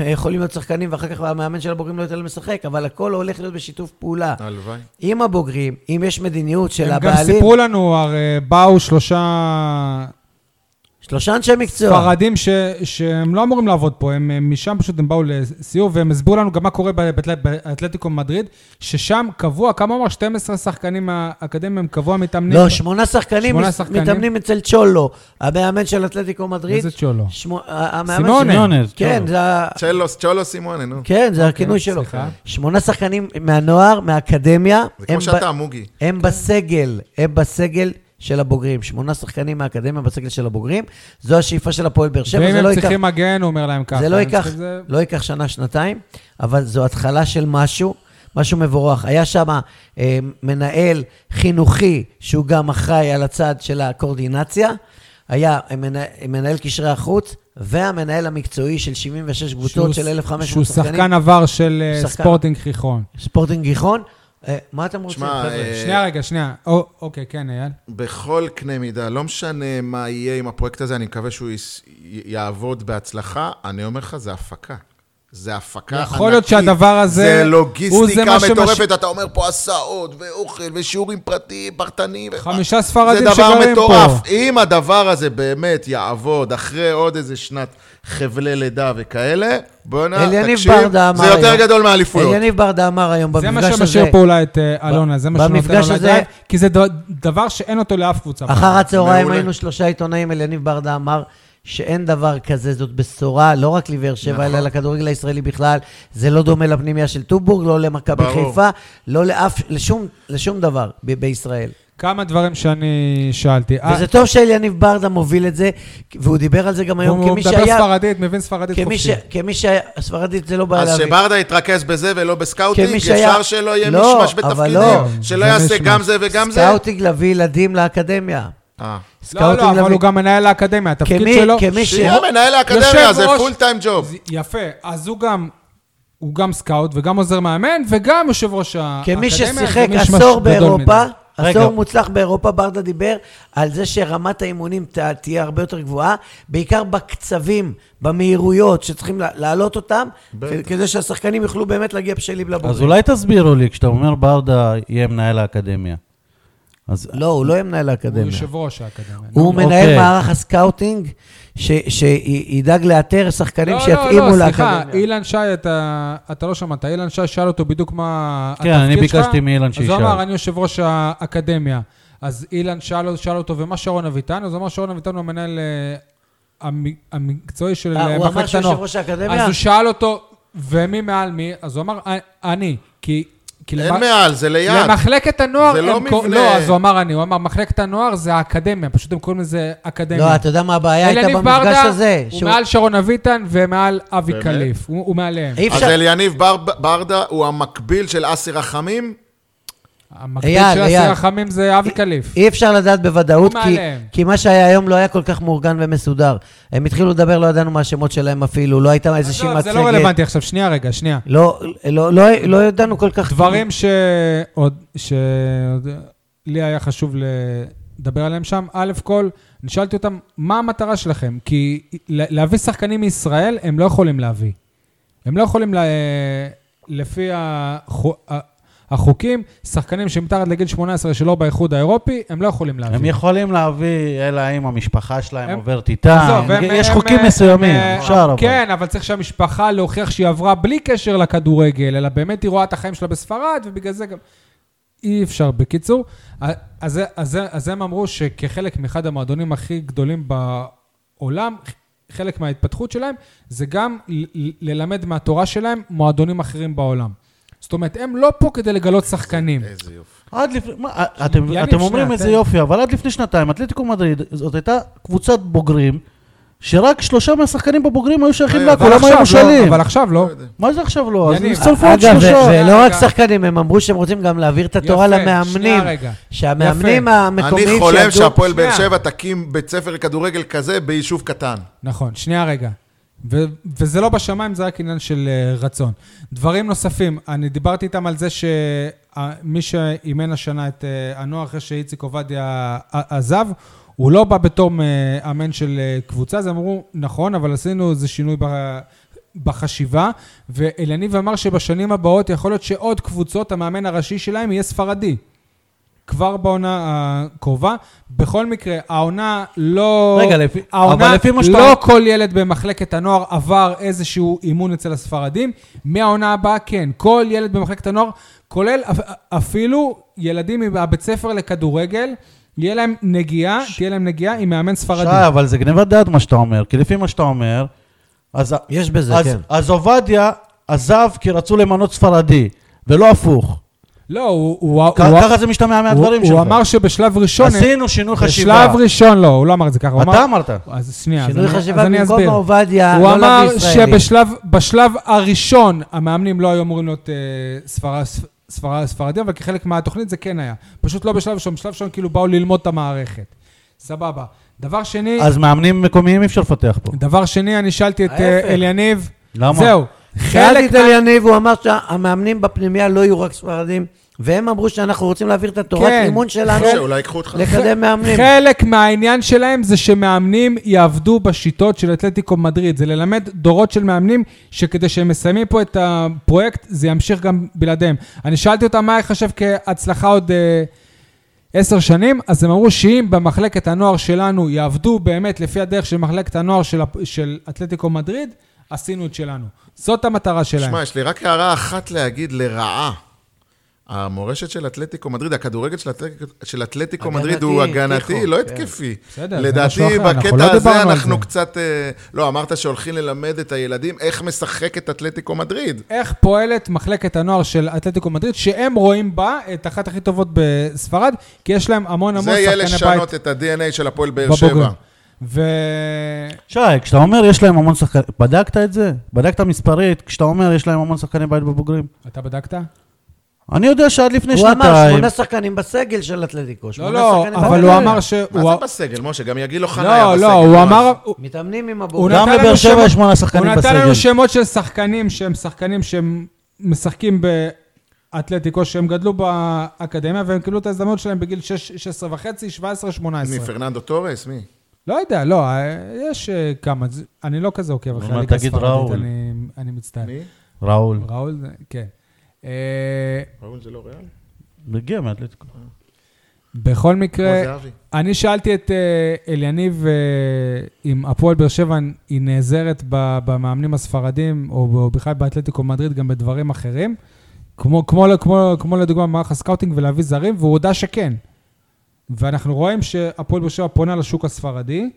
"אה, יכולים להיות שחקנים, ואחר כך המאמן של הבוגרים לא ייתן להם לשחק, אבל הכל הולך להיות בשיתוף פעולה.
הלוואי.
עם הבוגרים, אם יש מדיניות של
הם גם
הבעלים,
סיפרו לנו, הרי באו שלושה
שלושה אנשי מקצוע.
ספרדים ש- שהם לא אמורים לעבוד פה, הם הם משם פשוט, הם באו לסיור, והם הסבירו לנו גם מה קורה באתל- באתלטיקו מדריד, ששם קבוע, כמה אמר? 12 שחקנים האקדמיים הם קבוע מתאמנים.
לא, שמונה שחקנים
שמונה
מס-
שחקנים?
מתאמנים אצל צ'ולו, המאמן של אתלטיקו מדריד.
איזה צ'ולו?
שמו- ה- המאמן
סימונה.
של-
סימונה, זה
כן,
צ'ולו.
זה ה-
צ'לו, צ'ולו סימונה, נו.
כן, זה הכינוי שלו.
אוקיי, סליחה.
שמונה שחקנים מהנוער, מהאקדמיה.
זה כמו
הם
שאתה,
ב-
מוגי.
הם בסגל, הם בסגל של הבוגרים. שמונה שחקנים מהאקדמיה בסגל של הבוגרים. זו השאיפה של הפועל באר שבע. זה
ואם
לא
הם
ייקח-
צריכים מגן, הוא אומר להם ככה.
זה לא
הם
ייקח,
צריכים זה-
לא ייקח שנה, שנתיים, אבל זו התחלה של משהו, משהו מבורך. היה שם אה, מנהל חינוכי, שהוא גם אחראי על הצד של הקואורדינציה, היה אה, מנה- מנהל קשרי החוץ, והמנהל המקצועי של 76
שהוא-
קבוצות של 1,500
שהוא
שחקנים.
שחקן עבר של אה,
שחקן.
ספורטינג חיכרון.
ספורטינג גיחון. אה, מה אתם רוצים,
שמע,
חבר'ה?
אה,
שנייה רגע, שנייה. או- אוקיי, כן, אייל.
בכל קנה מידה, לא משנה מה יהיה עם הפרויקט הזה, אני מקווה שהוא יס- י- יעבוד בהצלחה. אני אומר לך, זה הפקה. זה הפקה ענקית.
יכול להיות שהדבר הזה
זה
הוא זה
לוגיסטיקה
מה שמש-
מטורפת. אתה אומר פה הסעות, ואוכל, ושיעורים פרטיים, פרטניים. ו-
חמישה ספרדים
זה דבר
שגרים פה.
מטורף. אם הדבר הזה באמת יעבוד אחרי עוד איזה שנת חבלי לידה וכאלה, בואנה,
אל יניב
תקשיב,
ברדה אמר
זה יותר
היום.
גדול מאליפויות.
אליניב ברדה אמר היום
זה
במפגש
מה
הזה...
שמשאיר פה אולי את אה, אלונה, זה מה שנותן
במפגש
אולי
הזה-
דרייב, כי זה ד- דבר שאין אותו לאף קבוצה.
אחר הצהריים
מעולה.
היינו שלושה עיתונאים, אליניב ברדה אמר שאין דבר כזה, זאת בשורה, לא רק לבאר
נכון.
שבע, אלא לכדורגל הישראלי בכלל. זה לא דומה לפנימייה של טובורג, לא למכבי
ברור.
חיפה, לא לאף, לשום, לשום דבר ב- בישראל.
כמה דברים שאני שאלתי. אה,
וזה טוב שאליניב ברדה מוביל את זה, והוא דיבר על זה גם היום,
הוא
כמי
מדבר
שהיה...
ספרדית, מבין ספרדית
כמי, ש...
חופשי. לא,
כמי שהיה, ספרדית זה לא בעיה
אז
להבין.
שברדה יתרכז בזה ולא בסקאוטינג,
כמי שהיה-
ישר שלא יהיה
לא,
מישמש
אבל
בתפקידים,
לא.
שלא
זה
יעשה
מישמש.
גם זה וגם זה.
סקאוטינג להביא ילדים לאקדמיה.
אה.
לא, לא, אבל הוא גם מנהל האקדמיה, התפקיד
כמי-
שלו...
כמי ש-
שיהיה מנהל האקדמיה,
יושב
זה
ראש-
פול טיים ג'וב.
זה- יפה, אז הוא גם... הוא גם סקאוט וגם עוזר מאמן וגם יושב ראש האקדמיה.
כמי
זה
ששיחק
מישמש גדול
עשור באירופה,
מדי.
רגע.
עשור מוצלח באירופה, ברדה דיבר על זה שרמת האימונים ת- תהיה הרבה יותר גבוהה, בעיקר בקצבים, במהירויות שצריכים לה- להעלות אותם, כ- כדי שהשחקנים יוכלו באמת להגיע בשלים
אז
לבוגרים.
אולי תסבירו לי, כשאתה אומר ברדה יהיה מנהל האקדמיה. אז
לא, הוא לא יהיה מנהל
הוא
האקדמיה.
יושב ראש האקדמיה.
הוא מנהל
אוקיי.
מערך הסקאוטינג, ש- שידאג לאתר שחקנים
לא,
שיתאימו
לא, לא, סליחה,
לאקדמיה.
אילן שי, אתה, אתה לא שמעת, אילן שי שאל אותו בדיוק מה
כן,
התפקיד
אני
שלך.
ביקשתי מאילן
אז
שישאל.
הוא אמר, אני יושב ראש האקדמיה. אז אילן שאל, שאל אותו, ומה שרון אביטן? אז הוא אמר, שרון אביטן הוא המנהל אה, המ- המקצועי של
אה,
אה,
הוא אמר
מחלקת
שהוא
הנוער.
יושב ראש
אז
האקדמיה?
הוא שאל אותו, ומי מעל מי? אז הוא אמר, "א- אני, כי... כי
אין
למ-
מעל, זה ליד.
למחלקת הנוער,
זה לא
הם קו-
מבנה.
לא, אז הוא אמר אני, הוא אמר, מחלקת הנוער זה האקדמיה, פשוט הם קוראים לזה אקדמיה.
לא, אתה יודע מה הבעיה הייתה
אלניב
במפגש
ברדה
הזה?
הוא
שהוא-
מעל שרון אביטן ומעל אבי
באמת?
כליף, הוא הוא מעליהם.
אי
אז
אפשר...
אליניב בר- ברדה הוא המקביל של אסי רחמים,
המקביל
אייל,
של
אייל.
אסיר החמים זה אבי כליף.
אי אפשר לדעת בוודאות,
הוא
כי,
מעליהם.
כי מה שהיה היום לא היה כל כך מאורגן ומסודר. הם התחילו לדבר, לא ידענו מה השמות שלהם אפילו, לא הייתה איזושהי
עזוב,
מצגת.
זה לא רלוונטי עכשיו, שנייה רגע, שנייה.
לא, לא, לא, לא ידענו כל כך...
דברים שעוד, שעוד לי היה חשוב לדבר עליהם שם, א' כל, אני שאלתי אותם, מה המטרה שלכם? כי ל- להביא שחקנים מישראל, הם לא יכולים להביא. הם לא יכולים, ל- לפי החו- ה- החוקים, שחקנים שמתחת לגיל 18 שלא באיחוד האירופי, הם לא יכולים להביא.
הם יכולים להביא, אלא אם המשפחה שלהם
הם-
עוברת איתם.
עזוב, הם-
כן. יש
הם-
חוקים
הם-
מסוימים,
הם-
אפשר אבל.
כן, אבל צריך שהמשפחה להוכיח שהיא עברה בלי קשר לכדורגל, אלא באמת היא רואה את החיים שלה בספרד, ובגלל זה גם... אי אפשר. בקיצור, אז, אז, אז הם אמרו שכחלק מאחד המועדונים הכי גדולים בעולם, חלק מההתפתחות שלהם, זה גם ל- ל- ללמד מהתורה שלהם מועדונים אחרים בעולם. זאת אומרת, הם לא פה כדי לגלות שחקנים.
איזה יופי.
עד לפני, מה, אה, אתם,
יניב,
אתם
שנייה,
אומרים איזה
תן.
יופי, אבל עד לפני שנתיים, אתלטיקו מדריד, זאת הייתה קבוצת בוגרים, שרק שלושה מהשחקנים בבוגרים היו שייכים
אבל
לה,
אבל
כולם
עכשיו
היו
לא,
מושאלים.
אבל עכשיו
לא
לא.
יודע.
מה זה עכשיו לא? אז
יניב, אה,
נצטרפו עוד
אגב, זה-
שלושה.
זה
רגע.
לא רק שחקנים, הם אמרו שהם רוצים גם להעביר את התורה
יפה,
למאמנים.
שנייה רגע.
שהמאמנים
יפה.
המקומיים
אני חולם
שידעו-
שהפועל באר
שנייה.
שבע תקים בית ספר לכדורגל כזה ביישוב קטן.
נכון, שנייה רגע. ו- וזה לא בשמיים, זה רק עניין של אה, רצון. דברים נוספים, אני דיברתי איתם על זה שמי שאימן השנה את אה, הנוער אחרי שאיציק עובדיה ע- עזב, הוא לא בא בתור מאמן של אה, קבוצה, אז אמרו, נכון, אבל עשינו איזה שינוי ב- בחשיבה, ואלניב אמר שבשנים הבאות יכול להיות שעוד קבוצות, המאמן הראשי שלהם יהיה ספרדי. כבר בעונה הקרובה. בכל מקרה, העונה לא...
רגע, לפי-
העונה,
אבל לפי מה שאתה-
לא כל ילד במחלקת הנוער עבר איזשהו אימון אצל הספרדים. מהעונה הבאה, כן. כל ילד במחלקת הנוער, כולל אפ- אפילו ילדים מהבית ספר לכדורגל, יהיה להם נגיעה, תהיה להם נגיעה עם מאמן ספרדי.
אה, שי, אבל זה גניבת דעת מה שאתה אומר, כי לפי מה שאתה אומר, אז,
יש בזה,
אז,
כן.
אז עובדיה עזב כי רצו למנות ספרדי, ולא הפוך.
לא, הוא... הוא,
כ-
הוא,
ככה זה משתמע
הוא,
מהדברים
הוא,
שלך.
אמר שבשלב ראשון...
עשינו שינוי חשיבה.
בשלב ראשון לא, הוא לא אמר את זה ככה. הוא
אתה
אמר-
אמרת.
אז שנייה, אז
שינוי
אני-
חשיבה
אז אני
במקום
אסביר.
עובדיה,
הוא
לא
אמר
להביא ישראלים.
שבשלב בשלב הראשון המאמנים לא היו אמורים להיות אה, ספר- ספ- ספר- ספרדים, אבל כחלק מהתוכנית זה כן היה. פשוט לא בשלב ראשון, בשלב ראשון כאילו באו ללמוד את המערכת. סבבה. דבר שני,
אז מאמנים מקומיים אי אפשר לפתח פה.
דבר שני, אני שאלתי את אה,
ההפך.
אליניב.
למה?
זהו.
שאלתי
חלק
את אליניב, הוא אמר שהמאמנים בפנימייה לא יהיו רק ספרדים, והם אמרו שאנחנו רוצים להעביר את התורת
כן.
אימון שלנו
משה, אולי ייקחו אותך.
לקדם מאמנים.
חלק מהעניין שלהם זה שמאמנים יעבדו בשיטות של אתלטיקו מדריד. זה ללמד דורות של מאמנים, שכדי שהם מסיימים פה את הפרויקט, זה ימשיך גם בלעדיהם. אני שאלתי אותם מה ייחשב כהצלחה עוד אה, עשר שנים, אז הם אמרו שאם במחלקת הנוער שלנו יעבדו באמת לפי הדרך של מחלקת הנוער של, הפ- של אתלטיקו מדריד, עשינו את שלנו. זאת המטרה שלהם.
שמע, יש לי רק הערה אחת להגיד לרעה. המורשת של אתלטיקו מדריד, הכדורגל של אתלטיקו- של אתלטיקו
הגנתי,
מדריד הוא הגנתי,
טיחו,
לא
כן.
התקפי.
בסדר, זה משהו
לדעתי,
אחר, אנחנו
בקטע
לא דיברנו
הזה
על
אנחנו
זה.
קצת... אה, לא, אמרת שהולכים ללמד את הילדים איך משחקת אתלטיקו מדריד.
איך פועלת מחלקת הנוער של אתלטיקו מדריד, שהם רואים בה את אחת הכי טובות בספרד, כי יש להם המון
זה
המון
יהיה
שחקני בית
לשנות את ה-DNA של הפועל באר שבע.
בבוגרים. ו...
שי, כשאתה אומר יש להם המון שחקנים, בדקת את זה? בדקת מספרית, כשאתה אומר יש להם המון שחקני בית בבוגרים?
אתה בדקת? לא,
אני יודע שעד לפני
הוא אמר
שנתיים...
שמונה שחקנים בסגל של אתלטיקו.
לא,
שמונה
לא,
שחקנים
אבל
בסגל.
הוא אמר ש...
מה
הוא-
זה בסגל, משה? גם יגיל אוחנה היה
לא,
בסגל.
לא, הוא
מה?
אמר...
מתאמנים עם
הוא לא-
הבוגרים.
גם
נתן לנו
לבאר שבע
שמות-
יש שמונה שחקנים
הוא נתן
בסגל.
לנו שמות של שחקנים שהם שחקנים שהם משחקים באתלטיקו, שהם גדלו באקדמיה, והם קיבלו את ההזדמנות שלהם בגיל שש- 16 וחצי, 17, 18.
מי, פרננדו תורס? מי?
לא יודע, לא, אה, יש אה, כמה, זה- אני לא כזה עוקב אחרי
עוד מעט
הליגה
תגיד
הספרדית,
ראול.
אני- אני מצטער.
מי?
ראול.
ראול, זה- כן. אה,
ראול זה לא ריאל?
מגיע מאתלטיקו.
בכל מקרה,
כמו זהבי.
אני שאלתי את אה, אליניב אה, אם הפועל באר שבע היא נעזרת ב- במאמנים הספרדים, או ב- או בכלל באתלטיקו מדריד, גם בדברים אחרים, כמו- כמו כמו- כמו לדוגמה מערך הסקאוטינג ולהביא זרים, והוא הודה שכן. ואנחנו רואים שהפועל באר שבע פונה לשוק הספרדי,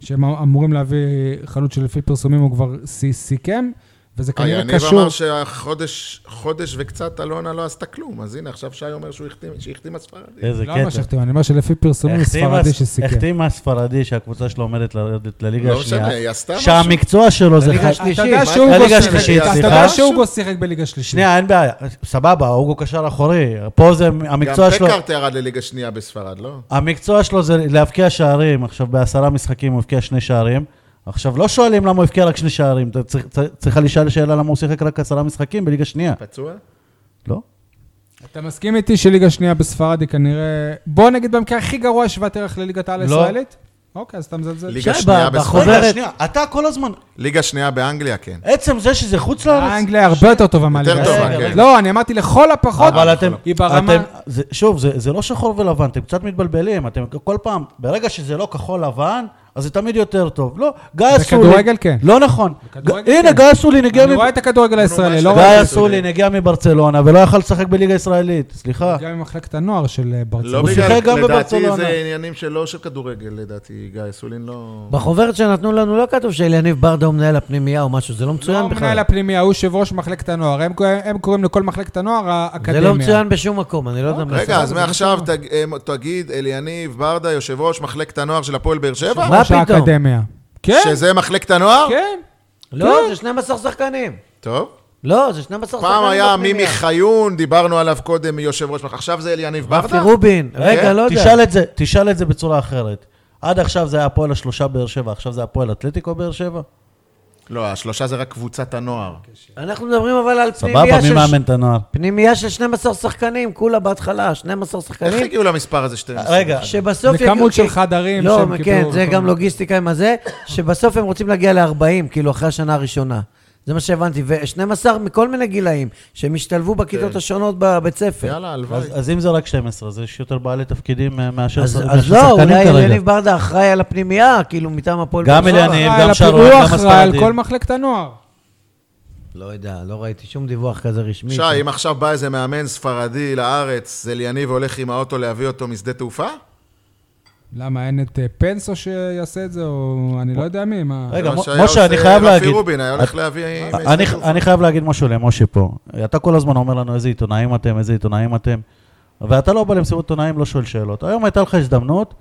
שהם אמורים להביא חלוץ שלפי פרסומים הוא כבר סי- סיכם, וזה
אה,
כנראה
יניב
כן, קשור.
אמר שהחודש חודש וקצת אלונה לא עשתה כלום, אז הנה, עכשיו שי אומר שהוא החתים- שהיא החתימה ספרדית.
איזה
לא אומר
קטע.
שהחתימה, אני אומר שלפי פרסומים
החתימה-
ספרדי שסיכם.
החתימה ספרדי שהקבוצה שלו עומדת לרדת לליגה
לא משנה,
השנייה.
היא עשתה משהו.
שהמקצוע שלו זה...
לליגה
ח-
השלישית.
אתה יודע
מה-
שהוגו
הליגה
שיחק-
השלישית,
אתה
סליחה?
יודע שהוגו שיחק בליגה שלישית.
שנייה, אין בעיה. סבבה, הוגו קשר אחורי. פה זה המקצוע שלו...
גם פקארט ירד לליגה שנייה בספרד, לא?
המקצוע שלו זה להבקיע שערים, עכשיו בעשרה משחקים הוא הבקיע שני שערים. עכשיו, לא שואלים למה הוא הבקיע רק שני שערים, אתה צריך- צריך- צריכה לשאול שאלה למה הוא שיחק רק עשרה משחקים בליגה שנייה.
פצוע?
לא?
אתה מסכים איתי שליגה שנייה בספרד היא כנראה... בוא נגיד במקרה הכי גרוע השוואת ערך לליגת העל
לא.
הישראלית? אוקיי, אז אתה מזלזל.
ליגה
שי,
שנייה
ב-
בספרד.
בחוזה-
רגע,
חוברת.
שנייה, אתה כל הזמן,
ליגה שנייה באנגליה, כן.
עצם זה שזה חוץ לארץ,
האנגליה לא, הרבה יותר טובה מהליגה.
יותר טובה,
הישראלית.
כן.
לא, אני אמרתי לכל הפחות,
אבל אתם,
היא ברמה...
אתם- זה- שוב, זה זה לא שחור ולבן, אתם קצת מתבלבלים, אתם כל פעם, ברגע שזה לא כחול לבן, אז זה תמיד יותר טוב. לא, גיא אסולי...
בכדורגל כן.
לא נכון.
בכדורגל
ג- הנה,
כן.
גיא אסולי נגיע
אני רואה את הכדורגל הישראלי,
ממש
לא
לא.
רואה...
גיא
את
אסולי
הכדורגל.
נגיע מברצלונה ולא יכול לשחק בליגה הישראלית, סליחה.
גם ממחלקת הנוער של אה, ברצלונה.
לא
הוא
בגלל,
שיחק גם
לדעתי
בברצלונה.
זה עניינים שלא של כדורגל, לדעתי, גיא סולין לא...
בחוברת שנתנו לנו לא כתוב שאליניב ברדה הוא מנהל הפנימייה או משהו, זה לא מצוין
לא מנהל
בכלל.
הפנימיה, הוא יושב ראש מחלקת הנוער. הם קוראים- הם קוראים לכל מחלקת הנוער
זה
האקדמיה. אוקיי,
לא מצוין בשום מקום, אני לא יודע מה
רגע,
לעשות.
אז מעכשיו תג- אה, תגיד, אליניב ברדה, יושב ראש מחלקת הנוער של הפועל באר שבע?
מה
ראש
פתאום?
האקדמיה. כן,
שזה מחלקת הנוער?
כן.
לא, זה 12 שחקנים.
טוב.
לא, זה 12 שחקנים
פעם היה מימי
בפנימייה.
חיון, דיברנו עליו קודם, יושב ראש מחלקת... עכשיו זה אליניב
רפי
ברדה?
רובין.
אה,
רגע,
כן,
לא יודע.
תשאל את זה, תשאל את זה בצורה אחרת. עד עכשיו זה היה הפועל השלושה באר שבע, עכשיו זה הפועל אתלטיקו באר שבע?
לא, השלושה זה רק קבוצת הנוער.
אנחנו מדברים אבל על
סבבה,
פנימייה
מי
של...
מאמן את הנוער?
פנימייה של 12 שחקנים, כולה בהתחלה, 12
איך
שחקנים.
הגיעו למספר הזה 12?
רגע,
שבסוף...
זה
יגיעו-
כמות של
כי-
חדרים
לא,
שהם
כן,
קיבלו
זה
וכל
גם
מיני.
לוגיסטיקה עם הזה, שבסוף הם רוצים להגיע ל-40, כאילו, אחרי השנה הראשונה. זה מה שהבנתי, ו-12 מכל מיני גילאים, שהם השתלבו בכיתות השונות בבית ספר.
כן. יאללה, הלוואי.
אה, אז, אז אם זה רק 12, אז יש יותר בעלי תפקידים אה, מאשר
אז
מאשר
אז לא,
שחקנים
אולי
כרגע.
אליניב ברדה אחראי על הפנימייה, כאילו, מטעם הפועל
גם
שבע.
אליניב.
אחראי על
גם שרון,
הפיקוח,
גם
אחראי על
הספרדים.
כל מחלקת הנוער.
לא יודע, לא ראיתי שום דיווח כזה רשמי.
שי, אם עכשיו בא איזה מאמן ספרדי לארץ, אליניב הולך עם האוטו להביא אותו משדה תעופה?
למה, אין את אה, פנסו שיעשה את זה, או אני לא יודע מי, מה...
רגע,
זה מה
מ-
שהיה
משה,
עושה
אני חייב להגיד.
רפי רובין היה הולך להביא...
אני, אני חייב להגיד משהו למשה פה. אתה כל הזמן אומר לנו איזה עיתונאים אתם, איזה עיתונאים אתם, ואתה לא בא למסיבות עיתונאים, לא שואל שאלות. היום הייתה לך הזדמנות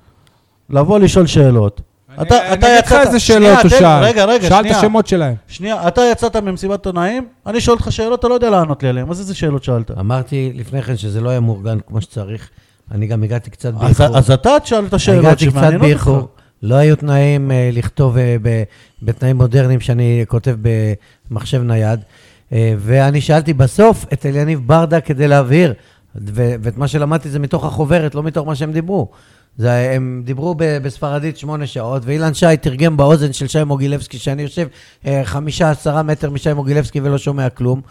לבוא לשאול שאלות.
אני- אני אגיד לך איזה
שנייה,
שאלות הוא
תן-
שאל.
רגע, רגע,
שאל את
שנייה.
השמות שלהם.
שנייה, אתה יצאת ממסיבת עיתונאים, אני שואל אותך שאלות, אתה לא יודע לענות לי עליהן, אז איזה שאלות שאלת?
אמרתי לפני כן שזה לא היה מאורגן כמו שצריך. אני גם הגעתי קצת
אז,
באיחור.
אז אתה תשאל את
אני
השאלות
הגעתי קצת
שמעניינות אותך.
באיחור. לא היו תנאים אה, לכתוב אה, ב- בתנאים מודרניים שאני כותב במחשב נייד. אה, ואני שאלתי בסוף את אליניב ברדה כדי להבהיר, ו- ואת מה שלמדתי זה מתוך החוברת, לא מתוך מה שהם דיברו. זה, הם דיברו ב- בספרדית שמונה שעות, ואילן שי תרגם באוזן של שי מוגילבסקי, שאני יושב אה, חמישה עשרה מטר משי מוגילבסקי ולא שומע כלום.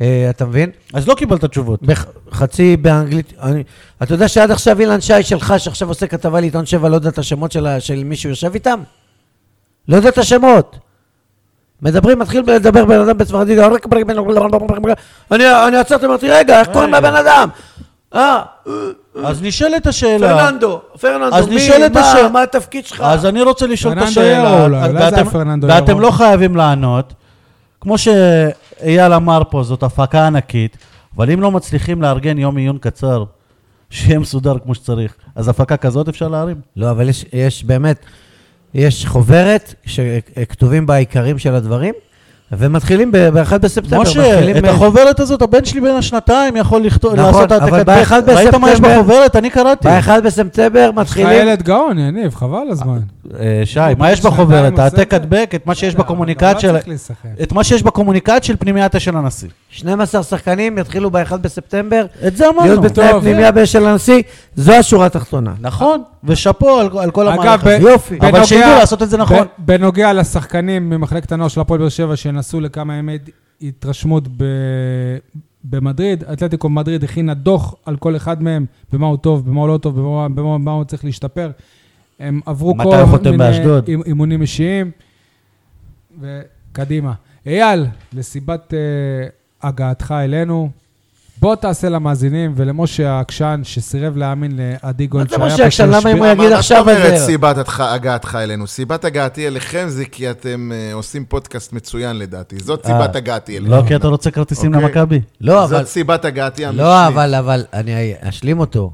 אה, אתה מבין?
אז לא קיבלת תשובות.
בח- חצי באנגלית. אני, אתה יודע שעד עכשיו אילן שי שלך, שעכשיו עושה כתבה לעיתון שבע, לא יודע את השמות של, ה- של מי שהוא יושב איתם? לא יודע את השמות. מדברים, מתחיל לדבר בן אדם בספרדית, אני אני עצרתי, אמרתי, רגע, איך קוראים לבן אדם? אה,
אז נשאלת השאלה.
פרננדו,
אז
פרננדו, מי,
נשאלת השאלה.
מה, מה התפקיד שלך?
אז אני רוצה לשאול את
פרננדו
השאלה,
ירו, אולי, אולי זה
ואתם-
היה פרננדו
ואתם
ירו.
לא חייבים לענות. כמו שאייל אמר פה, זאת הפקה ענקית, אבל אם לא מצליחים לארגן יום עיון קצר, שיהיה מסודר כמו שצריך, אז הפקה כזאת אפשר להרים?
לא, אבל יש, יש באמת, יש חוברת שכתובים בה העיקרים של הדברים, ומתחילים ב-1 בספטמבר, מתחילים
משה, את
ב-
החוברת הזאת, הבן שלי בן השנתיים יכול לכתוב,
נכון,
לעשות
אבל
העתק
באחד
הדבק. ראית מה יש
בספטמבר-
בחוברת? אני קראתי.
ב-1 בספטמבר
יש לך
מתחילים...
ילד גאון, יניב, חבל הזמן.
אה, שי,
הוא
מה
בן
יש
שנתיים
בחוברת?
עושה את
העתק
זה?
הדבק, את מה שיש
בסדר, אבל גם
בקומוניקט
לא
של...
צריך להיסחף.
את מה שיש בקומוניקט של פנימייתה של הנשיא.
12 שחקנים יתחילו ב-1 בספטמבר,
את זה
להיות
אמרנו.
בתנאי
טוב.
הפנימייה של הנשיא, זו השורה התחתונה.
נכון, ושאפו על- על כל המהלך
אגב,
הזה.
ב-
יופי.
בנוגע-
אבל שידעו לעשות את זה נכון.
ב- בנוגע לשחקנים ממחלקת הנוער של הפועל באר שבע שנסעו לכמה ימי ד- התרשמות ב- במדריד, אתלטיקו מדריד הכינה דוח על כל אחד מהם, במה הוא טוב, במה הוא לא טוב, במה- במה במה הוא צריך להשתפר. הם עברו
מתי
כל
הוא חותם
מיני
באשדוד?
אימ- אימונים אישיים, וקדימה. אייל, לסיבת אה, הגעתך אלינו, בוא תעשה למאזינים ולמשה העקשן, שסירב להאמין לעדי גולד,
זה משה העקשן? למה אם
שהשפיע-
הוא יגיד עכשיו
מה זאת
אז
אומרת
זהו.
סיבת התח- הגעתך אלינו? סיבת הגעתי אליכם זה כי אתם אה, עושים פודקאסט מצוין לדעתי. זאת סיבת הגעתי אלינו.
לא כי אתה רוצה כרטיסים
אוקיי.
למכבי.
לא, אבל...
זאת סיבת הגעתי המשנית.
לא, אבל, אבל, אני אשלים אותו.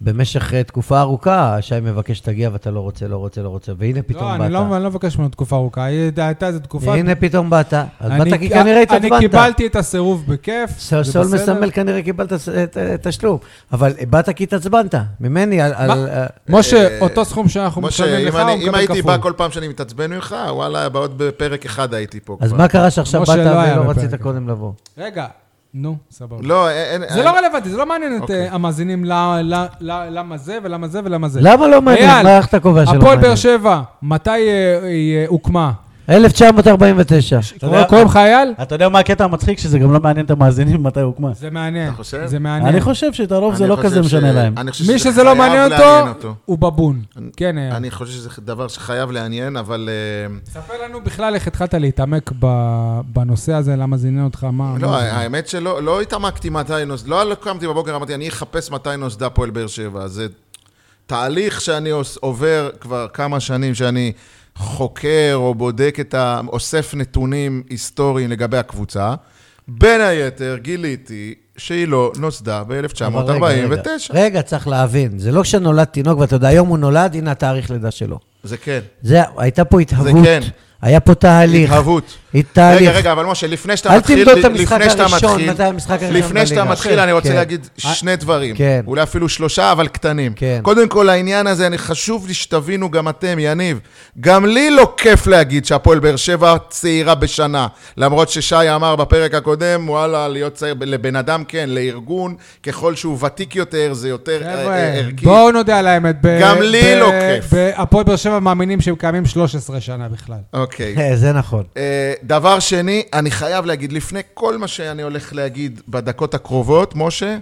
במשך אה, תקופה ארוכה, שי מבקש שתגיע ואתה לא רוצה, לא רוצה, לא רוצה, והנה
לא,
פתאום
אני לא,
באת.
אני לא מבקש ממנו תקופה ארוכה, היא- הייתה איזו תקופה...
הנה פתאום באת. אז
אני-
באת כי כנראה התעצבנת.
אני קיבלתי את הסירוב בכיף,
סול
זה
סול
בסדר.
מסמל כנראה קיבלת ס- את- אה, את- תשלום, אבל באת כי התעצבנת, ממני על... אה,
מה?
על-
משה, אותו סכום שאנחנו
אה, משה,
משלמים לך,
אם
הוא
אני-
מקבל כפול.
אם הייתי בא כל פעם שאני מתעצבן ממך, וואלה, בעוד בפרק אחד הייתי פה
אז
כבר.
מה קרה שעכשיו
משה
באת
לא היה
ולא
בפרק.
רצית קודם לבוא?
רגע, נו, סבבה.
לא, אין... אין-
זה לא רלוונטי, זה לא מעניין את
אוקיי.
אה, המאזינים ל- ל- ל- למה זה ולמה זה ולמה זה.
למה לא מעניין?
אייל,
מה איך אתה קובע שלא
הפועל
מעניין?
באר שבע, מתי אה, היא אה, הוקמה?
1949.
אתה יודע-
קוראים לך
אה,
אייל?
אתה יודע מה הקטע המצחיק? שזה גם לא מעניין את המאזינים מתי הוקמה.
זה מעניין.
אתה חושב?
זה מעניין.
אני חושב שאת הרוב זה
אני
לא
חושב
כזה
ש-
משנה להם.
אני חושב
מי
שזה
שזה לא
חייב
מעניין
לעניין
אותו, הוא בבון. כן, אייל.
אני חושב שזה דבר שחייב לעניין, אבל... אה,
ספר לנו בכלל איך התחלת להתעמק ב- בנושא הזה, למה זה עניין אותך, מה...
לא,
מה זה?
האמת שלא לא התעמקתי מתי נוסדה, לא קמתי בבוקר, אמרתי, אני אחפש מתי נוסדה פועל באר שבע. זה תהליך שאני עוש- עובר כבר כמה שנים, שאני חוקר או בודק את ה... אוסף נתונים היסטוריים לגבי הקבוצה. בין היתר, גיליתי שהיא לא נוסדה
אבל רגע, רגע.
ב-1949.
רגע, צריך להבין, זה לא כשנולד תינוק, ואתה יודע, היום הוא נולד, הנה התאריך לידה שלו.
זה כן.
זה, הייתה פה התהוות.
כן.
היה פה תהליך.
התהוות.
התהליך.
רגע, רגע, אבל משה, לפני שאתה
אל
מתחיל...
תמדוד את המשחק
לפני שאתה
הראשון,
מתחיל-
מתי המשחק הראשון
לפני שאתה
בליגה.
מתחיל, אני רוצה
כן.
להגיד שני דברים.
כן.
אולי אפילו שלושה, אבל קטנים.
כן.
קודם כל, העניין הזה, אני חשוב לי שתבינו גם אתם, יניב. גם לי לא כיף להגיד שהפועל באר שבע צעירה בשנה. למרות ששי אמר בפרק הקודם, וואלה, להיות צעיר לבן אדם כן, לארגון, ככל שהוא ותיק יותר, זה יותר אה,
חבר'ה,
אה, ערכי.
בואו נודה על האמת. ב-
גם לי
ב-
לא כיף.
בהפועל באר שבע מאמינים שהם קיימים 13 שנה בכלל.
אוקיי.
אה, זה נכון.
אה, דבר שני, אני חייב להגיד, לפני כל מה שאני הולך להגיד בדקות הקרובות, משה,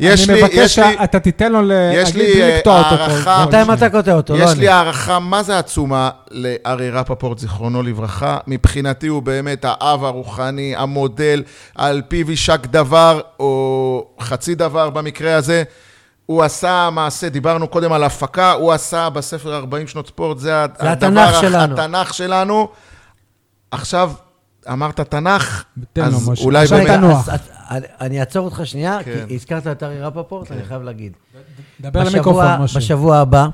יש
ואני
לי-
מבקש
יש לי-
שאתה תיתן לו
יש
להגיד
לי
בלי
אה,
לקטוע אותו. כל-
הערכה...
כל
מתי
שנייה.
אתה קוטע אותו, לא
יש
אני.
לי הערכה, מה זה עצומה לארי רפפורט, זיכרונו לברכה. מבחינתי הוא באמת האב הרוחני, המודל, על פיו יישק דבר, או חצי דבר במקרה הזה. הוא עשה מעשה, דיברנו קודם על הפקה, הוא עשה בספר 40 שנות ספורט, זה, ה-
זה
הדבר,
התנ"ך
ה-
שלנו.
התנ"ך שלנו. עכשיו, אמרת תנ"ך,
תן לו,
אז
משה.
אולי
עכשיו
באמת...
אתה נוח.
אז- אז- אני אעצור אותך שנייה,
כן.
כי הזכרת את ארי רפפורט, אני חייב להגיד.
דבר
בשבוע-
למיקרופון, משה.
בשבוע הבא,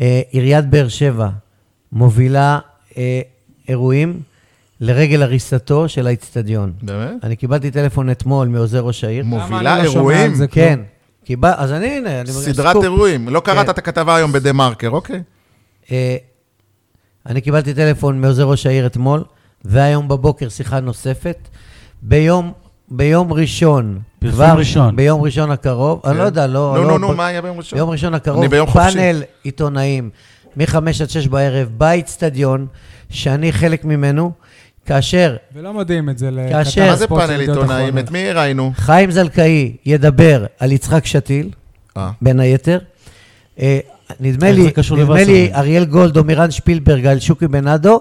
אה, עיריית באר שבע מובילה אה, אירועים לרגל הריסתו של האיצטדיון.
באמת?
אני קיבלתי טלפון אתמול מעוזר ראש העיר.
מו-
למה
מובילה
אני לא שומע על
אירועים?
זה כלום?
כן. קיבל, אז אני, הנה, אני...
סדרת
סקופ.
אירועים. לא קראת
כן.
את הכתבה היום בדה-מרקר, אוקיי.
אה, אני קיבלתי טלפון מעוזר ראש העיר אתמול, והיום בבוקר שיחה נוספת. ביום, ביום ראשון,
פרסום ראשון.
ביום ראשון הקרוב, אני לא יודע, לא...
כן. נו,
לא,
נו, נו,
ב-
מה היה ביום ראשון?
ביום ראשון הקרוב,
אני ביום חופשי.
פאנל עיתונאים מ-5 עד 6 בערב באיצטדיון, שאני חלק ממנו, כאשר
ולא מודיעים את זה לכתב
כאשר-
מה זה
הספורט של
פאנל
ידיעות
עיתונאים?
אחרונות.
את מי ראינו?
חיים זלקאי ידבר על יצחק שתיל,
אה.
בין היתר. אה, נדמה
איך
לי,
זה קשור
נדמה לי
לווסרמן?
אריאל גולד או מירן שפילברג על שוקי בנאדו,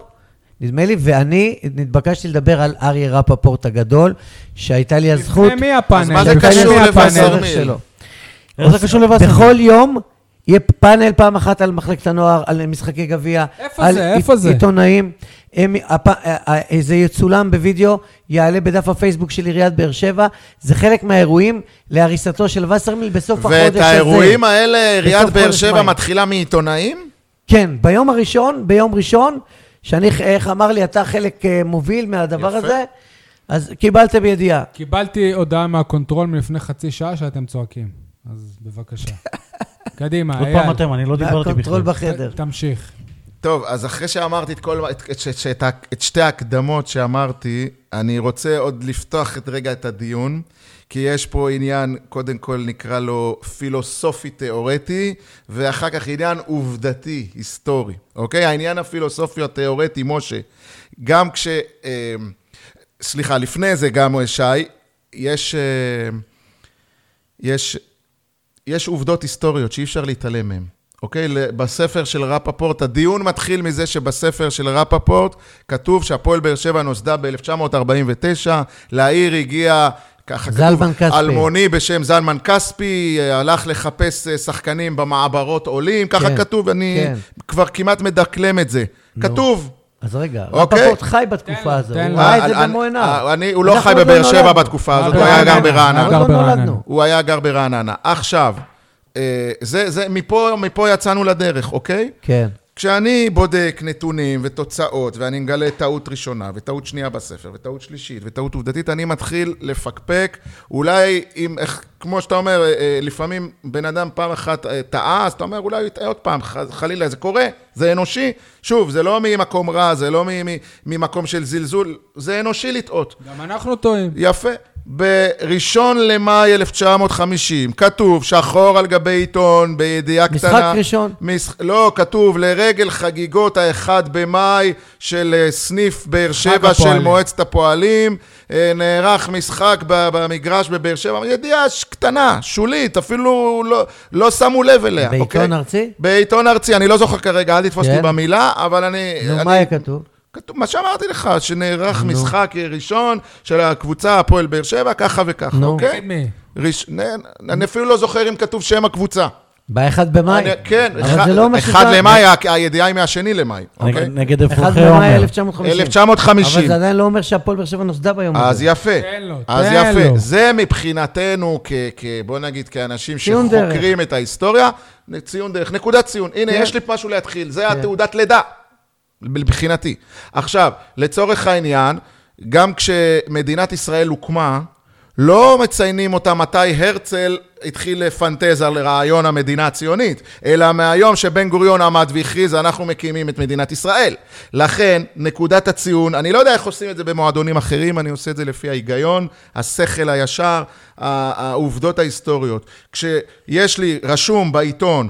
נדמה לי, ואני נתבקשתי לדבר על אריה רפפורט הגדול, שהייתה לי הזכות...
לפני מי הפאנל?
אז מה זה
לפני
קשור
מי הפאנל?
לבשר?
הדרך שלו.
איך זה קשור לבאסל?
בכל יום יהיה פאנל פעם אחת על מחלקת הנוער, על משחקי גביע.
איפה
על
זה?
עית-
איפה זה?
עיתונאים. הם, הפ... אה, אה, זה יצולם בווידאו, יעלה בדף הפייסבוק של עיריית באר שבע. זה חלק מהאירועים להריסתו של וסרמיל בסוף החודש
ואת
הזה.
האירועים האלה עיריית
בסוף
באר
חודש
שבע
מאי.
מתחילה מעיתונאים?
כן, ביום הראשון, ביום ראשון, שאני, איך אמר לי, אתה חלק אה, מוביל מהדבר
יפה.
הזה, אז קיבלתם ידיעה.
קיבלתי הודעה מהקונטרול מלפני חצי שעה שאתם צועקים, אז בבקשה. קדימה,
עוד
אייל.
פעם אתם, אני לא דיברתי
הקונטרול
בכלל.
בחדר.
ת- תמשיך.
טוב, אז אחרי שאמרתי את, כל, את, את, את, את, ה- את שתי ההקדמות שאמרתי, אני רוצה עוד לפתוח את רגע את הדיון, כי יש פה עניין, קודם כל נקרא לו פילוסופי-תיאורטי, ואחר כך עניין עובדתי, היסטורי, אוקיי? העניין הפילוסופי-התיאורטי, משה, גם כש... אה, סליחה, לפני זה גם, שי, יש... אה, יש, יש עובדות היסטוריות שאי אפשר להתעלם מהן, אוקיי? ל- בספר של רפפורט, הדיון מתחיל מזה שבספר של רפפורט כתוב שהפועל באר שבע נוסדה ב-1949, לעיר הגיע... ככה
זלמן
כתוב,
כספי.
אלמוני בשם זלמן כספי, אה, הלך לחפש אה, שחקנים במעברות עולים, ככה
כן,
כתוב, אני
כן.
כבר כמעט מדקלם את זה. כתוב,
אז רגע,
אוקיי.
רפפורט חי בתקופה הזו,
תן לו.
הוא ראה את זה
אני-
במו עיניו.
אני- הוא לא
אנחנו
חי
עוד לא
בבאר שבע
נולדנו.
בתקופה הזאת,
אה,
הוא היה גר
ברעננה,
ברעננה.
הוא גר
עוד לא
ברעננה.
נולדנו.
הוא היה גר ברעננה. עכשיו, אה, זה, זה, מפה, מפה יצאנו לדרך, אוקיי?
כן.
כשאני בודק נתונים ותוצאות, ואני מגלה טעות ראשונה, וטעות שנייה בספר, וטעות שלישית, וטעות עובדתית, אני מתחיל לפקפק. אולי, אם, איך, כמו שאתה אומר, אה, אה, לפעמים בן אדם פעם אחת אה, טעה, אז אתה אומר, אולי הוא יטעה עוד פעם, ח- חלילה, זה קורה, זה אנושי. שוב, זה לא ממקום רע, זה לא מ- מ- ממקום של זלזול, זה אנושי לטעות.
גם אנחנו טועים.
יפה. בראשון למאי 1950, כתוב שחור על גבי עיתון, בידיעה
משחק
קטנה.
ראשון.
מש... לא, כתוב לרגל חגיגות האחד במאי של אה, סניף באר שבע של
הפועלים.
מועצת הפועלים, אה, נערך משחק ב- במגרש בבאר שבע, ידיעה ש- קטנה, שולית, אפילו לא, לא שמו לב אליה.
בעיתון
אוקיי?
ארצי?
בעיתון ארצי, אני לא זוכר כרגע, אל תתפוס
כן.
אותי במילה, אבל אני...
נו,
אני-
מה היה כתוב?
כתוב, מה שאמרתי לך, שנערך משחק ראשון של הקבוצה הפועל באר שבע, ככה וככה,
נו.
אוקיי?
תגיד מי.
ראש... נ- אני אפילו לא זוכר אם כתוב שם הקבוצה.
באחד במאי.
אני, כן,
אבל זה לא מה
אחד למאי, ה- הידיעה היא מהשני למאי, אוקיי?
נגד
אחד
אפרוחי
במאי
עומר.
1950.
1950.
אבל זה עדיין לא אומר שהפועל באר שבע נוסדה ביום הזה.
אה, אז יפה,
תן לו,
אז
תן
יפה.
לו.
זה מבחינתנו, כ, כ, בוא נגיד, כאנשים
ציון דרך.
שחוקרים את ההיסטוריה, ציון דרך, נקודת ציון. הנה,
כן.
יש לי משהו להתחיל, זה התעודת לידה, מבחינתי. עכשיו, לצורך העניין, גם כשמדינת ישראל הוקמה, לא מציינים אותה מתי הרצל התחיל לפנטז על רעיון המדינה הציונית, אלא מהיום שבן גוריון עמד והכריז, אנחנו מקימים את מדינת ישראל. לכן, נקודת הציון, אני לא יודע איך עושים את זה במועדונים אחרים, אני עושה את זה לפי ההיגיון, השכל הישר, ה- העובדות ההיסטוריות. כשיש לי רשום בעיתון,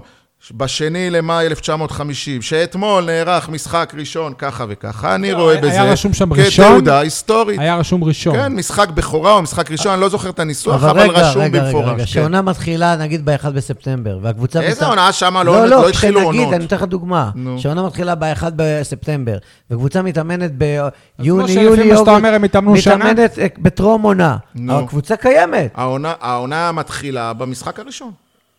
בשני למאי 1950, שאתמול נערך משחק ראשון ככה וככה, אני
לא,
רואה
היה
בזה
רשום שם ראשון?
כתעודה היסטורית.
היה רשום ראשון.
כן, משחק בכורה או משחק ראשון, אני לא זוכר את הניסוח, אבל רשום
רגע, רגע,
במפורש. כן.
שהעונה מתחילה נגיד ב-1 בספטמבר, והקבוצה...
איזה
משחק-
עונה? שמה לא- לא התחילו
כשנגיד,
עונות.
אני נותן לך דוגמה.
נו.
שהעונה מתחילה ב-1 בספטמבר, וקבוצה מתאמנת
אז כמו
ביוני,
שלפי
יולי,
מה שאתה
אוגוסט,
אומר, הם התאמנו שנה?
מתאמנת אה, בטרום עונה.
נו. אה,
אבל הקבוצה קיימת.
העונה- העונה מתחילה במשחק הראשון.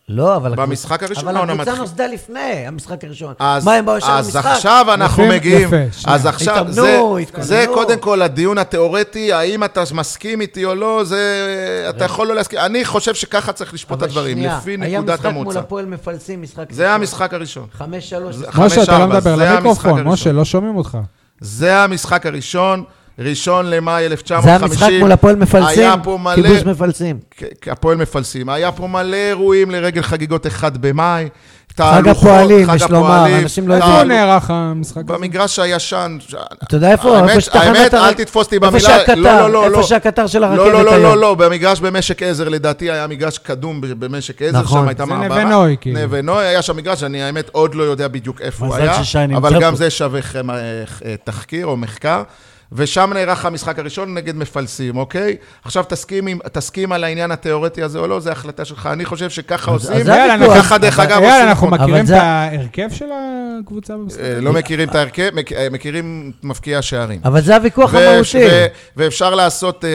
לא, אבל... הקבוצ-
במשחק הראשון
אבל
העונה
הקבוצה
מתחיל.
נוסדה לפני המשחק הראשון.
אז,
מה, הם באו ישר
אז
למשחק?
עכשיו אנחנו
יפה,
מגיעים,
יפה, שנייה.
אז עכשיו, זה,
התאמנו, התכוננו.
זה קודם כל הדיון התיאורטי, האם אתה מסכים איתי או לא, זה, אתה יכול לא להסכים, אני חושב שככה צריך לשפוט את
אבל
הדברים,
שנייה,
לפי נקודת
היה משחק מול
המוצא.
הפועל מפלסים, משחק...
זה המשחק הראשון.
5-3.
זה-
משה, אתה לא
5-4,
מדבר
זה המשחק
למיקרופון,
הראשון.
משה, לא שומעים אותך.
זה המשחק הראשון, ראשון למאי
זה
1950.
המשחק מול הפועל מפלסים,
היה פה מלא,
כיבוש מפלסים.
כ- הפועל מפלסים, היה פה מלא אירועים לרגל חגיגות 1 במאי.
הפועלים, יש לומר, אנשים לא יודעים.
איפה
תהלוכות.
נערך המשחק? הזה?
במגרש הישן. ש-
אתה יודע איפה?
האמת-
איפה שתחנת
האמת,
הר-
אל תתפוס אותי
איפה
במילה.
שהקטר,
לא, לא, לא,
איפה
לא.
שהקטר של הרכבת
לא, לא, לא,
היום.
לא, לא, במגרש במשק עזר לדעתי היה מגרש קדום ב- במשק עזר,
נכון.
שם הייתה
זה
מעברה.
נווה נוי, כאילו.
נווה נוי, היה שם מגרש, אני האמת עוד לא יודע בדיוק איפה הוא
מזל
היה,
ששי נמצא
אבל גם
פה.
זה שווה חמ- אה, אה, תחקיר או מחקר. ושם נערך המשחק הראשון נגד מפלסים, אוקיי? עכשיו תסכים, עם- תסכים על העניין התיאורטי הזה או לא, זו החלטה שלך. אני חושב שככה עושים,
זה
יאללה,
הוויכוח.
ככה דרך
אבל-
אגב
יאללה,
עושים
אנחנו
נכון.
מכירים
אבל
את
זה-
ההרכב של הקבוצה במשחק?
אה, לא מכירים את ההרכב, מכ- אה, מכירים את מבקיע השערים.
אבל זה הוויכוח
ו-
המהותי.
ו- ואפשר לעשות אה,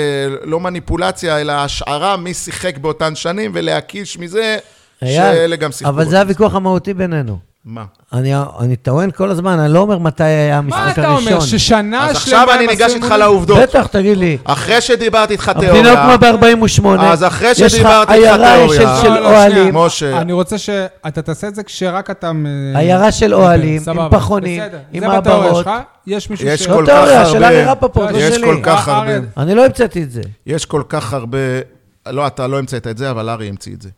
לא מניפולציה, אלא השערה מי שיחק באותן שנים, ולהקיש מזה
אייל,
שאלה גם שיחקו.
אבל
באותן.
זה הוויכוח המהותי בינינו.
מה?
אני אני טוען כל הזמן, אני לא אומר מתי היה המשחק
מה
הראשון.
אתה אומר? ששנה
אז
שלמה...
עכשיו אני
הם
ניגש
עשו
איתך
אימונים?
לעובדות.
בטח, תגיד לי.
אחרי שדיברתי איתך
המדינה הוקמה
תיאוריה,
ב-48.
אז אחרי שדיברתי איתך תיאוריה.
עיירה של-
לא,
של
לא, שנייה.
אוהלים.
משה.
אני רוצה שאתה תעשה את זה כשרק אתה... מ- אוקיי,
עיירה של אוהלים,
סבבה.
עם פחונים,
בסדר.
עם
זה בתיאוריה
מעברות.
שלך? יש מישהו
יש
ש...
כל
לא
כך
תיאוריה, של ארי
הרבה,
רפפורט, לא
יש
שלי.
כל כך
אה,
הרבה,
אריה.
אני לא המצאתי את זה.
יש כל כך הרבה, לא, אתה לא המצאת את זה, אבל ארי המציא את זה.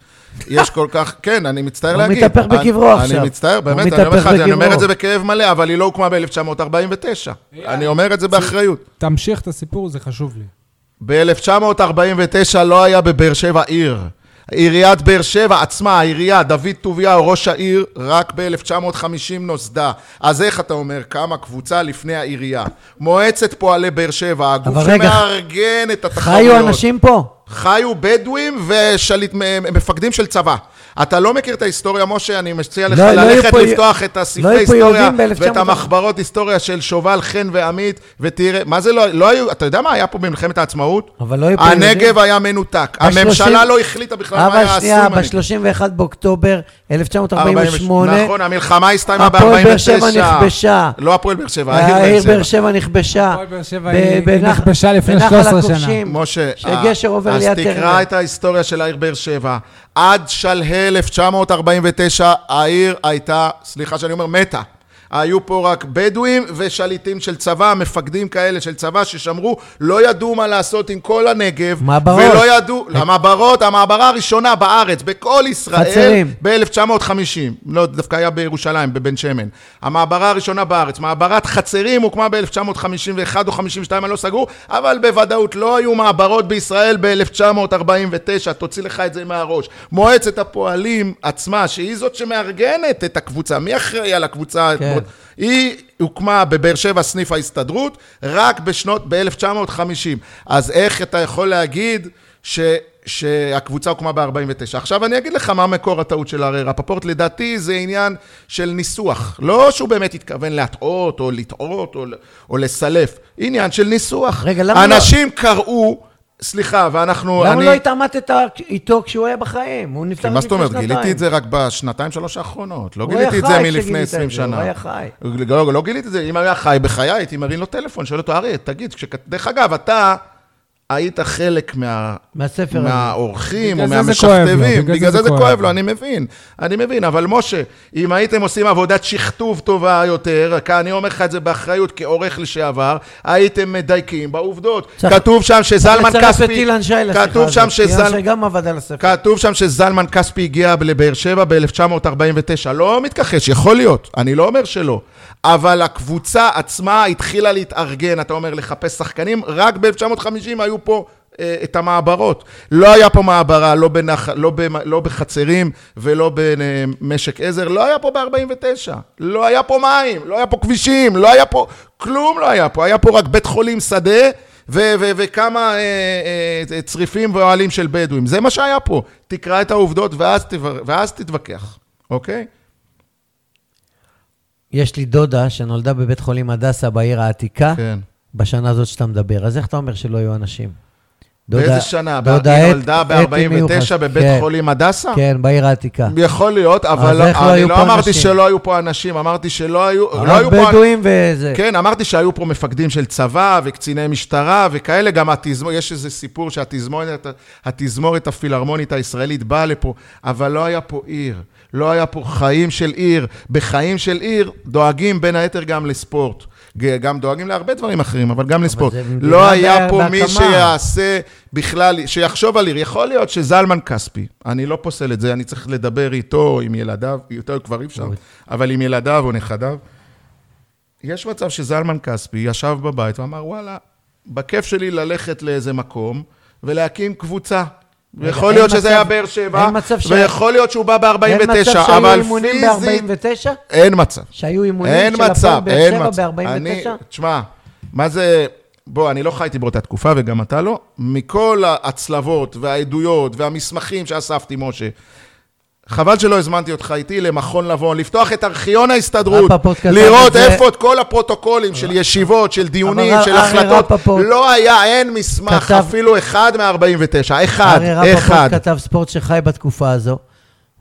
יש כל כך, כן, אני מצטער
הוא
להגיד.
מתהפך
אני-
בקברו עכשיו.
אני מצטער,
הוא
באמת, אני אומר לך,
מתהפך
את זה, אני אומר
בקברו.
את זה בכאב מלא, אבל היא לא הוקמה ב-1949. אני אומר את זה באחריות.
תמשיך את הסיפור, זה חשוב לי.
ב-1949 לא היה בבאר שבע עיר. עיריית באר שבע עצמה, העירייה, דוד טוביהו, ראש העיר, רק ב-1950 נוסדה. אז איך אתה אומר, קמה קבוצה לפני העירייה? מועצת פועלי באר שבע, הגוף
אבל רגע,
שמארגן את התחרויות.
חיו אנשים פה.
חיו בדואים ושליט, מ- מפקדים של צבא. אתה לא מכיר את ההיסטוריה, משה, אני מציע לך
לא
לא,
היו
ללכת
פה-
לא לפתוח את הספרי
לא היו פה
היסטוריה
יהודים ב-
ואת המחברות היסטוריה של שובל, חן ועמית, ותראה, מה זה לא, לא היו, אתה יודע מה היה פה במלחמת העצמאות?
אבל לא היו פה יהודים.
הנגב היה מנותק,
בשלושים-
הממשלה לא החליטה בכלל מה היה
אבל
עשו
שנייה,
מהנגב.
ב-31 באוקטובר 1948,
נכון, המלחמה הסתיימה ב-49.
הפועל באר שבע נכבשה.
לא הפועל באר שבע,
אה, העיר באר שבע נכבשה.
הפועל באר שבע
ב-
היא- היא
בנח-
נכבשה לפני
בנחל
13 שנה.
הכובשים.
משה,
שגשר
אה,
עובר ליד
אז
טרנר.
תקרא את ההיסטוריה של העיר באר שבע. עד שלהי 1949 העיר הייתה, סליחה שאני אומר, מתה. היו פה רק בדואים ושליטים של צבא, מפקדים כאלה של צבא ששמרו, לא ידעו מה לעשות עם כל הנגב.
מעברות.
ולא ידעו, המעברות, המעברה הראשונה בארץ, בכל ישראל.
חצרים.
ב-1950, לא, זה דווקא היה בירושלים, בבן שמן. המעברה הראשונה בארץ, מעברת חצרים, הוקמה ב-1951 או 52, אני לא סגור, אבל בוודאות לא היו מעברות בישראל ב-1949, תוציא לך את זה מהראש. מועצת הפועלים עצמה, שהיא זאת שמארגנת את הקבוצה, מי אחראי על הקבוצה?
כן.
היא הוקמה בבאר שבע סניף ההסתדרות רק בשנות, ב-1950. אז איך אתה יכול להגיד ש, שהקבוצה הוקמה ב-49? עכשיו אני אגיד לך מה מקור הטעות של הרי רפפורט. לדעתי זה עניין של ניסוח. לא שהוא באמת התכוון להטעות או לטעות או, ל- או לסלף. עניין של ניסוח.
רגע, למה לא-
אנשים קראו, סליחה, ואנחנו...
למה
אני-
לא התעמתת איתו כשהוא היה בחיים? הוא נפטר
כי
לפני
מה זאת
שנתיים.
אומרת? גיליתי את זה רק בשנתיים, שלוש האחרונות. לא
הוא היה
גיליתי את
חי
זה
כשגילית
מלפני
את
20
זה,
שנה.
הוא היה חי.
לא, לא גיליתי את זה. אם היה חי בחיי, הייתי מרים לו טלפון, שואל אותו, אריה, תגיד, כשכת- דרך אגב, אתה היית חלק מה...
מהספר הזה.
מהאורחים
בגלל
או
זה זה כואב לו,
מהמשכתבים, בגלל זה זה כואב
לו.
לו, אני מבין, אני מבין, אבל משה, אם הייתם עושים עבודת שכתוב טובה יותר, כאן אני אומר לך את זה באחריות כעורך לשעבר, הייתם מדייקים בעובדות.
צריך-
כתוב שם שזלמן
לצרף את
כספי,
אילן שי לשיחה
כתוב שם
הזאת. אילן
שזל...
שי גם עבד על הספר.
כתוב שם שזלמן כספי הגיע לבאר שבע ב-1949. לא מתכחש, יכול להיות, אני לא אומר שלא. אבל הקבוצה עצמה התחילה להתארגן, אתה אומר, לחפש שחקנים, רק ב-1950 היו פה... אה, את המעברות. לא היה פה מעברה, לא, בנח, לא, במ, לא בחצרים ולא במשק עזר, לא היה פה ב-49. לא היה פה מים, לא היה פה כבישים, לא היה פה, כלום לא היה פה. היה פה רק בית חולים שדה, ו- ו- וכמה אה, אה, צריפים ואוהלים של בדואים. זה מה שהיה פה. תקרא את העובדות ואז, תבר... ואז תתווכח, אוקיי?
יש לי דודה שנולדה בבית חולים הדסה בעיר העתיקה,
כן.
בשנה הזאת שאתה מדבר. אז איך אתה אומר שלא יהיו אנשים?
באיזה שנה? ב-
דודה
היא
עת-
נולדה
עת
ב-49
מיוחס-
בבית
כן,
חולים הדסה?
כן, בעיר העתיקה.
יכול להיות, אבל
איך לא
אני
היו
לא
פה
אמרתי
אנשים?
שלא היו פה אנשים, אמרתי שלא היו... לא
רק
היו פה...
בדואים וזה.
כן, אמרתי שהיו פה מפקדים של צבא וקציני משטרה וכאלה, גם התזמורת, יש איזה סיפור שהתזמורת התזמורת הפילהרמונית הישראלית באה לפה, אבל לא היה פה עיר, לא היה פה חיים של עיר. בחיים של עיר דואגים בין היתר גם לספורט. ג- גם דואגים להרבה דברים אחרים, אבל גם לספורט.
זה מדינה
לא היה
ב-
פה מי
בהקמה.
שיעשה בכלל, שיחשוב על עיר. יכול להיות שזלמן כספי, אני לא פוסל את זה, אני צריך לדבר איתו, עם ילדיו, איתו כבר אי אפשר, אבל עם ילדיו או נכדיו. יש מצב שזלמן כספי ישב בבית ואמר, וואלה, בכיף שלי ללכת לאיזה מקום ולהקים קבוצה. ויכול
אין
להיות שזה
מצב-
היה באר שבע,
אין מצב ש-
ויכול להיות שהוא בא
אין מצב
ב-49,
שהיו
אבל
אימונים
פיזית...
ב-49?
אין מצב.
שהיו אימונים
אין
של הפועל
מצב,
באר
אין
שבע
מצב.
ב-49?
אני- תשמע, מה זה... בוא, אני לא חייתי באותה תקופה, וגם אתה לא. מכל ההצלבות והעדויות והמסמכים שאספתי, משה, חבל שלא הזמנתי אותך איתי למכון לבון, לפתוח את ארכיון ההסתדרות,
רפפורט
לראות
כתב את זה.
איפה את כל הפרוטוקולים של ישיבות, של דיונים,
אבל
של
אריה
החלטות.
רפפורט-
לא היה, אין מסמך
כתב-
אפילו אחד מה-49, אחד,
אריה
אחד.
רפפורט כתב ספורט שחי בתקופה הזו,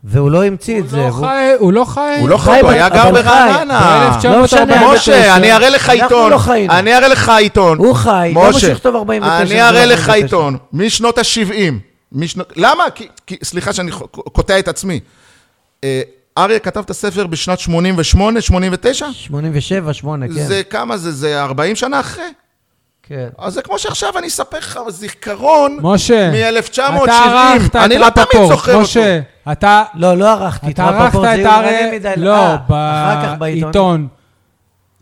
והוא לא המציא את זה.
הוא לא
והוא-
חי- הוא לא חי...
הוא לא חי, הוא
אבל-
היה גר
אבל חי.
ברעננה.
לא
ב- 1949.
משה, אני אראה לך
אנחנו
עיתון.
לא חיינו.
אני אראה לך עיתון.
הוא חי, למה
משה,
שהוא יכתוב 49?
אני אראה לך
49?
עיתון, משנות ה-70. למה? כי- כי- סליחה שאני ח- קוטע את עצמי. אה, אריה כתב את הספר בשנת 88, 89?
87, 8, כן.
זה כמה זה? זה 40 שנה אחרי?
כן.
אז זה כמו שעכשיו אני אספר לך זיכרון
משה,
מ-1970.
אתה ערכת
אני
את
לא תמיד
רפפורט.
זוכר אותו.
משה, אתה
לא, לא ערכתי
אתה ערכת
רפפורט,
את
זה יומרני
האריה...
מדי.
לא,
אה, אחר כך בעיתון.
בעיתון.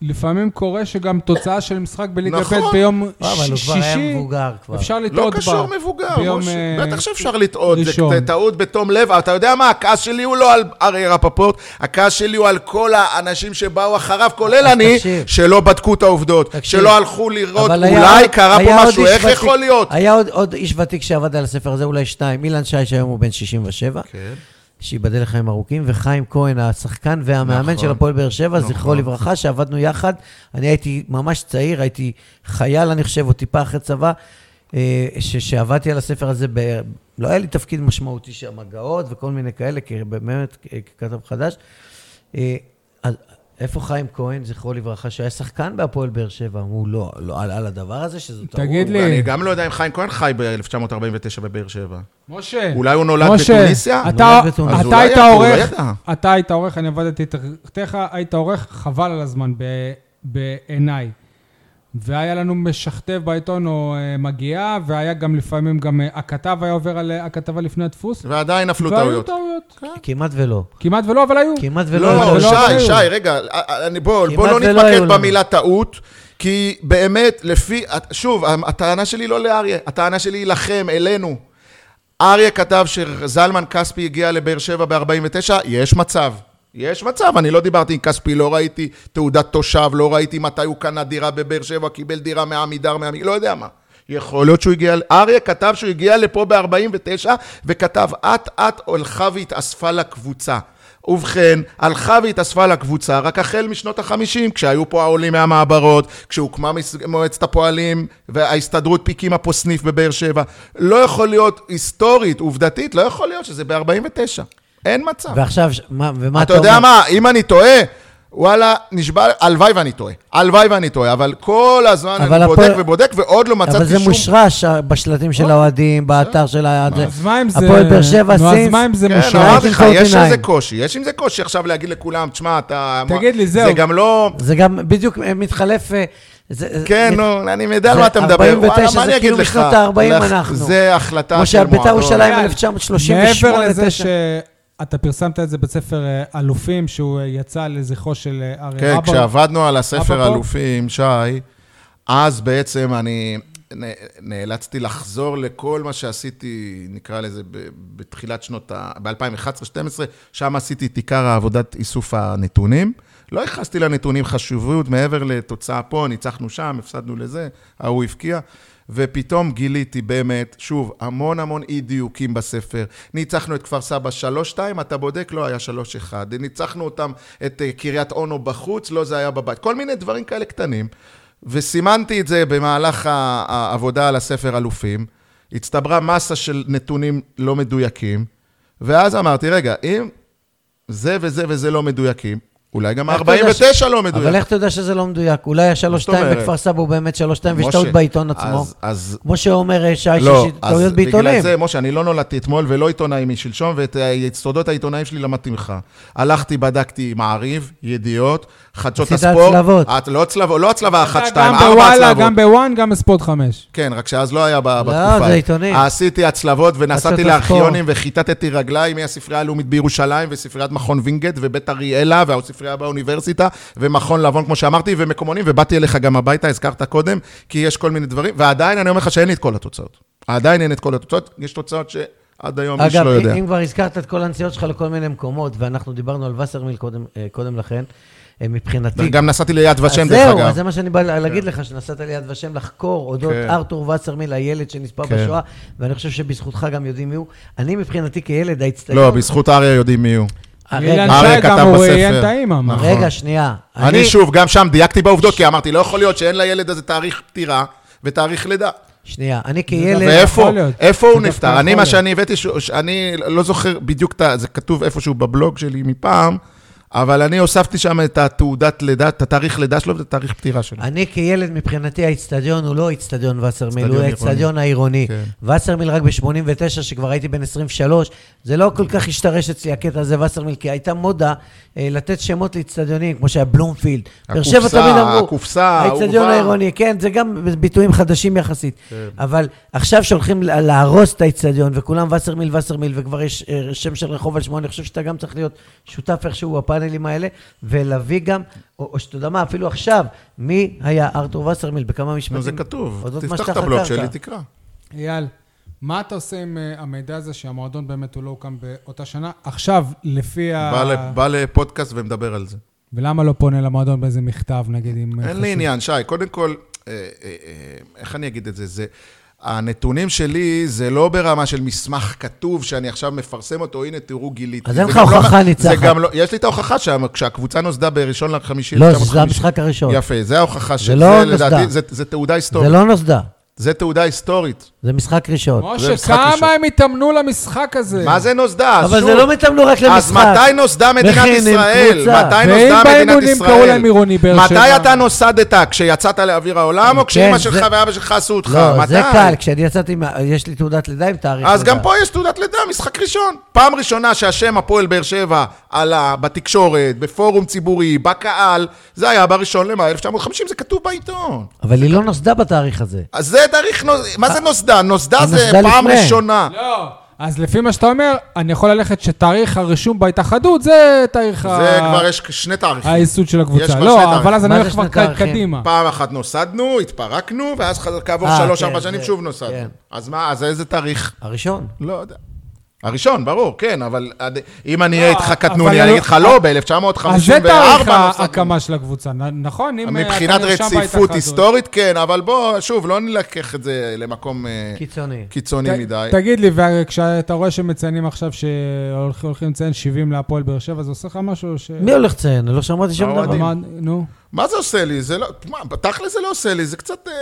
לפעמים קורה שגם תוצאה של משחק בליגה
נכון.
ב' ביום
אה, אבל הוא כבר
שישי,
היה מבוגר כבר.
אפשר לטעות
לא
בה.
קשור מבוגר,
ביום,
משה.
אה,
בטח שאפשר לטעות, זה
ראשון.
זה טעות בתום לב. אה, אתה יודע מה, הכעס שלי הוא לא על אריה רפפורט, הכעס שלי הוא על כל האנשים שבאו אחריו, כולל אני,
תקשיב.
שלא בדקו את העובדות,
תקשיב.
שלא הלכו לראות,
אבל היה
אולי
עוד-
קרה
היה
פה
עוד
משהו,
איש
איך
ותיק-
יכול להיות?
היה עוד- עוד איש ותיק שעבד על הספר הזה, אולי שניים, אילן שי, שהיום הוא בן 67,
כן.
שייבדל לחיים ארוכים, וחיים כהן, השחקן והמאמן
נכון.
של הפועל באר שבע, זכרו
נכון.
לברכה, שעבדנו יחד. אני הייתי ממש צעיר, הייתי חייל, אני חושב, או טיפה אחרי צבא, אה, ש- שעבדתי על הספר הזה, ב- לא היה לי תפקיד משמעותי שם, הגאות וכל מיני כאלה, כי באמת, כ- ככתב חדש. אה, אז איפה חיים כהן, זכרו לברכה, שהיה שחקן בהפועל באר שבע? אמרו, לא, לא, על, על הדבר הזה, שזו טעות.
תגיד לי,
אני גם לא יודע אם חיים כהן חי ב-1949 בבאר שבע.
משה,
אולי הוא נולד
כן. משה,
בתוניסיה?
אתה,
נולד בתוניסיה.
אתה
אז אולי
היית
הוא לא
עורך,
ידע.
אתה היית עורך, אני עבדתי תחתיך, היית עורך, חבל על הזמן ב, בעיניי. והיה לנו משכתב בעיתון או אה, מגיעה, והיה גם לפעמים, גם אה, הכתב היה עובר על אה, הכתבה לפני הדפוס.
ועדיין נפלו
והיו
טעויות.
טעויות.
כמעט ולא.
כמעט ולא, אבל היו.
כמעט ולא.
לא,
אבל
שי,
לא אבל היו.
שי, רגע, אה, אני- בוא בוא
כמעט
לא
ולא היו
נתמקד
לנו.
במילה טעות, כי באמת, לפי, שוב, הטענה שלי לא לאריה, הטענה שלי היא לכם, אלינו. אריה כתב שזלמן כספי הגיע לבאר שבע ב-49, יש מצב. יש מצב, אני לא דיברתי עם כספי, לא ראיתי תעודת תושב, לא ראיתי מתי הוא קנה דירה בבאר שבע, קיבל דירה מעמידר, מעמידר, לא יודע מה. יכול להיות שהוא הגיע, אריה כתב שהוא הגיע לפה ב-49, וכתב, אט-אט הלכה והתאספה לקבוצה. ובכן, הלכה והתאספה לקבוצה רק החל משנות החמישים, כשהיו פה העולים מהמעברות, כשהוקמה מס- מועצת הפועלים וההסתדרות הקימה פה סניף בבאר שבע. לא יכול להיות היסטורית, עובדתית, לא יכול להיות שזה ב-49. אין מצב.
ועכשיו, ש- מה, ומה
אתה יודע מה, אם אני טועה, וואלה, נשבע, הלוואי ואני טועה. הלוואי ואני טועה, אבל כל הזמן
אבל
אני בודק
הפועל-
ובודק, ועוד לא
אבל
מצאתי
זה
שום...
מושרש אה, בשלטים
אוקיי,
של האוהדים, באתר של ה... זה-
אז מה אם זה...
הפועל באר שבע,
נו, אז
סינס.
מה אם זה
כן,
מושרש?
אמרתי לך,
עם
יש
קורטיניים.
איזה קושי, יש עם זה קושי עכשיו להגיד לכולם, תשמע, אתה...
תגיד לי,
זה
זהו.
גם לא...
זה גם בדיוק אה, מתחלף... אה, זה-
כן,
מת-
נו, אני יודע על
זה
מה אתה מדבר.
49,
וואלה, מה
זה
אני אגיד
כאילו
לך?
משנות ה-ארבעים
לך-
אנחנו.
זה החלטה
כמו
של
שעל בית"ר
מועדון.
ירושלים
מעבר
1938.
כן. מעבר לזה
תשע.
שאתה פרסמת את זה בספר אה, אלופים, שהוא אה, יצא לזכרו של אה, אריה
כן,
רבו.
כשעבדנו על הספר
אבא פה?
אלופים, שי, אז בעצם אני נ- נאלצתי לחזור לכל מה שעשיתי, נקרא לזה, ב- בתחילת שנות ה... ב-2011-2012, שם עשיתי את עיקר העבודת איסוף הנתונים. לא ייחסתי לנתונים חשיבות מעבר לתוצאה פה, ניצחנו שם, הפסדנו לזה, ההוא הבקיע. ופתאום גיליתי באמת, שוב, המון המון אי-דיוקים בספר. ניצחנו את כפר סבא 3-2, אתה בודק, לא היה 3-1. ניצחנו אותם, את אה, קריית אונו בחוץ, לא זה היה בבית. כל מיני דברים כאלה קטנים. וסימנתי את זה במהלך ה- העבודה על הספר אלופים. הצטברה מסה של נתונים לא מדויקים, ואז אמרתי, רגע, אם זה וזה וזה לא מדויקים, אולי גם
איך אתה יודע ש-
ה-49 לא מדויק.
אבל איך אתה יודע שזה לא מדויק? אולי ה-3-2
אומרת?
בכפר סבא הוא באמת 3-2 ויש
משה,
טעות בעיתון עצמו.
אז- אז
כמו שאומר אה, שי,
לא,
שיש
אז
טעויות
בגלל
בעיתונים.
זה, משה, אני לא נולדתי אתמול ולא עיתונאי משלשום, ואת היסודות העיתונאים שלי למדתי ממך. הלכתי, בדקתי מעריב, ידיעות, חדשות
עשית
הספורט.
הצלבות.
את- לא הצלבות, לא הצלבה אחת,
גם
שתיים, ארבע
בוואלה, גם
הצלבות.
בוואן, גם בספורט חמש.
כן, רק שאז לא היה ב- בתקופה.
זה
ההיא.
עיתונים.
עשיתי הצלבות ונסעתי
חדשות
לארכיונים וכיתתתי רגליי מהספרייה הלאומית בירושלים וספריית מכון וינגייט ובית אריאלה והספרייה באוניברסיטה ומכון לבון, כמו שאמרתי, ומקומונים, ובאתי אליך גם הביתה, הזכרת קודם, כי יש כל מיני דברים, ועדיין אני אומר לך שאין לי את כל התוצאות. עדיין אין את כל התוצאות, יש תוצאות שעד היום איש
אגב,
לא יודע.
אם כבר הזכרת את כל הנסיעות שלך לכל מיני מקומות, ואנחנו דיברנו על וסרמיל קודם- אה, קודם לכן, אה, מבחינתי...
גם נסעתי ליד ושם,
אז
דרך
זהו, אז
אגב.
זה מה שאני בא להגיד לך, שנסעת ליד ושם לחקור אודות
כן.
ארתור וסרמיל, הילד שנספה
כן.
בשואה, ואני חושב שבזכותך גם יודעים מי הוא. אני מבחינתי כילד, האצטדיון...
לא, בזכות אריה יודעים מי הוא.
הרגע-
אילן
אריה
שי גם
כתב
הוא
בספר.
ראיין את האימא. מה?
נכון.
רגע, שנייה.
אני שוב, גם שם דייקתי בעובדות, כי אמרתי, לא יכול להיות שאין לילד הזה תאריך פטירה ותאריך לידה.
שנייה, אני כילד...
ואיפה
יכול להיות.
איפה
זה
הוא
דווקא
נפטר?
יכול
אני, מה
להיות.
שאני הבאתי, ש- ש- אני לא זוכר בדיוק, את ה- זה כתוב איפשהו בבלוג שלי מפעם, אבל אני הוספתי שם את התעודת לידה, את התאריך לידה שלו ואת התאריך פטירה שלו.
אני כילד, מבחינתי האיצטדיון הוא לא איצטדיון וסרמיל,
אצטדיון
הוא
עירוני.
האיצטדיון העירוני.
כן.
וסרמיל רק ב-89, שכבר הייתי בן 23, זה לא כל כך השתרש אצלי הקטע הזה, וסרמיל, כי הייתה מודה אה, לתת שמות לאיצטדיונים, כמו שהיה בלומפילד. באר שבע
הקופסה,
תמיד אמרו,
הקופסה,
האיצטדיון
האורווה.
העירוני, כן, זה גם ביטויים חדשים יחסית.
כן.
אבל עכשיו שהולכים לה- להרוס את האיצטדיון, וכולם וסרמיל, וסרמיל, וכבר יש אה, שם של רחוב על שמו, אני חושב שאתה גם צריך להיות שותף איכשהו בפאנלים האלה, ולהביא גם, או או שאתה יודע מה, אפילו עכשיו, מי היה ארתור וסרמיל, בכמה משפטים.
נו, זה כתוב,
אודות מה
תפתח
שאתה
את הבלוג
חקרת.
שלי, תקרא.
אייל, מה אתה עושה עם אה, המידע הזה שהמועדון באמת הוא לא הוקם באותה שנה? עכשיו, לפי ה...
בא ל- בא לפודקאסט ומדבר על זה.
ולמה לא פונה למועדון באיזה מכתב, נגיד, אם... אה,
אין
חשוב?
לי עניין, שי. קודם כל, אה, אה, אה, איך אני אגיד את זה? זה... הנתונים שלי זה לא ברמה של מסמך כתוב שאני עכשיו מפרסם אותו, הנה תראו גיליתי.
אז
זה
אין לך
גם לא-
הוכחה
זה
ניצחת.
גם לא- יש לי את ההוכחה שם, כשהקבוצה נוסדה בראשון לחמישי.
לא, זה
1950.
המשחק הראשון.
יפה, זה ההוכחה של
לא
זה,
נוסדה.
לדעתי, זה- זה תעודה
זה
היסטורית.
לא נוסדה.
זה תעודה היסטורית.
זה משחק ראשון.
זה
משה,
משחק ראשון.
כמה הם התאמנו למשחק הזה?
מה זה נוסדה?
כן. אבל
שוב,
זה לא מתאמנו רק למשחק.
אז מתי נוסדה מדינת
מכינים
ישראל?
קבוצה.
מתי
ואם
נוסדה מדינת
באימונים קראו
ישראל?
להם עירוני באר
מתי
שבע?
אתה נוסדת? כשיצאת לאוויר העולם, או כשאימא
כן,
שלך
זה-
ואבא שלך עשו אותך?
לא,
מתי?
זה קל, כשאני יצאתי, מה- יש לי תעודת לידה עם תאריך
אז
לידה.
גם פה יש תעודת לידה, משחק ראשון. פעם ראשונה שהשם הפועל באר שבע עלה בתקשורת, בפורום ציבורי, בקהל, זה היה בראשון למאי 1950, זה כתוב בעיתון.
אבל היא לא נוסדה בתאריך הזה.
אז זה תאריך, נוס- מה זה נוסדה? נוסדה זה
נוסדה
פעם
לפני.
ראשונה.
לא. אז לפי מה שאתה אומר, אני יכול ללכת שתאריך הרישום בהתאחדות זה תאריך ה-
זה כבר יש שני תאריכים.
הייסוד של
יש
הקבוצה.
כבר
לא,
שני
אבל אז אני
מה
הולך
זה
כבר
שני תאריכים?
קדימה.
פעם אחת נוסדנו, התפרקנו, ואז חז- כעבור
אה,
שלוש-ארבע
כן,
שנים
זה-
שוב נוסדנו.
כן.
אז מה, אז איזה תאריך?
הראשון.
לא יודע. הראשון, ברור, כן, אבל עד- אם אני אהיה איתך
אבל
קטנוני,
לא-
אני אגיד לך לא,
אז זה תאריך
ב-1954 נוסדנו.
ההקמה של הקבוצה, נ- נכון? אם, אה, אתה
לא מבחינת
נרשם
רציפות
בהתאחדות.
היסטורית, כן, אבל בוא, שוב, לא נלקח את זה למקום אה,
קיצוני.
קיצוני מדי.
תגיד לי, וכשאתה רואה שמציינים עכשיו שהולכים לציין 70 להפועל באר שבע, זה עושה לך משהו ש...
מי הולך לציין? לא שמעתי שום
האוהדים.
דבר.
אמר- נו.
מה זה עושה לי? זה לא... מה, בתכל'ס זה לא עושה לי, זה קצת... אה,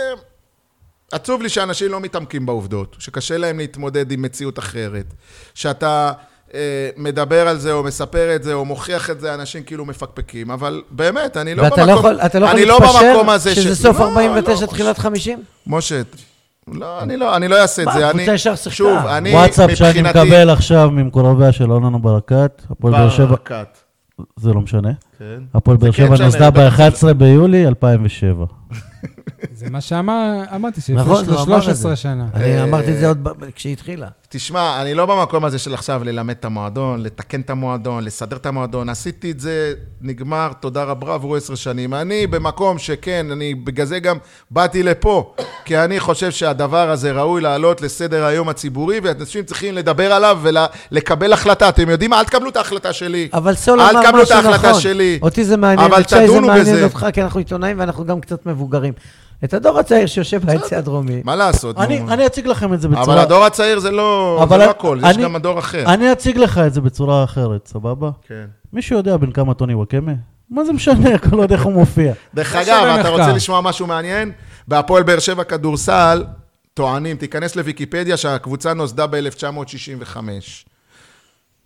עצוב לי שאנשים לא מתעמקים בעובדות, שקשה להם להתמודד עם מציאות אחרת, שאתה אה, מדבר על זה או מספר את זה או מוכיח את זה, אנשים כאילו מפקפקים, אבל באמת, אני לא
ואתה לא יכול, אתה לא יכול
אני במקום הזה
להתפשר שזה
ש-
סוף
לא,
49,
לא.
תחילת 50?
משה, לא, אני לא, אני לא אעשה את
מה,
זה.
הקבוצה
אני-
ישר שיחקה.
שוב, אני
וואטסאפ שאני
מבחינתי...
מקבל עכשיו ממקורביה של אוננו ברקת, הפועל באר שבע,
ברקת,
זה לא משנה.
כן.
הפועל
זה
באר
כן
שבע
משנה,
נוסדה
בטח
ב-11 ביולי 2007.
זה מה שאמרתי, שלפני
נכון, הוא אמר את
13
זה.
שנה.
אה,
אני אמרתי את זה עוד ב- כשהיא התחילה.
תשמע, אני לא במקום הזה של עכשיו ללמד את המועדון, לתקן את המועדון, לסדר את המועדון. עשיתי את זה, נגמר, תודה רבה, עברו עשר שנים. אני במקום שכן, אני בגלל זה גם באתי לפה, כי אני חושב שהדבר הזה ראוי לעלות לסדר היום הציבורי, ואנשים צריכים לדבר עליו ולקבל החלטה. אתם יודעים מה? אל תקבלו את ההחלטה שלי.
אבל סול
אל
אמר
תקבלו את
משהו
ההחלטה
נכון.
שלי.
אותי זה מעניין,
אבל
את שי זה
תדונו בזה.
מעניין אותך, כי אנחנו עיתונאים ואנחנו גם קצת מבוגרים. את הדור הצעיר שיושב ביציע הדרומי.
מה לעשות? נו.
אני אני אציג לכם את זה בצורה...
אבל הדור הצעיר זה לא זה
אבל
לא
אני-
הכל, יש
אני-
גם הדור אחר.
אני אציג לך את זה בצורה אחרת, סבבה?
כן.
מישהו יודע בן כמה טוני וואקמה? מה זה משנה, הכל עוד איך הוא מופיע.
דרך
לא
אגב,
שווה
אתה
מחקר.
רוצה לשמוע משהו מעניין? בהפועל באר שבע כדורסל, טוענים, תיכנס לוויקיפדיה שהקבוצה נוסדה ב-1965.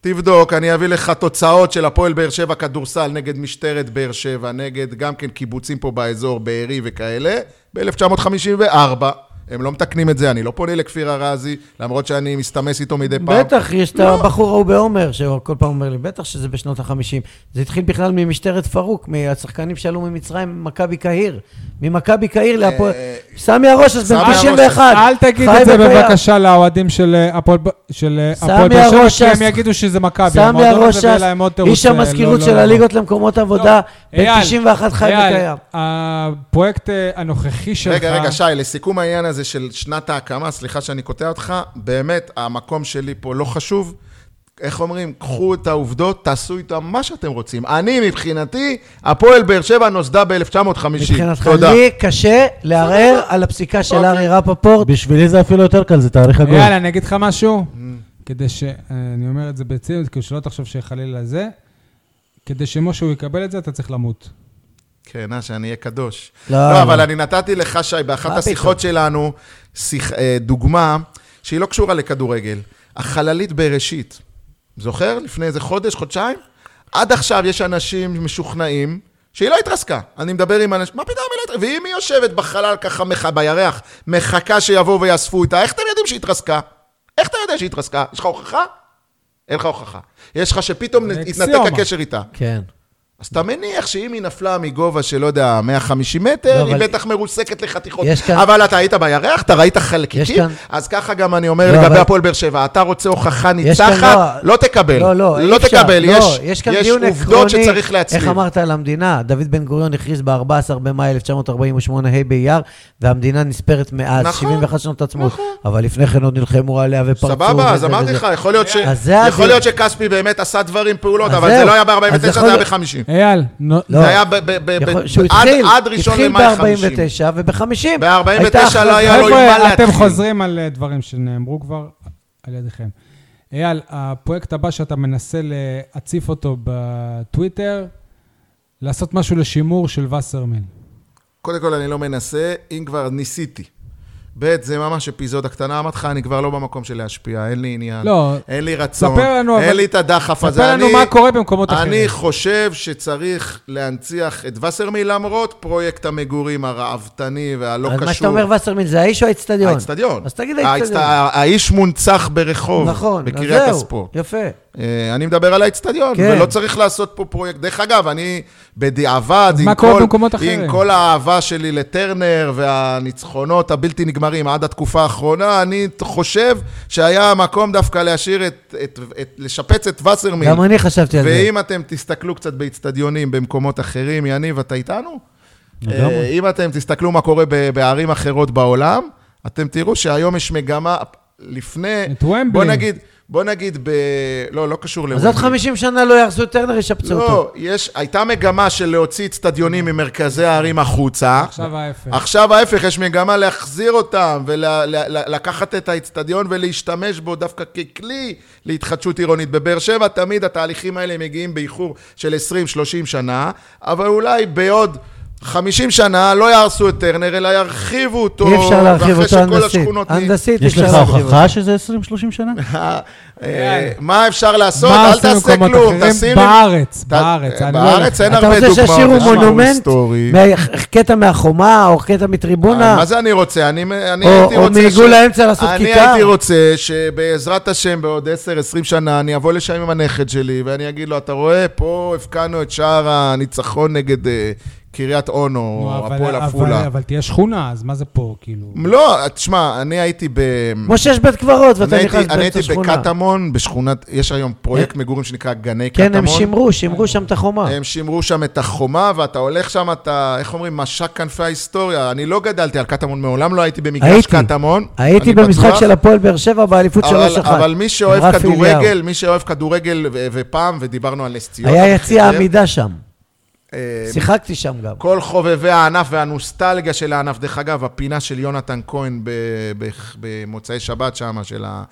תבדוק, אני אביא לך תוצאות של הפועל באר שבע כדורסל נגד משטרת באר שבע, נגד גם כן קיבוצים פה באזור, בארי וכאלה, ב-1954. הם לא מתקנים את זה, אני לא פונה לכפיר ארזי, למרות שאני מסתמס איתו מדי פעם. לא.
בטח, יש את הבחור ההוא בעומר, שכל פעם אומר לי, בטח שזה בשנות ה-50. זה התחיל בכלל ממשטרת פרוק, מהשחקנים שעלו ממצרים, ממכבי קהיר. ממכבי קהיר להפועל... סמי הראש, אז
אה, סמי
בן
הראש,
91.
אל תגיד
חי
את זה
בפיה.
בבקשה לאוהדים של אה, הפועל ב- של, אה,
סמי
הפועל באר
הראש,
שבע, כי
הס-
הם יגידו שזה מכבי.
סמי
המועדון
הראש,
הזה ויהיה להם עוד תירוץ,
איש
אה, לא,
המזכירות
לא,
של
לא.
הליגות למקומות עבודה,
אייל,
בן 91 חי
אייל,
וקיים.
הפרויקט אה, הנוכחי שלך...
רגע, רגע, שי, לסיכום העניין הזה של שנת ההקמה, סליחה שאני קוטע אותך, באמת, המקום שלי פה לא חשוב. איך אומרים? קחו את העובדות, תעשו איתן מה שאתם רוצים. אני, מבחינתי, הפועל באר שבע נוסדה ב-1950.
מבחינתך,
תודה. אוקיי.
לי קשה לערער על הפסיקה של ארי רפפורט.
בשבילי זה אפילו יותר קל, זה תאריך הגול.
יאללה, אני אגיד לך משהו,
Mm.
כדי ש... אני אומר את זה בציניות, כאילו שלא תחשוב שחלילה זה, כדי שמשהו יקבל את זה, אתה צריך למות.
כן, אה, שאני אהיה קדוש.
לא,
לא,
לא.
אבל אני נתתי לך, שי, באחת
מה
השיחות שלנו, שיח- אה, דוגמה שהיא לא קשורה לכדורגל. החללית בראשית, זוכר? לפני איזה חודש, חודשיים? עד עכשיו יש אנשים משוכנעים שהיא לא התרסקה. אני מדבר עם אנשים, מה פתאום היא לא התרסקה? ואם היא יושבת בחלל ככה מח- בירח, מחכה שיבואו ויאספו אותה, איך אתם יודעים שהיא התרסקה? איך אתה יודע שהיא התרסקה? יש לך הוכחה? אין לך הוכחה. יש לך שפתאום
זה
התנתק
אקסיומה.
הקשר איתה.
כן.
אז אתה מניח שאם היא נפלה מגובה של, לא יודע, 150 מטר,
לא,
היא
אבל-
בטח מרוסקת לחתיכות.
יש כאן-
אבל אתה היית בירח, אתה ראית חלקיקים,
יש כאן-
אז ככה גם אני אומר
לא,
לגבי
אבל-
הפועל באר שבע. אתה רוצה הוכחה ניצחת,
כאן-
לא תקבל.
לא, לא, אי
לא
אפשר.
תקבל,
לא,
יש,
יש כאן דיון
עובדות
עקרוני.
שצריך להצליב.
איך אמרת על המדינה? דוד בן גוריון הכריז ב-14 במאי 1948, ה' באייר, והמדינה נספרת מאז,
נכון,
71 שנות עצמאות. אבל לפני כן עוד נלחמו עליה ופרצו.
סבבה, אז
וזה
אמרתי
וזה.
לך, יכול להיות ש-
אז זה
יכול
הדיון.
להיות שכספי באמת עשה דברים, פעולות,
אז
אבל זה
זהו.
לא היה
אז
ב-49,
יכול
זה היה
להיות-
ב-50.
אייל, נו-
לא.
זה היה ב- ב- ב-
יכול-
ב-
שהוא
עד-
התחיל,
עד ראשון
התחיל
למאי 50.
ב-49 וב-50.
ב-49 לא היה לו עם מה
חבר'ה,
להתחיל.
אתם חוזרים על אה, דברים שנאמרו כבר על ידיכם. אייל, הפרויקט הבא שאתה מנסה להציף אותו בטוויטר, לעשות משהו לשימור של וסרמן.
קודם כל, אני לא מנסה, אם כבר ניסיתי. ב', זה ממש אפיזודה קטנה, אמרתי לך, אני כבר לא במקום של להשפיע, אין לי עניין,
לא.
אין לי רצון,
ספר לנו,
אין
אבל-
לי את הדחף הזה.
ספר לנו
אני-
מה קורה במקומות
אני
אחרים.
חושב שצריך להנציח את וסרמי למרות פרויקט המגורים הרעבתני והלא
אז
קשור.
מה שאתה אומר, וסרמן, זה האיש או האצטדיון?
האצטדיון.
אז תגיד
האצט-
האצטדיון.
האיש מונצח ברחוב.
נכון, אז
בקריית
זהו,
הספורט.
יפה.
אה, אני מדבר על האצטדיון,
כן.
כן. ולא צריך לעשות פה פרויקט. דרך אגב, אני בדיעבד, עם
מה קורה
כל,
במקומות אחרים?
עם כל האהבה שלי לטרנר והניצחונות הבלתי נגמרים עד התקופה האחרונה, אני חושב שהיה מקום דווקא להשאיר את, את, את לשפץ את וסרמיל.
גם אני חשבתי על זה.
ואם אתם תסתכלו קצת באצטדיונים במקומות אחרים, יניב, אתה איתנו?
לגמרי.
אה, אם אתם תסתכלו מה קורה ב- בערים אחרות בעולם, אתם תראו שהיום יש מגמה, לפני...
את ומבלי.
בוא נגיד, בוא נגיד ב... לא, לא קשור
אז עוד 50 שנה לא יהרסו את טרנר, ישפצו אותו.
לא, יש, הייתה מגמה של להוציא אצטדיונים ממרכזי הערים החוצה.
עכשיו ההפך.
עכשיו ההפך, יש מגמה להחזיר אותם ולקחת את האצטדיון ולהשתמש בו דווקא ככלי להתחדשות עירונית. בבאר שבע תמיד התהליכים האלה מגיעים באיחור של 20-30 שנה, אבל אולי בעוד 50 שנה לא יהרסו את טרנר, אלא ירחיבו אותו.
אי אפשר להרחיב
ואחרי
אותו
שכל
הנדסית.
השכונות נהי-
הנדסית
יש
אפשר
לך
להרחיב אותו.
הוכחה שזה 20-30 שנה?
אה, אה, מה אפשר לעשות?
מה
אל
עושים
תעשה
במקומות
כלום,
אחרים?
תשים...
בארץ,
ת-
בארץ. אני לא
בארץ
הולך.
אין
אתה
הרבה
רוצה
דוגמאות.
שישאירו
יש לנו
מונומנט?
היסטורי.
מה- קטע מהחומה, או קטע מטריבונה?
אה, מה זה אני רוצה? אני, אני
או-
הייתי
או
רוצה...
מעיגול האמצע לעשות
אני
כיכר?
הייתי רוצה שבעזרת השם בעוד 10-20 שנה אני אבוא לשם עם הנכד שלי ואני אגיד לו, אתה רואה, פה הבקענו את שער הניצחון נגד אה, קריית אונו,
נו,
או
אבל-
הפועל
אבל-
עפולה.
אבל תהיה שכונה, אז מה זה פה, כאילו?
לא, תשמע, אני הייתי ב...
כמו שיש בית קברות,
אני
ואתה
הייתי,
נכנס
אני
באמצע
הייתי
שכונה. אה,
בקטמון, בשכונת, יש היום פרויקט מגורים שנקרא גני קטמון.
כן, הם שימרו, שימרו שם את החומה.
הם שימרו שם את החומה, ואתה הולך שם, אתה, איך אומרים, משק כנפי ההיסטוריה. אני לא גדלתי על קטמון, מעולם לא הייתי במגרש
הייתי.
קטמון.
הייתי
אני
במשחק
בטוח.
של הפועל באר שבע באליפות 3-1.
אבל, אבל מי
עם
שאוהב
רפי אליהו.
כדורגל, מי שאוהב כדורגל, ו- ופעם, ודיברנו על נס ציונה.
היה יציע
וכן,
עמידה שם.
אה,
שיחקתי שם גם.
כל חובבי הענף והנוסטלגיה של הענף, דרך אגב, הפינה של יונתן כהן ב- ב- במוצאי שבת שם, של ה...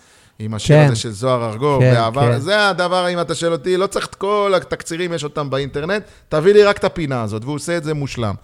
עם השיר
כן.
הזה של זוהר ארגוב,
כן,
בעבר,
כן.
זה הדבר, אם אתה שואל אותי, לא צריך את כל התקצירים, יש אותם באינטרנט, תביא לי רק את הפינה הזאת, והוא עושה את זה מושלם.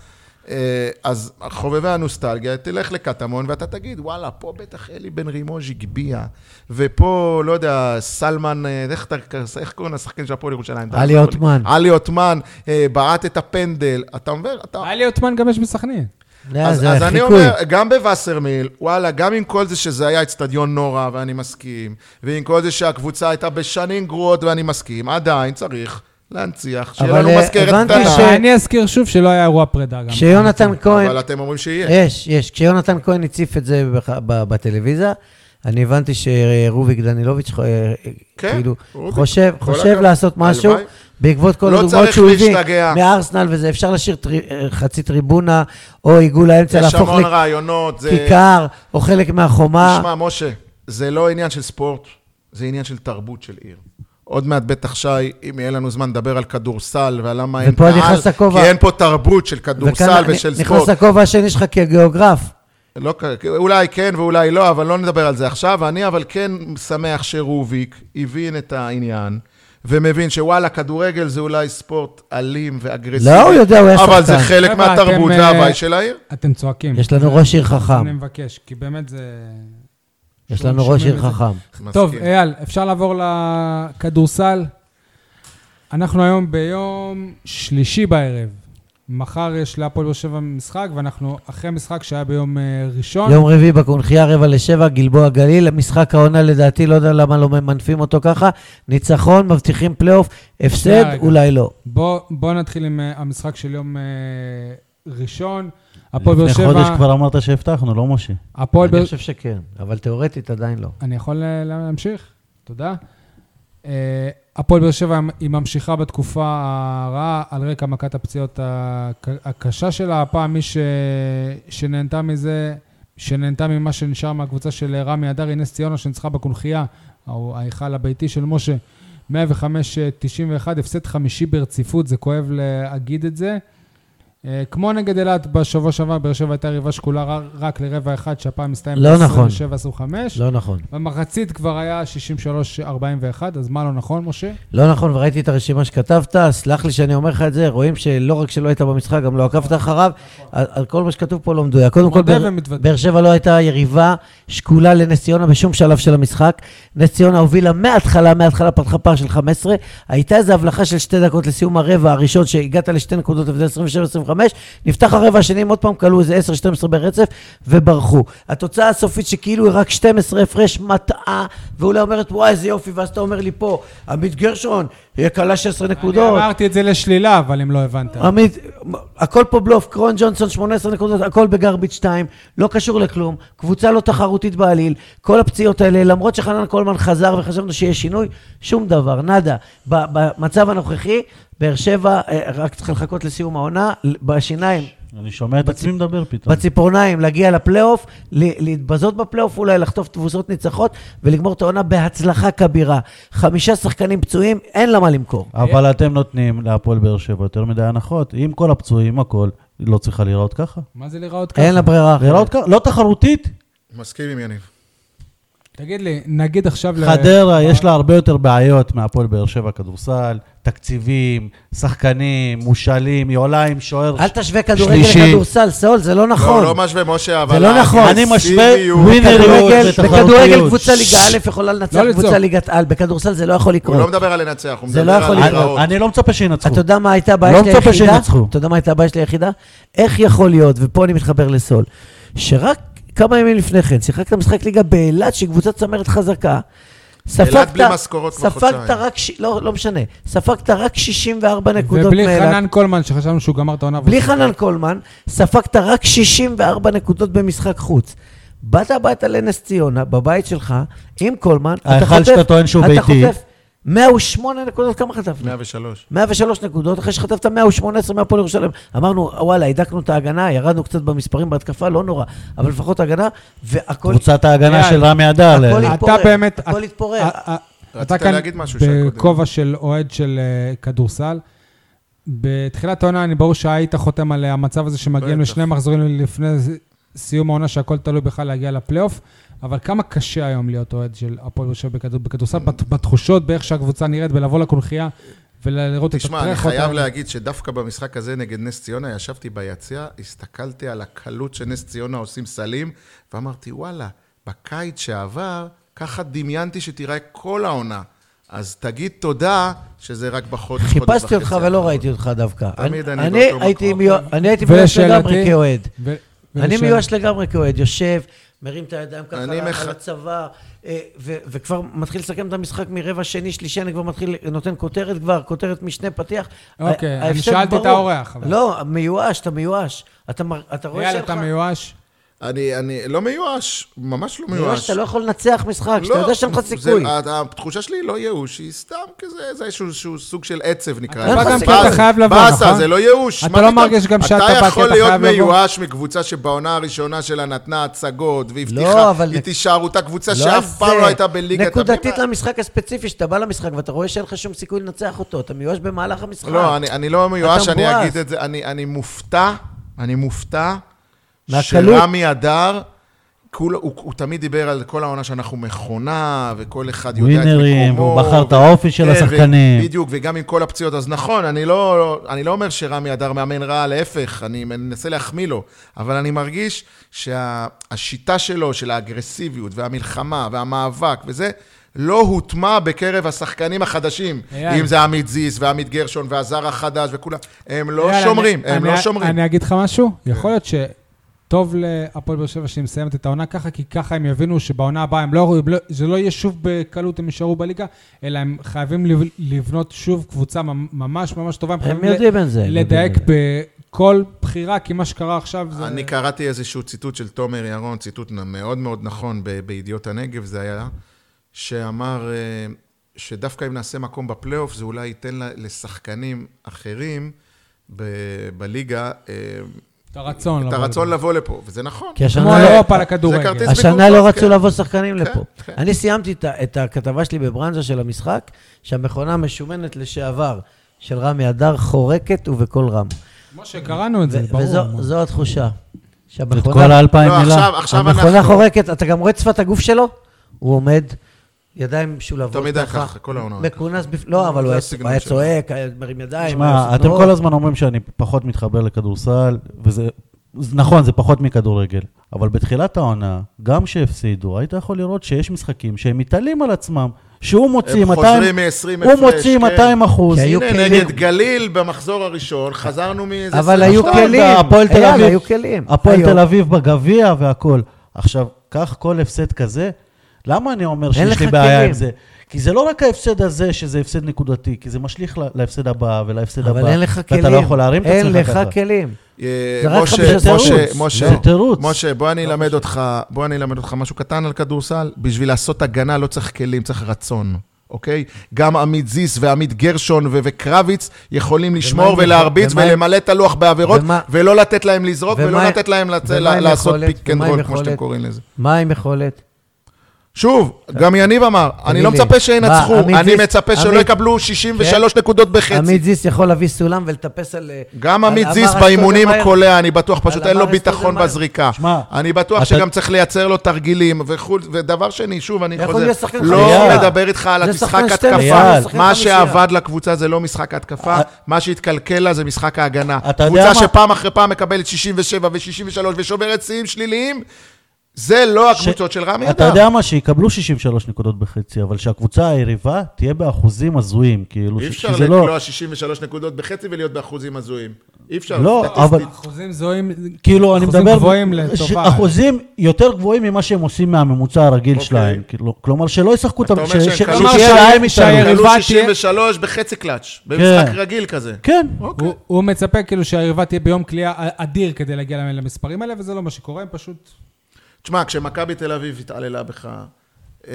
אה, אז חובבי הנוסטלגיה, תלך לקטמון ואתה תגיד, וואלה, פה בטח אלי בן רימוז' הגביה, ופה, לא יודע, סלמן, אה, איך, אתה- איך קוראים לשחקן של הפועל ירושלים?
עלי עותמן.
עלי עותמן, אה, בעט את הפנדל, אתה אומר, אתה...
היה לי עותמן גם יש בסכנין.
לא,
אז,
זה
אז אני
חיקוי.
אומר, גם בווסרמיל, וואלה, גם עם כל זה שזה היה אצטדיון נורא, ואני מסכים, ועם כל זה שהקבוצה הייתה בשנים גרועות, ואני מסכים, עדיין צריך להנציח, שיהיה
אבל,
לנו
אה,
מזכרת
הבנתי
קטנה.
ש-
אני אזכיר שוב שלא היה אירוע פרידה גם.
כשיונתן כהן...
אבל אתם אומרים שיהיה.
יש, יש. כשיונתן כהן הציף את זה בח- ב- בטלוויזיה, אני הבנתי שרוביק דנילוביץ' חו- אה,
כן,
כאילו
רוביק.
חושב,
כל
חושב
הכבוד.
לעשות משהו
הלוואי.
בעקבות כל
לא
הדוגמאות
צריך
שהוא הביא
להשתגע.
מארסנל וזה, אפשר להשאיר טרי- אה, חצי טריבונה או עיגול האמצע,
יש
להפוך
המון רעיונות, זה...
לכיכר או חלק מהחומה.
תשמע, משה, זה לא עניין של ספורט, זה עניין של תרבות של עיר. עוד מעט בטח שי, אם יהיה לנו זמן, נדבר על כדורסל ועל למה אין
ופה
קהל,
נכנס הכובע.
כי אין פה תרבות של כדורסל
וכאן
ושל
נכ- נכנס
ספורט.
הכובע השני שלך כגיאוגרף.
לא, כ- אולי כן ואולי לא, אבל לא נדבר על זה עכשיו. אני אבל כן שמח שרוביק הבין את העניין, ומבין שוואלה, כדורגל זה אולי ספורט אלים ואגרסיבי.
לא, הוא יודע, הוא היה
אבל זה
שחקן.
חלק
חבר'ה,
מהתרבות,
אתם,
זה
אה,
הוואי של העיר.
אתם צועקים.
יש לנו ראש עיר
אני
חכם.
מבקש, כי באמת זה...
יש
שומעים-
לנו ראש
שומעים
עיר
את זה.
חכם.
טוב, אה,
מסכים.
אייל, אפשר לעבור לכדורסל? אנחנו היום ביום שלישי בערב. מחר יש להפועל באר שבע משחק, ואנחנו אחרי משחק שהיה ביום אה, ראשון.
יום רביעי בקונחייה רבע לשבע, גלבוע גליל, משחק העונה לדעתי, לא יודע למה לא ממנפים אותו ככה, ניצחון, מבטיחים פלייאוף, הפסד,
שנייה, רגע.
אולי לא.
בואו בוא נתחיל עם אה, המשחק של יום אה, ראשון. הפועל באר
לפני חודש
שבע...
כבר אמרת שהבטחנו, לא משה?
הפועל באר
אני חושב שכן, אבל תיאורטית עדיין לא.
אני יכול אה, להמשיך? תודה. אה, הפועל באר שבע היא ממשיכה בתקופה הרעה על רקע מכת הפציעות הק- הקשה שלה. הפעם מי ש... שנהנתה מזה, שנהנתה ממה שנשאר מהקבוצה של אה, רמי הדרי, נס ציונה, שניצחה בקונכייה, או ההיכל הביתי של משה, 105-91, הפסד חמישי ברציפות, זה כואב להגיד את זה. אה, אה, כמו נגד אילת בשבוע שעבר, באר שבע הייתה יריבה שקולה ר- רק לרבע אחד, שהפעם הסתיים
לא נכון.
ב-27-25.
לא נכון.
במחצית כבר היה 63-41, אז מה לא נכון, משה?
לא נכון, וראיתי את הרשימה שכתבת, סלח לי שאני אומר לך את זה, רואים שלא רק שלא היית במשחק, גם לא עקבת אחריו,
נכון.
על על כל מה שכתוב פה לא מדויק. קודם כל,
מודה
באר-
ומתוודה.
באר שבע לא הייתה יריבה שקולה לנס ציונה בשום שלב של המשחק. נס ציונה הובילה מההתחלה, מההתחלה פתחה פער של 15, הייתה איזו הבלחה של שתי דקות לסיום הרבע הראשון, שהגעת לשתי נקודות הבדל 27-25, נפתח הרבע השני, הם עוד פעם כלו איזה 10-12 ברצף, וברחו. התוצאה הסופית שכאילו היא רק 12 הפרש מטעה, ואולי אומרת, וואי, איזה יופי, ואז אתה אומר לי פה, עמית גרשון, היא כלה 16 נקודות. אה,
אני אמרתי את זה לשלילה, אבל אם לא הבנת.
עמית, הכל פה בלוף, קרון ג'ונסון 18 נקודות, הכל בגרביץ' 2, לא קשור לכלום, קבוצה לא תחרותית בעליל, כל הפציעות האלה, למרות שחנן קולמן חזר וחשבנו שיש שינוי, שום דבר, נאדה. ב- במצב הנוכחי, באר שבע, אה, רק צריך לחכות לסיום העונה, ל- בשיניים,
אני שומע את עצמי מדבר פתאום.
בציפורניים, להגיע לפלייאוף, ל- להתבזות בפלייאוף אולי, לחטוף תבוסות ניצחות ולגמור את העונה בהצלחה כבירה. חמישה שחקנים פצועים, אין לה מה למכור.
אבל אתם נותנים להפועל באר שבע יותר מדי הנחות. עם כל הפצועים, הכל, היא לא צריכה להיראות ככה.
מה זה להיראות ככה?
אין לה ברירה
להיראות
אחרת.
ככה, לא תחרותית.
מסכים עם יניב.
תגיד לי, נגיד עכשיו...
לא.
ל-
חדרה,
אה.
יש לה הרבה יותר בעיות מהפועל באר שבע כדורסל, תקציבים, שחקנים, מושאלים, היא עולה עם שוער.
אל תשווה כדורגל
שלישי.
לכדורסל, סול, זה לא נכון.
לא, לא משווה, משה, אבל...
לא נכון. לא
אני משווה
האגרסיביות-
ווינריות
בכדורגל- בכדורגל
ותחרותיות.
קבוצה ליגה א' יכולה לנצח
לא לצעוק.
קבוצה ליגת על, בכדורסל זה לא יכול
הוא לא
לקרות.
מדבר על לנצח, הוא
זה
מדבר
לא יכול
על
אני-
להיראות.
אני לא מצפה שינצחו.
אתה יודע מה הייתה הבעיה
לא
שלי
מצפה
היחידה?
שינצחו.
אתה יודע מה הייתה הבעיה שלי היחידה? איך יכול להיות, ופה אני מתחבר לסול, שרק כמה ימים לפני כן שיחקת משחק ליגה באילת, שהיא קבוצת צמרת חזקה. ספגת,
בלי משכורות כבר
ספגת
חודשיים.
רק, ש... לא, לא משנה, ספגת רק 64 נקודות
ובלי
מאילת.
חנן קולמן, שחשבנו שהוא גמר את העונה.
בלי
והוא-
חנן קולמן, ספגת רק 64 נקודות במשחק חוץ. באת הביתה לנס ציונה, בבית שלך, עם קולמן, אתה
ההיכל
חוטף...
שאתה טוען שהוא
אתה
ביתי.
חוטף 108 נקודות, כמה חטפנו?
103.
103 נקודות, אחרי שחטפת 118 מהפועל ירושלים. אמרנו, וואלה, הידקנו את ההגנה, ירדנו קצת במספרים בהתקפה, לא נורא, אבל לפחות הגנה, והכל...
קבוצת ההגנה
יאללה.
של רמי עדל.
הכל
אה,
אתה
התפורר,
באמת...
הכל התפורר.
אה, אה,
רצית
אתה כאן
להגיד משהו, שי, קודם.
בכובע של אוהד של אה, כדורסל. בתחילת העונה, אני ברור שהיית חותם על המצב הזה שמגיעים
בטח.
לשני מחזורים לפני ס- סיום העונה, שהכל תלוי בך להגיע לפלייאוף, אבל כמה קשה היום להיות אוהד של הפועל יושב
אמ.
בכדורסל, בת- בתחושות, באיך שהקבוצה נראית, בלבוא לקונכייה ולראות את
תשמע, אני
הטרחות
חייב
האלה.
להגיד שדווקא במשחק הזה נגד נס ציונה, ישבתי ביציע, הסתכלתי על הקלות שנס ציונה עושים סלים, ואמרתי, וואלה, בקיץ שעבר, ככה דמיינתי שתיראה כל העונה. אז תגיד תודה שזה רק בחודש, חודש וחצי.
חיפשתי אותך
האחרון."
ולא ראיתי אותך דווקא.
תמיד אני
אני
באותו
הייתי
מקום.
מיוע- אני הייתי מיואש
ושאלתי-
לגמרי כאוהד.
ו-
אני
ולשאל-
מיואש לגמרי כאוהד, יושב, מרים את הידיים ככה
אני
על
מח-
על הצוואר, אה, ו- וכבר מתחיל לסכם את המשחק מרבע שני, שלישי, אני כבר מתחיל, נותן כותרת כבר, כותרת משנה, פתיח.
אוקיי,
ה-
אני
ההפסד
שאלתי את
ברור.
האורח, אבל-
לא, מיואש, אתה מיואש. אתה מר- אתה רואה
יאללה,
שלך...
אתה מיואש?
אני, אני לא מיואש, ממש לא מיואש.
מיואש, אתה לא יכול לנצח משחק, שאתה
לא,
יודע שאין לך
זה-
סיכוי.
ה- התחושה שלי לא ייאוש, היא סתם כזה, זה איזשהו שהוא סוג של עצב נקרא.
אתה
לזה.
בא גם כי
באסה,
אתה
חייב לבוא,
באסה,
נכון?
זה לא ייאוש.
אתה
מה
לא
פתאום?
מרגיש גם שאתה בא כי
אתה
אתה
יכול
חייב
להיות
לבוא.
מיואש מקבוצה שבעונה הראשונה שלה נתנה הצגות,
לא,
והבטיחה,
אבל-
היא תישאר אותה קבוצה
לא
שאף
זה.
פעם לא הייתה בליגת...
נקודתית
הפועל.
למשחק הספציפי, שאתה בא למשחק ואתה רואה שאין לך שום סיכוי לנצח אותו, אתה מיואש במהלך המשחק.
לא, אני, אני לא מיואש,
אתה
אני
מבואס.
אגיד את זה, אני, אני מופתע, אני מופתע
מהקלות.
שרמי אדר, כולו, הוא, הוא תמיד דיבר על כל העונה שאנחנו מכונה, וכל אחד יודע את מקומו.
ווינרים, והוא בחר את האופי של
כן,
השחקנים.
ו- בדיוק, וגם עם כל הפציעות, אז נכון, אני לא, אני לא אומר שרמי אדר מאמן רע, להפך, אני מנסה להחמיא לו, אבל אני מרגיש שהשיטה שלו, של האגרסיביות, והמלחמה, והמאבק, וזה, לא הוטמע בקרב השחקנים החדשים.
אייל.
אם זה עמית זיס, ועמית גרשון, והזר החדש, וכולם. הם לא
יאללה,
שומרים,
אני-
הם
אני-
לא שומרים. כן.
אני אגיד לך משהו? יכול להיות שטוב להפועל באר שבע שהיא מסיימת את העונה ככה, כי ככה הם יבינו שבעונה הבאה הם לא, הם לא- זה לא יהיה שוב בקלות, הם יישארו בליגה, אלא הם חייבים לב- לבנות שוב קבוצה ממ- ממש ממש טובה.
הם
חייבים ל-
יודעים את זה. הם יודעים
לדייק
את זה.
בכל בחירה, כי מה שקרה עכשיו זה...
אני קראתי איזשהו ציטוט של תומר ירון, ציטוט מאוד מאוד נכון ב- בידיעות הנגב, זה היה, שאמר אה, שדווקא אם נעשה מקום בפלייאוף, זה אולי ייתן ל- לשחקנים אחרים ב- בליגה אה,
את הרצון.
את
לבוא
הרצון
לפה.
לבוא לפה, וזה נכון.
כי השנה
כמו
לא-
אירופה
זה
לכדורגל.
כרטיס-
השנה
בדיוק,
לא
אז
רצו
כן.
לבוא שחקנים
כן,
לפה.
כן.
אני סיימתי את ה- את הכתבה שלי בברנז'ה של המשחק, שהמכונה המשומנת לשעבר של רמי אדר חורקת ובקול רם.
משה, קראנו את זה,
ו-
ברור.
וזו זו התחושה.
את
שהמכונה-
כל האלפיים
לא,
מילה.
עכשיו, עכשיו
המכונה
אנחנו...
חורקת, אתה גם רואה את שפת הגוף שלו? הוא עומד, ידיים משולבות ככה.
תמיד היה ככה, כל העונה.
מכונס בפ... לא, אבל
זה
הוא היה-
הסגנון
הוא היה
שלו.
צועק, היה מרים ידיים. היה
שמע,
עושה
אתם
תנועות.
כל הזמן אומרים שאני פחות מתחבר לכדורסל, וזה... זה נכון, זה פחות מכדורגל, אבל בתחילת העונה, גם שהפסידו, היית יכול לראות שיש משחקים שהם מתעלים על עצמם, שהוא מוציא
הם
200...
חוזרים מ-20
הוא
הפרש,
מוציא
כן.
200 אחוז.
כי היו
הנה,
כלים.
נגד גליל במחזור הראשון, חזרנו מאיזה...
אבל היו
22.
כלים.
הפועל תל
אייל,
אביב.
היו כלים.
הפועל
היום.
תל אביב בגביע והכול. עכשיו, קח כל הפסד כזה, למה אני אומר
לך
שיש לי בעיה
כלים.
עם זה? כי זה לא רק ההפסד הזה שזה הפסד נקודתי, כי זה משליך ל- להפסד הבא ולהפסד הבא.
אבל אין לך כלים.
ואתה לא יכול להרים את עצמך
אין לך
ככה.
כלים.
אה,
זה רק
משה,
חמישה
משה,
תירוץ. לא
משה,
זה תירוץ.
משה, בוא אני אלמד אותך, בוא אני אלמד אותך משהו קטן על כדורסל. בשביל לעשות הגנה לא צריך כלים, צריך רצון, אוקיי? גם עמית זיס ועמית גרשון ו- וקרביץ יכולים לשמור
הם
ולהרביץ
יכול- ומה הם-
ולמלא את הלוח בעבירות,
ומה-
ולא לתת להם לזרוק,
ומה
ולא
הם-
לתת להם לצ-
ומה
ל-
הם
לעשות
יכולת?
פיק אנד
ומה הם
רול, כמו שאתם
יכולת?
קוראים לזה.
מה עם יכולת?
שוב, גם יניב אמר, אני לא
אה, לי,
מצפה שינצחו,
מה, עמית
אני
זיס-
מצפה שלא
עמית- כן?
יקבלו 63 נקודות בחצי.
עמית זיס יכול להביא סולם ולטפס על... אה,
גם
על
עמית
אמר
זיס
אסטודמאייר.
באימונים קולע, אני בטוח,
על
פשוט אין לו
אמר
ביטחון
אסטודמאייר.
בזריקה.
שמע,
אני בטוח
אתה-
שגם צריך לייצר לו תרגילים וכו', ודבר שני, שוב, אני
יכול
חוזר,
להיות שחקן
לא
חמישייה.
מדבר איתך על
זה
המשחק
שחקן שתים עשרה,
אייל.
התקפה.
שחקן
מה
חמישייה.
שעבד לקבוצה זה לא משחק התקפה,
אה,
מה שהתקלקל לה זה משחק ההגנה.
אתה יודע
קבוצה
מה?
שפעם אחרי פעם מקבלת 67 ו-63 ושוברת שיאים שליליים, זה לא הקבוצות של רמי
אתה
אדם.
יודע מה, שיקבלו 63 נקודות בחצי, אבל שהקבוצה היריבה תהיה באחוזים הזויים, כאילו,
אי
ש-
אפשר
שזה לא...
לקלוע 63 נקודות בחצי ולהיות באחוזים הזויים. אי אפשר,
לא,
סטטיסטית.
אבל-
אחוזים זוהים,
כאילו, אני מדבר...
אחוזים גבוהים לטובה.
אחוזים יותר גבוהים ממה שהם עושים מהממוצע הרגיל
אוקיי.
שלהם. כאילו, כלומר, שלא ישחקו את...
אתה אומר
ש-
שהם
ש-
כלו
שתהיה
שהם-
להם
שהם-
התערבות.
כלו
היריבה תהיה-
63 בחצי קלאץ',
כן.
במשחק רגיל כזה.
כן.
הוא-
אוקיי.
הוא מצפה כאילו שהיריבה תהיה ביום קליעה אדיר כדי להגיע למספרים האלה, וזה לא מה שקורה, הם פשוט...
נכון.
תשמע, כשמכבי תל אביב התעללה בך, אה,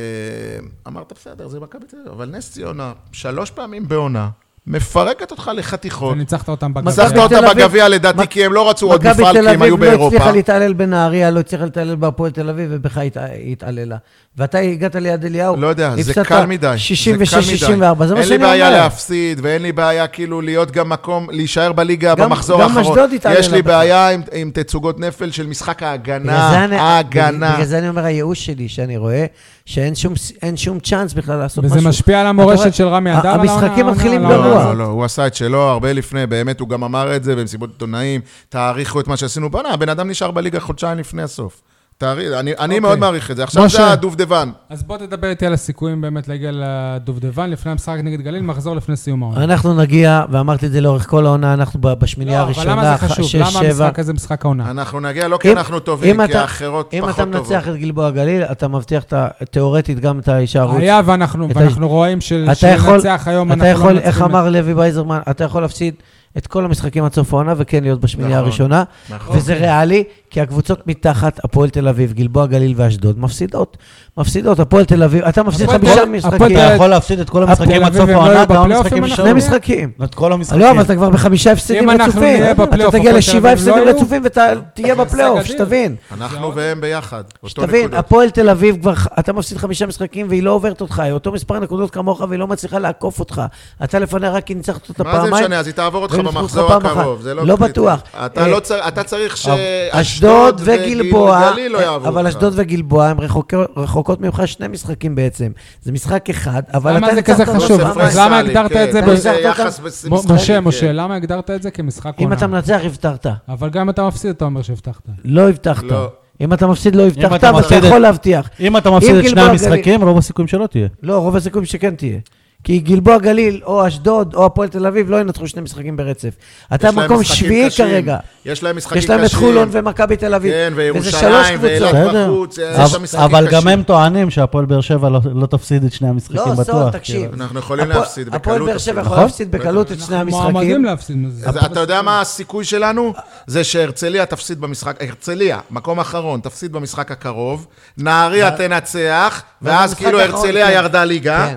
אמרת, בסדר, זה מכבי תל אביב, אבל נס ציונה, שלוש פעמים בעונה, מפרקת אותך לחתיכות.
וניצחת אותם בגביע.
ניצחנו אותה
תל אביב-
בגביע לדעתי,
מכ-
כי הם לא רצו עוד
מכבי
מפעל,
תל
כי
אביב
הם היו
לא
באירופה.
הצליחה להתעלל בנהריה, לא הצליחה להתעלל בהפועל תל אביב, ובך הת- התעללה. ואתה הגעת ליד אליהו.
לא יודע, זה
הפסדת
קל מדי.
66-64, זה מה שאני אומר.
אין לי בעיה להפסיד, ואין לי בעיה כאילו להיות גם מקום, להישאר בליגה
גם-
במחזור
גם
האחרון.
אשדוד התעללה
יש לי
בך.
בעיה עם- עם תצוגות נפל של משחק
בגלל זה
ההגנה,
אני-
ההגנה.
בגלל זה אני אומר, הייאוש שלי, שאני רואה שאין שום- אין שום צ'אנס בכלל לעשות משהו.
וזה משפיע על
אתה רואה-
המורשת של רמי
ה-
אדר. על
המשחקים
העונה-
מתחילים
על
לא,
העונה הזאת.
גרוע.
לא, לא, הוא עשה את שלו הרבה לפני, באמת, הוא גם אמר את זה במסיבות עיתונאים, תעריכו את מה שעשינו. בוא'נה, הבן אדם נשאר בליגה חודשיים לפני הסוף. תעריך, אני, אני
אוקיי.
מאוד מעריך את זה. עכשיו
משה.
זה הדובדבן.
אז בוא תדבר איתי על הסיכויים באמת להגיע לדובדבן לפני המשחק נגד גליל, מחזור לפני סיום העונה.
אנחנו נגיע, ואמרתי את זה לאורך כל העונה, אנחנו ב- בשמינייה
לא, אבל
הראשונה,
למה זה
ח-
חשוב?
שש,
למה
שבע.
המשחק הזה משחק העונה?
אנחנו נגיע לא כי
אם-
אנחנו טובים,
אם
כי
אתה-
האחרות
אם אתה
פחות טובות.
מנצח את גלבוע גליל, אתה מבטיח את ה- תיאורטית גם את ההישארות.
היה ואנחנו
אתה-
ואנחנו רואים של-
אתה יכול-
שלנצח היום,
אתה
אנחנו לא
יכול,
מנצחים.
איך אמר לוי בייזרמן, אתה יכול להפסיד את כל המשחקים עד סוף העונה וכן להיות בשמינייה
נכון,
הראשונה.
נכון.
וזה
אוקיי.
ריאלי, כי הקבוצות מתחת, הפועל תל אביב, גלבוע גליל ואשדוד, מפסידות. מפסידות, הפועל תל אביב, אתה מפסיד
הפועל
חמישה
תל- הפועל
משחקים.
תל
אתה יכול להפסיד את כל המשחקים
הפועל
עד סוף
אביב, הם לא
העונה,
היו
כמה
בפלייאופים,
משחקים
אנחנו-
שני
נשארו?
משחקים.
את כל המשחקים.
לא, אבל אתה כבר בחמישה הפסדים
אם אנחנו
רצופים.
נהיה
אתה
בפלייאוף,
תגיע
הפועל תל אביב
לשבעה
לא
הפסדים
היו?
רצופים ואתה תהיה
זה
בפלייאוף,
סגדיר.
שתבין.
אנחנו והם ביחד, אותו
שתבין,
נקודות.
הפועל תל אביב כבר, אתה מפסיד חמישה משחקים והיא לא עוברת אותך, היא אותו מספר נקודות כמוך והיא לא מצליחה לעקוף אותך. אתה לפניה רק כי ניצחת אותה
מה זה
פעמיים.
משנה? אז היא תעבור אותך
והם ניצחו
במחזור
אותך פעם
הקרוב.
אחת.
זה לא
לא
קריטי.
בטוח.
אתה
אה,
לא צריך- אתה צריך
אשדוד
שאשדוד
וגלבוע, אה,
וגליל לא יעברו אותך.
אבל אשדוד וגלבוע הן רחוקו- רחוקות ממך שני משחקים בעצם. זה משחק אחד,
אה,
אבל
למה
אתה
זה
ניצחת
כזה
אותם
חשוב?
פעמיים.
יוסף
אז למה
פרייסלי,
הגדרת
כן.
את זה
אתה
ב-
עושה
אתה-
יחס
מ-
במשחק,
משה,
כן.
משה, למה הגדרת את זה כמשחק
אם
עונה?
אתה מנצח, הבטחת.
אבל גם אם אתה מפסיד, אתה אומר שהבטחת.
לא הבטחת.
לא.
אם אתה מפסיד, לא הבטחת,
אתה
אבל אתה
מפסיד את-
יכול להבטיח.
אם אתה מפסיד את שני
גלבוע
המשחקים, רוב הסיכויים שלא תהיה.
לא, רוב הסיכויים שכן תהיה. כי גלבוע גליל, או אשדוד, או הפועל תל אביב, לא ינצחו שני משחקים ברצף.
יש
אתה
להם
מקום
משחקים
שביעי
קשים.
כרגע.
יש להם משחקים
יש
קשים.
להם את חולון ומכבי תל אביב.
כן,
וזה שלוש
וירושלים,
קבוצות.
ואילת
בסדר.
לא, בחוץ, אה, יש
אבל-
שם משחקים
אבל גם
קשים.
הם טוענים שהפועל באר שבע לא- לא תפסיד את שני המשחקים,
לא,
בטוח.
סול,
כאילו.
תקשיב.
אנחנו יכולים
הפועל-
להפסיד בקלות
הפועל באר שבע
אפילו.
יכול
נכון?
להפסיד בקלות את שני
אנחנו מועמדים
המשחקים.
להפסיד מזה.
אז אתה יודע מה הסיכוי שלנו? זה שהרצליה תפסיד במשחק, הרצליה, מקום אחרון, תפסיד במשחק הקרוב, נהריה תנצח, ואז
במשחק
כאילו
האחרון,
הרצליה
כן.
ירדה ליגה.
כן.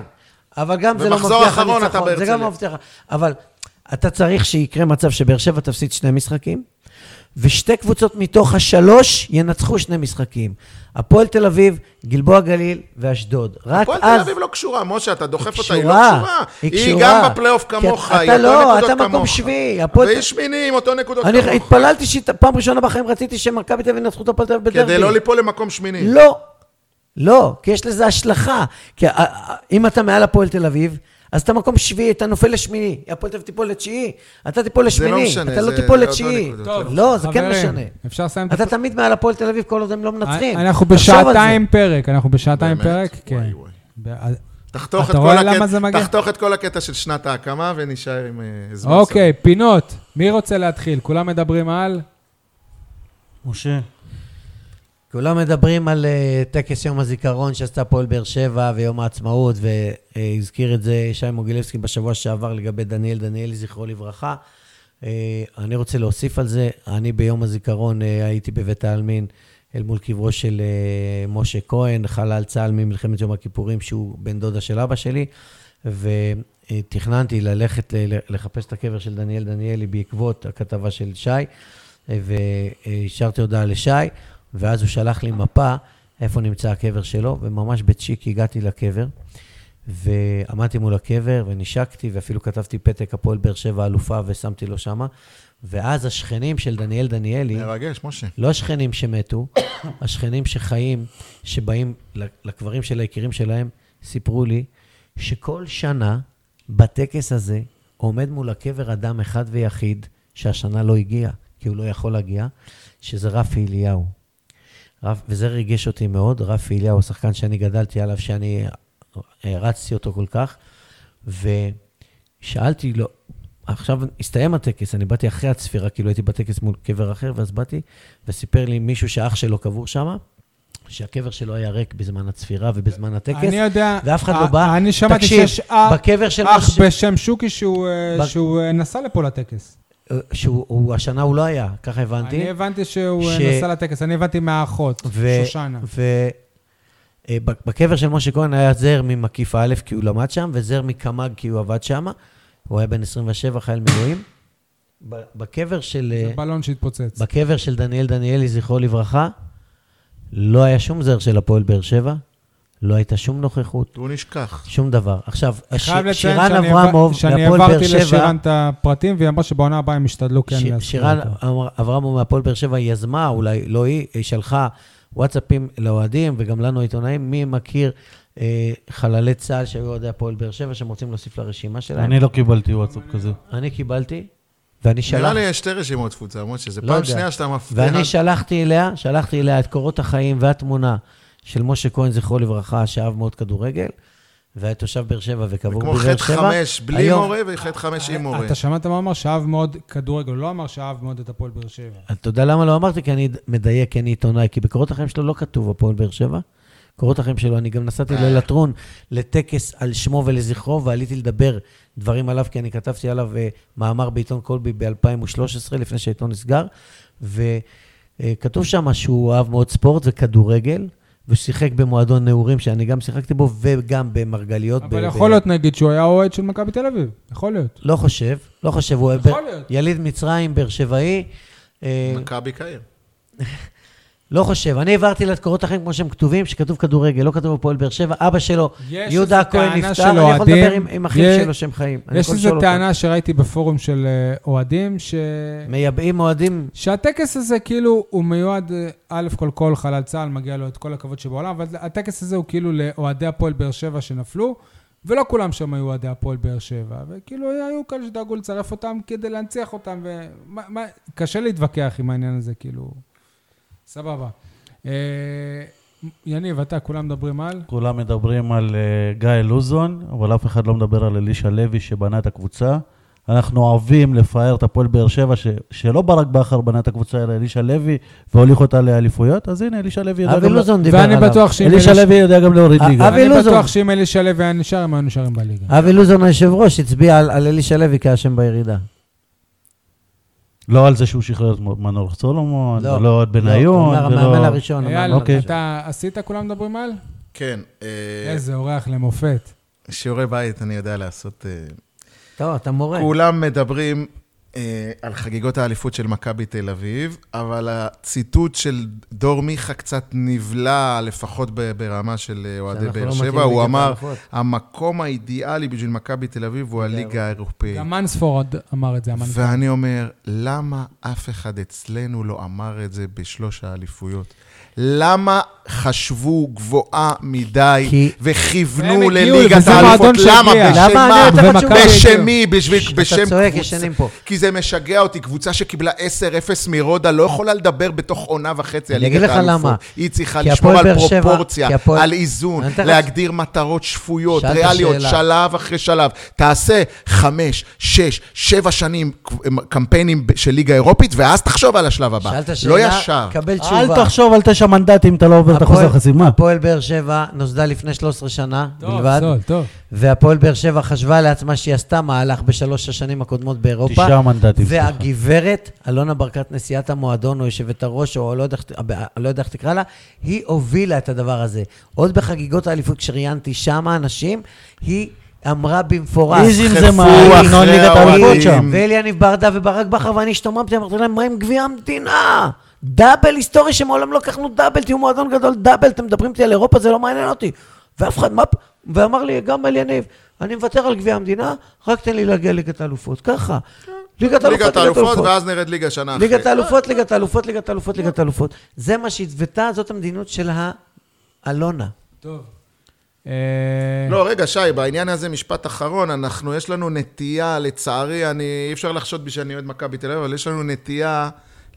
אבל גם זה לא מבטיח
במחזור האחרון אתה
הניצחון, זה
בהרצליה.
גם לא מבטיח. אבל אתה צריך שיקרה מצב שבאר שבע תפסיד שני משחקים, ושתי קבוצות מתוך השלוש ינצחו שני משחקים. הפועל תל אביב, גלבוע גליל ואשדוד. רק
הפועל תל
אז...
אביב לא קשורה, משה, אתה דוחף
היא
אותה, היא לא
קשורה,
קשורה.
היא
היא
קשורה.
גם בפלייאוף
כי
כמוך,
אתה
היא אותו
לא,
נקודות
אתה
כמוך.
מקום שביעי, הפועל-
והיא שמיני עם אותו נקודות
אני
כמוך.
התפללתי שפעם ראשונה בחיים רציתי שמכבי תל אביב ינצחו את הפועל תל אביב בדרבי.
כדי לא ליפול למקום שמיני.
לא, לא, כי יש לזה השלכה. כי אה, אה, אם אתה מעל הפועל תל אביב, אז אתה מקום שביעי, אתה נופל לשמיני. הפועל תל אביב תיפול לתשיעי, אתה תיפול
זה לא
לשמיני,
משנה,
אתה לא
זה-
תיפול
זה אותו
לתשיעי.
נקודות.
טוב,
לא, זה כן
חברים,
משנה.
אפשר לסיים את
אתה
הפ-
תמיד מעל הפועל תל אביב כל עוד הם לא מנצחים.
אה, אנחנו
תחשוב על זה.
בשעתיים פרק, אנחנו בשעתיים
באמת?
פרק, כן.
וואי, וואי.
ב-
תחתוך
אתה
את כל
רואה
הקט-
למה זה מגיע?
תחתוך את כל הקטע של שנת ההקמה ונשאר עם אה, זמן
אוקיי, פינות. מי רוצה להתחיל? כולם מדברים על?
כאילו.
משה.
כולם מדברים על אה, טקס יום הזיכרון שעשתה הפועל באר שבע ויום העצמאות, והזכיר את זה ישי מוגילבסקי בשבוע שעבר לגבי דניאל דניאלי, זכרו לברכה. אה, אני רוצה להוסיף על זה, אני ביום הזיכרון אה, הייתי בבית העלמין אל מול קברו של אה, משה כהן, חלל צה"ל ממלחמת יום הכיפורים, שהוא בן דודה של אבא שלי, ותכננתי ללכת ל- לחפש את הקבר של דניאל דניאלי בעקבות הכתבה של שי. אה, והשארתי הודעה לשי, ואז הוא שלח לי מפה איפה נמצא הקבר שלו, וממש בצ'יק הגעתי לקבר, ועמדתי מול הקבר ונשקתי, ואפילו כתבתי פתק הפועל באר שבע אלופה ושמתי לו שמה, ואז השכנים של דניאל דניאלי,
מרגש, משה.
לא השכנים שמתו, השכנים שחיים, שבאים לקברים של היקירים שלהם, סיפרו לי שכל שנה בטקס הזה עומד מול הקבר אדם אחד ויחיד שהשנה לא הגיע, כי הוא לא יכול להגיע, שזה רפי אליהו. רב, וזה ריגש אותי מאוד, רפי אליהו, שחקן שאני גדלתי עליו, שאני הערצתי אותו כל כך, ושאלתי לו, עכשיו הסתיים הטקס, אני באתי אחרי הצפירה, כאילו הייתי בטקס מול קבר אחר, ואז באתי, וסיפר לי מישהו שאח שלו קבור שם, שהקבר שלו היה ריק בזמן הצפירה ובזמן הטקס,
אני יודע...
ואף אחד לא
אה,
בא.
אני שמעתי
תקשיב,
שיש אח-
בקבר של
אח
משה-
בשם שוקי שהוא, אה,
ב-
שהוא אה, נסע לפה לטקס.
אה, שהוא, הוא, השנה הוא לא היה, ככה הבנתי.
אני הבנתי שהוא אה,
ש-
נסע לטקס, אני הבנתי מהאחות,
ו-
שושנה.
ו- אה, ב- בקבר של משה כהן היה זר ממקיף א', כי הוא למד שם, וזר מקמ"ג, כי הוא עבד שם. הוא היה בן 27, חייל מילואים. ב- בקבר של... אה,
זה בלון שהתפוצץ.
בקבר של דניאל דניאלי, זכרו לברכה, לא היה שום זר של הפועל באר שבע, לא הייתה שום נוכחות,
הוא נשכח.
שום דבר. עכשיו, הש-
חייב לציין
שירן
שאני
אברמוב,
העבר- שאני
מהפועל באר
העברתי
שבע,
לשירן את הפרטים, והיא אמרה שבעונה הבאה הם ישתדלו כן
ש-
להזכיר
שירן
אותו.
אמר- אברמוב מהפועל באר שבע יזמה, אולי לא היא, היא שלחה וואטסאפים לאוהדים, וגם לנו עיתונאים, מי מכיר אה, חללי צה"ל שהיו אוהדי הפועל באר שבע, שהם רוצים להוסיף לרשימה שלהם?
אני לא קיבלתי וואטסאפ כזה.
אני קיבלתי, ואני
נראה לי
שלחתי,
יש שתי רשימות תפוצה, משה, זה
לא
פעם
יודע.
שנייה שאתה מפתיע.
ואני שלחתי אליה, שלחתי אליה את קורות החיים והתמונה של משה כהן, זכרו לברכה, שאהב מאוד כדורגל, והיה תושב באר שבע וקבור
כמו
בבאר שבע.
חטא חמש בלי
היום- אה,
מורה וחטא חמש עם מורה.
אה, אתה שמעת מה הוא אמר? שאהב מאוד כדורגל, הוא לא אמר שאהב מאוד את הפועל באר שבע.
אתה יודע למה לא אמרתי? כי אני מדייק, כי אני עיתונאי, כי בקורות החיים שלו לא כתוב הפועל באר שבע. קורות החיים שלו, אני גם נסעתי
אה.
ללטרון, לטקס על שמו ולזכרו, ועליתי לדבר דברים עליו, כי אני כתבתי עליו אה, מאמר בעיתון קולבי ב-2013, לפני שהעיתון נסגר, וכתוב שם שהוא אהב מאוד ספורט וכדורגל, ושיחק במועדון נעורים, שאני גם שיחקתי בו, וגם במרגליות.
אבל
ב-
יכול
ב-
להיות נגיד שהוא היה אוהד של מכבי תל אביב, יכול להיות.
לא חושב, לא חושב, הוא
יכול
באר-
להיות.
יליד מצרים, באר שבעי. אה,
מכבי קהיר.
לא חושב. אני העברתי לה את קורות החיים כמו שהם כתובים, שכתוב כדורגל, לא כתוב הפועל באר שבע. אבא שלו,
יש
יהודה
איזו
הכהן
טענה
נפטר,
של
אני יכול
אוהדים,
לדבר עם- עם אחים
יש-
שלו שהם חיים. אני
יש
יכול
איזו
לשאול אותם.
טענה שראיתי בפורום של אה, אוהדים, ש...
מייבאים אוהדים,
שהטקס הזה כאילו הוא מיועד, אה, א' כל כל חלל צה"ל, מגיע לו את כל הכבוד שבעולם, אבל הטקס הזה הוא כאילו לאוהדי הפועל באר שבע שנפלו, ולא כולם שם היו אוהדי הפועל באר שבע, וכאילו היו כאלה שדאגו לצרף אותם כדי להנציח אותם, וקשה להתווכח עם העניין הזה, כאילו, סבבה. אה, יניב, אתה, כולם מדברים על?
כולם מדברים על אה, גיא לוזון, אבל אף אחד לא מדבר על אלישע לוי שבנה את הקבוצה. אנחנו אוהבים לפאר את הפועל באר שבע, ש- שלא ברק בכר בנה את הקבוצה, אלא אלישע לוי, והוליך אותה לאליפויות, אז הנה, אלישע לוי יודע
אבי
גם... לה-
לוזון דיבר
לא- ואני
עליו.
בטוח שאם
אלישע
אלי-
לוי יודע גם להוריד
אה,
ליגה.
אבי
אני
לוזון. אה,
בטוח שאם אלישע לוי היה נשאר, הם היו נשארים בליגה.
אבי לוזון היושב-ראש הצביע על על אלישע לוי כאשם בירידה.
לא על זה שהוא שחרר את מ- מנור סולומון,
לא.
ולא את
הוא
בניון,
אמר, המאמן
לא-
ולא...
הראשון.
אייל,
המאמן הראשון.
אתה עשית, כולם מדברים על?
כן, אה,
איזה אורח למופת.
שיעורי בית אני יודע לעשות. אה,
טוב, אתה מורה.
כולם מדברים אה, על חגיגות האליפות של מכבי תל אביב, אבל הציטוט של דור מיכה קצת נבלע, לפחות ב- ברמה של אה, אוהדי
שאנחנו
באר
לא
שבע.
מתאים
הוא
ליגת
אמר,
האלופות. כן,
המקום האידיאלי בשביל מכבי תל אביב הוא הליגה
אוקיי.
האירופאית.
גם מנספורד אמר את זה, המנכ"ל.
ואני אומר, למה אף אחד אצלנו לא אמר את זה בשלוש האליפויות? למה חשבו גבוהה מדי
כי-
והם
וכיוונו
הגיעו,
לליגת
וזה
האלופות?
מועדון
למה?
שהגיע.
בשם
למה? אני
מה?
אתן לך
ומכבי
תשובה.
הגיעו.
בשם מי? בשביל,
אתה
בשם
צועק,
קבוצה.
ישנים פה.
כי זה משגע אותי, קבוצה שקיבלה 10-0 מרודה לא יכולה לדבר בתוך עונה וחצי על
אני
ליגת
אגיד לך
האלופות.
למה.
היא צריכה
כי
לשמור
הפועל
על
באר שבע-
פרופורציה,
כי הפועל-
על איזון,
אני אתן לך-
להגדיר מטרות שפויות,
שאלת
ריאליות,
שאלה.
שלב אחרי שלב. תעשה חמש, שש, שבע שנים קמפיינים של ליגה אירופית, ואז תחשוב על השלב הבא.
שאלת
לא
שאלה,
ישר.
קבל תשובה.
אל תחשוב על תשע מנדטים, אתה לא עובר את
הפועל-
אחוז החסימה.
הפועל באר שבע נוסדה לפני 13 שנה
טוב,
בלבד,
טוב, טוב.
והפועל באר שבע חשבה לעצמה שהיא עשתה מהלך בשלוש השנים הקודמות באירופה.
תשעה מנדטים, סליחה.
והגברת, אלונה ברקת, נשיאת המועדון, או יושבת הראש, או לא יודע איך- לא יודע איך תקרא לה, היא הובילה את הדבר הזה. עוד בחגיגות האליפות, כשראיינתי שמה אנשים, היא אמרה במפורש.
איזים זה
דחפו
מעל, נון
אחרי
ליגת האלופות
האוהדים.
שם.
ואלי יניב ברדה וברק בכר ואני השתוממתי, אמרתי להם, מה עם גביע המדינה? דאבל היסטורי שמעולם לא לקחנו דאבל, תהיו מועדון גדול דאבל, אתם מדברים איתי על אירופה, זה לא מעניין אותי. ואף אחד, מה... פ- ואמר לי, גם אלי יניב, אני מוותר על גביע המדינה, רק תן לי להגיע לליגת האלופות, ככה. ליגת האלופות,
כן. ליגת האלופות, ואז נרד ליגה שנה אחרי.
ליגת האלופות, ליגת האלופות, ליגת האלופות, ליגת האלופות. זה מה שהתוותה, זאת המדיניות של האלונה.
טוב.
כן.
אה,
לא, רגע, שי, בעניין הזה, משפט אחרון, אנחנו, יש לנו נטייה, לצערי, אני, אי אפשר לחשוד בי שאני אוהד מכבי תל אביב, אבל יש לנו נטייה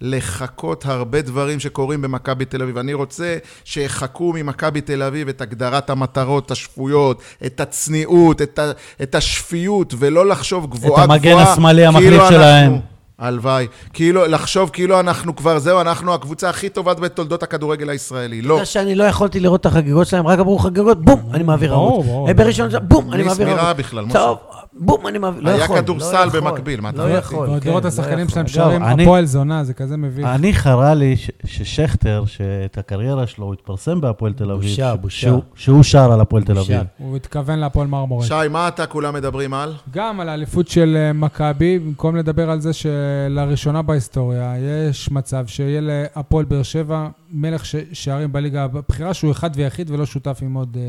לחכות הרבה דברים שקורים במכבי תל אביב. אני רוצה שיחכו ממכבי תל אביב את הגדרת המטרות השפויות, את הצניעות, את, ה, את השפיות, ולא לחשוב גבוהה גבוהה.
המגן השמאלי המחליף שלהם.
הלוואי. כאילו, לחשוב כאילו אנחנו כבר, זהו, אנחנו הקבוצה הכי טובה בתולדות הכדורגל הישראלי. לא.
בגלל שאני לא יכולתי לראות את החגיגות שלהם, רק אמרו חגיגות, בום, אני מעביר
ברור,
ערוץ.
ברור.
אה, בראשון, זה- בום, אני
בלי
מעביר ערוץ.
סמירה בכלל, משה.
טוב, בום, אני מעביר, לא
היה
יכול. לא
כדורסל
יכול,
במקביל, מה אתה
לא
אומר?
יכול,
ועוד
כן,
לראות את
לא
השחקנים
יכול.
שלהם
אגב,
שרים,
אני-
הפועל זונה, זה כזה מביך.
אני חרה לי ש- ששכטר, שאת הקריירה שלו, הוא התפרסם בהפועל תל אביב.
בושה,
ש-
בושה.
שהוא- שהוא שר על הפועל תל
בושה.
אביב.
הוא התכוון להפועל מרמורק.
שי, מה אתה כולם מדברים על?
גם על האליפות של אה, מכבי, במקום לדבר על זה שלראשונה בהיסטוריה יש מצב שיהיה להפועל באר שבע מלך ש- שערים בליגה הבכירה, שהוא אחד ויחיד ולא שותף עם עוד אה,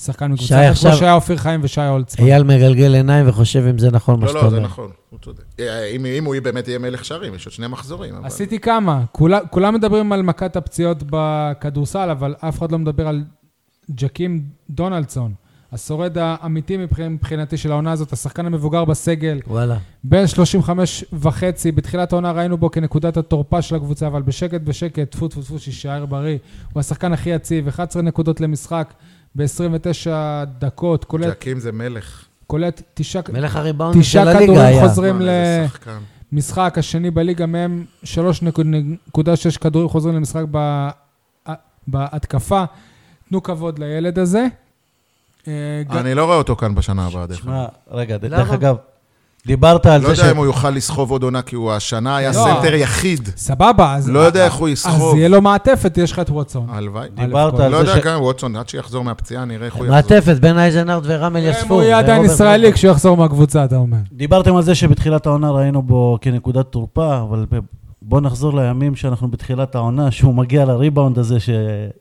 שחקן
שי,
מקבוצה, אחת, כמו
עכשיו-
שהיה אופיר חיים ושי הולצמן.
אייל מגלגל עיניים וחושב אם זה נכון מה
לא,
שאתה
לא,
אומר.
זה נכון, הוא צודק. אה, אם אם הוא יהיה- באמת יהיה מלך שערים, יש עוד שני מחזורים. אבל-
עשיתי כמה. כולה- כולם מדברים על מכת הפציעות בכדורסל, אבל אף אחד לא מדבר על ג'קים דונלדסון, השורד האמיתי מבח- מבחינתי של העונה הזאת, השחקן המבוגר בסגל,
וואלה.
בן 35 וחצי, בתחילת העונה ראינו בו כנקודת התורפה של הקבוצה, אבל בשקט בשקט, טפו טפו טפו, שישאר בריא. הוא השחקן הכי יציב, 11 נקודות למשחק ב-29 דקות, קולט,
ג'קים זה מלך.
קולט תשעה
מלך הריבאונד של
תשעה
הליגה
כדורים
היה.
חוזרים
מה, איזה שחקן.
למשחק, השני בליגה, מהם 3.6 כדורים חוזרים למשחק ב- בהתקפה. תנו כבוד לילד הזה. אה, ג-
אני לא רואה אותו כאן בשנה הבאה, דרך אגב.
שמע, רגע, ד-
למה?
דרך אגב, דיברת על
לא
זה ש...
יודע אם הוא יוכל לסחוב עוד עונה, כי הוא השנה היה
לא.
סנטר יחיד.
סבבה, אז...
לא יודע איך הוא
אז
יסחוב. אה,
יהיה לו מעטפת, יש לך את ווטסון.
הלוואי.
דיברת על
לא
זה
יודע
ש...
גם, ווטסון, עד שיחזור מהפציעה, נראה איך הוא יחזור.
מעטפת בין אייזנארד ורמל יספו.
הוא יהיה אה, עדיין
ורוברט
ישראלי
רוברט.
כשהוא יחזור מהקבוצה, אתה אומר.
דיברתם על זה שבתחילת העונה ראינו בו כנקודת תורפה, אבל ב- בוא נחזור לימים שאנחנו בתחילת העונה, שהוא מגיע לריבאונד הזה ש...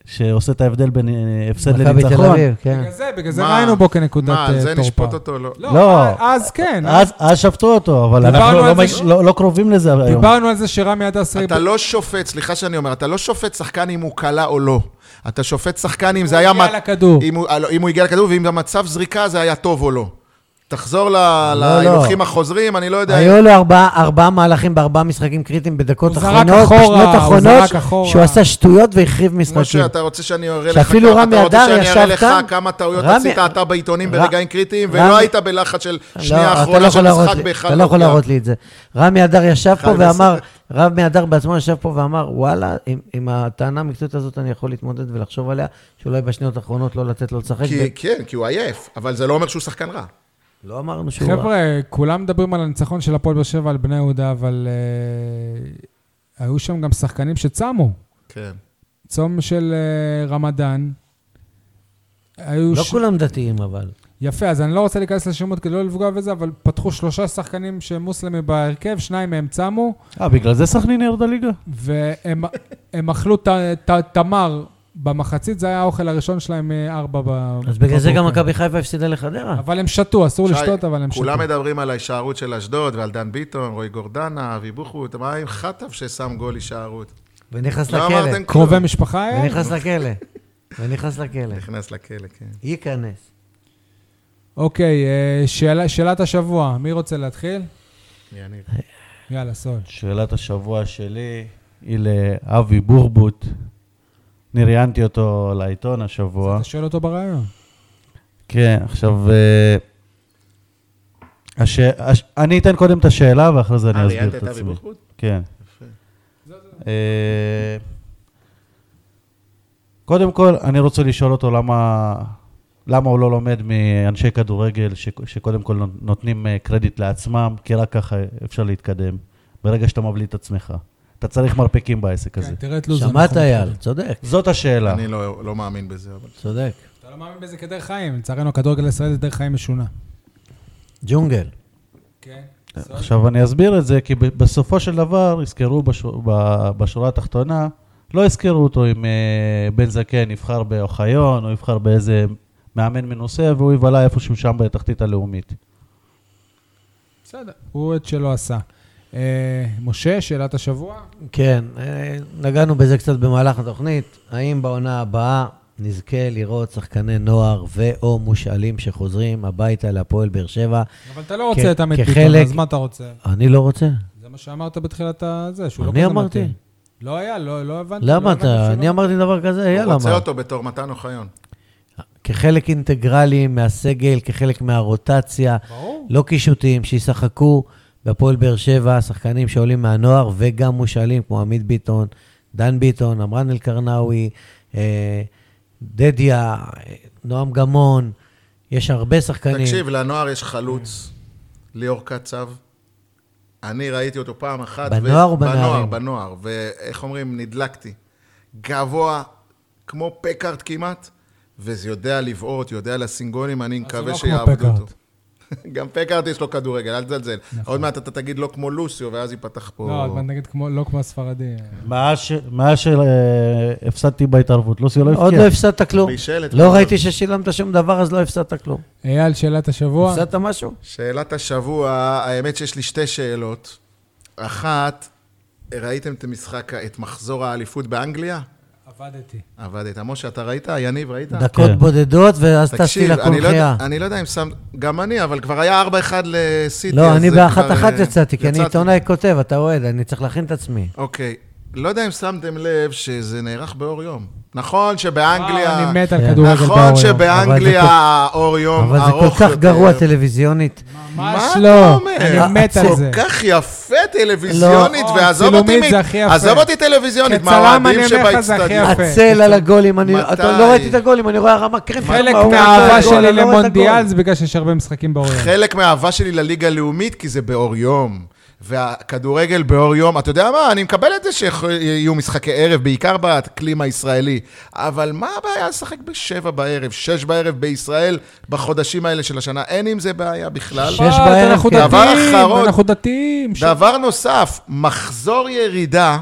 שעושה את ההבדל בין אה, הפסד
מכבי תל
לניצחון.
אביב, כן.
אה,
בגלל זה, בגלל זה
מה-
ראינו בו כנקודת אה,
מה,
תורפה.
על זה נשפוט אותו? לא.
לא,
לא.
אז כן.
אז, אז שפטו אותו, אבל
דיברנו
אנחנו
על
לא,
זה
מג...
ש-
לא, לא קרובים לזה היום.
דיברנו על זה שרמי הדסרי...
אתה לא שופט, סליחה שאני אומר, אתה לא שופט שחקן אם הוא קלה או לא. אתה שופט שחקן אם זה היה...
הגיע
מ-
לכדור.
אם הוא- לא, אם הוא הגיע לכדור, ואם המצב זריקה זה היה טוב או לא. תחזור ל-
לא.
להילוכים החוזרים, אני לא יודע.
היו לו ארבעה ארבעה מהלכים בארבעה משחקים קריטיים בדקות
הוא זרק
אחרונות,
אחורה,
בשנות
הוא
אחרונות,
זרק אחורה.
שהוא עשה שטויות והחריב משחקים.
משה, אתה רוצה שאני אראה לך
שאפילו
כמה-
רמי
אתה רוצה
אדר
שאני
ישב
אראה לך
כאן?
כמה טעויות
רמי-
עשית אתה
ר-
בעיתונים בעיתונים ברגעים קריטיים,
רמי-
ולא היית בלחץ של
לא,
שנייה
אתה
אחרונה
לא
של
יכול להראות
משחק
לי-
באחד.
אתה לא יכול
לוקח.
להראות לי את זה. רמי אדר ישב פה
חיים
ואמר, רמי אדר בעצמו ישב פה ואמר, וואלה, עם- עם הטענה המקצועית הזאת אני יכול להתמודד ולחשוב עליה, שאולי בשניות האחרונות לא לתת לו לשחק.
כי- כן, כי הוא עייף, אבל זה לא אומר שהוא שחקן רע.
לא אמרנו שהוא... רע.
חבר'ה, כולם מדברים על הניצחון של הפועל באר שבע על בני יהודה, אבל אה, היו שם גם שחקנים שצמו.
כן.
צום של אה, רמדאן. היו
לא
ש-
כולם דתיים אבל.
יפה, אז אני לא רוצה להיכנס לשמות כדי לא לפגוע בזה, אבל פתחו שלושה שחקנים שהם מוסלמים בהרכב, שניים מהם צמו,
אה, בגלל זה סכנין ירדה ליגה?
והם הם אכלו ת, ת, תמר במחצית, זה היה האוכל הראשון שלהם מארבע ב...
אז בגלל זה
בבוקר.
גם מכבי חיפה הפסידה לחדרה.
אבל הם שתו, אסור
שי,
לשתות, אבל הם שתו.
כולם מדברים על ההישארות של אשדוד ועל דן ביטון, רועי גורדנה, אבי בוחבוט, מה עם חטב ששם גול הישארות?
ונכנס
לא
לכלא.
אמרתם כלום.
קרובי משפחה היה?
ונכנס לכלא. ונכנס לכלא.
נכנס לכלא, כן.
ייכנס.
אוקיי, אה, שאלה, שאלת השבוע, מי רוצה להתחיל?
יניב.
יאללה, סול.
נכון, שאלת השבוע שלי היא לאבי בורבוט. אני ראיינתי אותו לעיתון השבוע.
אתה שואל אותו ברעיון.
כן, עכשיו... אה, הש... הש... אני אתן קודם את השאלה ואחרי זה
אה,
אני
ראיינת
אסביר את
את אבי
עצמי.
בוחבוט?
כן. אה, קודם כל, אני רוצה לשאול אותו למה, למה הוא לא לומד מאנשי כדורגל ש, שקודם כל נות- נותנים אה, קרדיט לעצמם, כי רק ככה אפשר להתקדם. ברגע שאתה מבליט את עצמך. אתה צריך מרפקים בעסק הזה.
כן, תראה את לוזון.
שמעת,
אנחנו
אייל, צודק,
זאת השאלה.
אני לא לא מאמין בזה, אבל...
צודק.
אתה לא מאמין בזה כדרך חיים, לצערנו הכדורגל הישראלי זה דרך חיים משונה.
ג'ונגל.
כן.
עכשיו אני אסביר את זה, כי ב- בסופו של דבר יזכרו בשו- ב- בשורה התחתונה, לא יזכרו אותו אם אה, בן זקן יבחר באוחיון, או יבחר באיזה מאמן מנוסה, והוא יבלע איפשהו שם בתחתית הלאומית.
בסדר. הוא את שלא עשה. אה, משה, שאלת השבוע?
כן, אה, נגענו בזה קצת במהלך התוכנית. האם בעונה הבאה נזכה לראות שחקני נוער ו/או מושאלים שחוזרים הביתה להפועל באר שבע?
אבל אתה לא
כ-
רוצה את עמית ביטון,
כחלק-
אז מה אתה רוצה?
אני לא רוצה.
זה מה שאמרת בתחילת הזה, שהוא לא
אני
כזה
אמרתי.
מתאים. לא היה, לא לא הבנתי. לא
למה
הבנתי
אתה?
שלא. לא
אני אמרתי דבר כזה,
הוא
יאללה,
רוצה
מה?
אותו בתור מתן אוחיון.
כחלק אינטגרלי מהסגל, כחלק מהרוטציה,
ברור.
לא קישוטים, שישחקו בהפועל באר שבע, שחקנים שעולים מהנוער וגם מושאלים, כמו עמית ביטון, דן ביטון, עמרן אלקרנאווי, אה, דדיה, אה, נועם גמון, יש הרבה שחקנים.
תקשיב, לנוער יש חלוץ, ליאור קצב. אני ראיתי אותו פעם אחת. ו-
בנוער או בנערים?
בנוער, בנוער. ואיך אומרים, נדלקתי. גבוה, כמו פקארט כמעט, וזה יודע לבעוט, יודע לשים גולים, אני
אז הוא
מקווה
לא כמו
שיעבדו
פקארט.
אותו. גם פקארט יש לו כדורגל, אל תזלזל.
נכון.
עוד מעט אתה תגיד לא כמו לוסיו, ואז ייפתח
לא,
פה...
אבל נגיד כמו- לא כמו הספרדי.
מאז ש- מאז שהפסדתי אה, בהתערבות, לוסי לא
עוד לא
הבקיע.
הפסדת כלום.
בישלת.
לא ראיתי ששילמת שום דבר, אז לא הפסדת כלום.
אייל, שאלת השבוע?
הפסדת משהו?
שאלת השבוע, האמת שיש לי שתי שאלות. אחת, ראיתם את המשחק, את מחזור האליפות באנגליה?
עבדתי.
עבדת. משה, אתה ראית? יניב, ראית?
דקות
כן.
בודדות, ואז טסתי
תקשיב, אני לא, יודע,
לקונחייה.
אני לא יודע אם שם, גם אני, אבל כבר היה 4-1 לסיטי.
לא,
אז
אני
זה
באחת
כבר,
אחת
אה,
יצאתי, כי אני
יצאת.
עיתונאי כותב, אתה אוהד, אני צריך להכין את עצמי.
אוקיי. לא יודע אם שמתם לב שזה נערך באור יום. נכון שבאנגליה...
וואו, אני מת על
כן.
כדורגל באור
נכון
יום.
שבאנגליה
אבל זה כל-
האור יום
אבל זה
ארוך
כל
יותר.
כך גרוע טלוויזיונית.
ממש
מה אתה
לא.
אומר?
אני מת על זה.
כל כך יפה טלוויזיונית,
לא,
ועזוב
צילומית
אותי, מ-
זה הכי יפה.
עזוב אותי טלוויזיונית,
כצלם
מהאוהדים
אני אומר לך, זה הכי
שבהצטדיון.
יפה.
הצל על הגולים, אני
מתי?
אתה- לא ראיתי את הגולים, אני רואה רמה קרן.
חלק
מה הוא רואה
מהאהבה
את הגול,
שלי
אני לא רואה את
למונדיאל
הגול.
זה בגלל שיש הרבה משחקים באוריון.
חלק מהאהבה שלי לליגה הלאומית, כי זה באור יום. והכדורגל באור יום, אתה יודע מה, אני מקבל את זה שיהיו משחקי ערב, בעיקר באקלים הישראלי. אבל מה הבעיה לשחק בשבע בערב, שש בערב בישראל, בחודשים האלה של השנה? אין עם זה בעיה בכלל.
שש בערב,
אנחנו
כן.
דבר
דתיים,
אחרון.
אנחנו דתיים. ש-
אה, דבר נוסף, מחזור ירידה,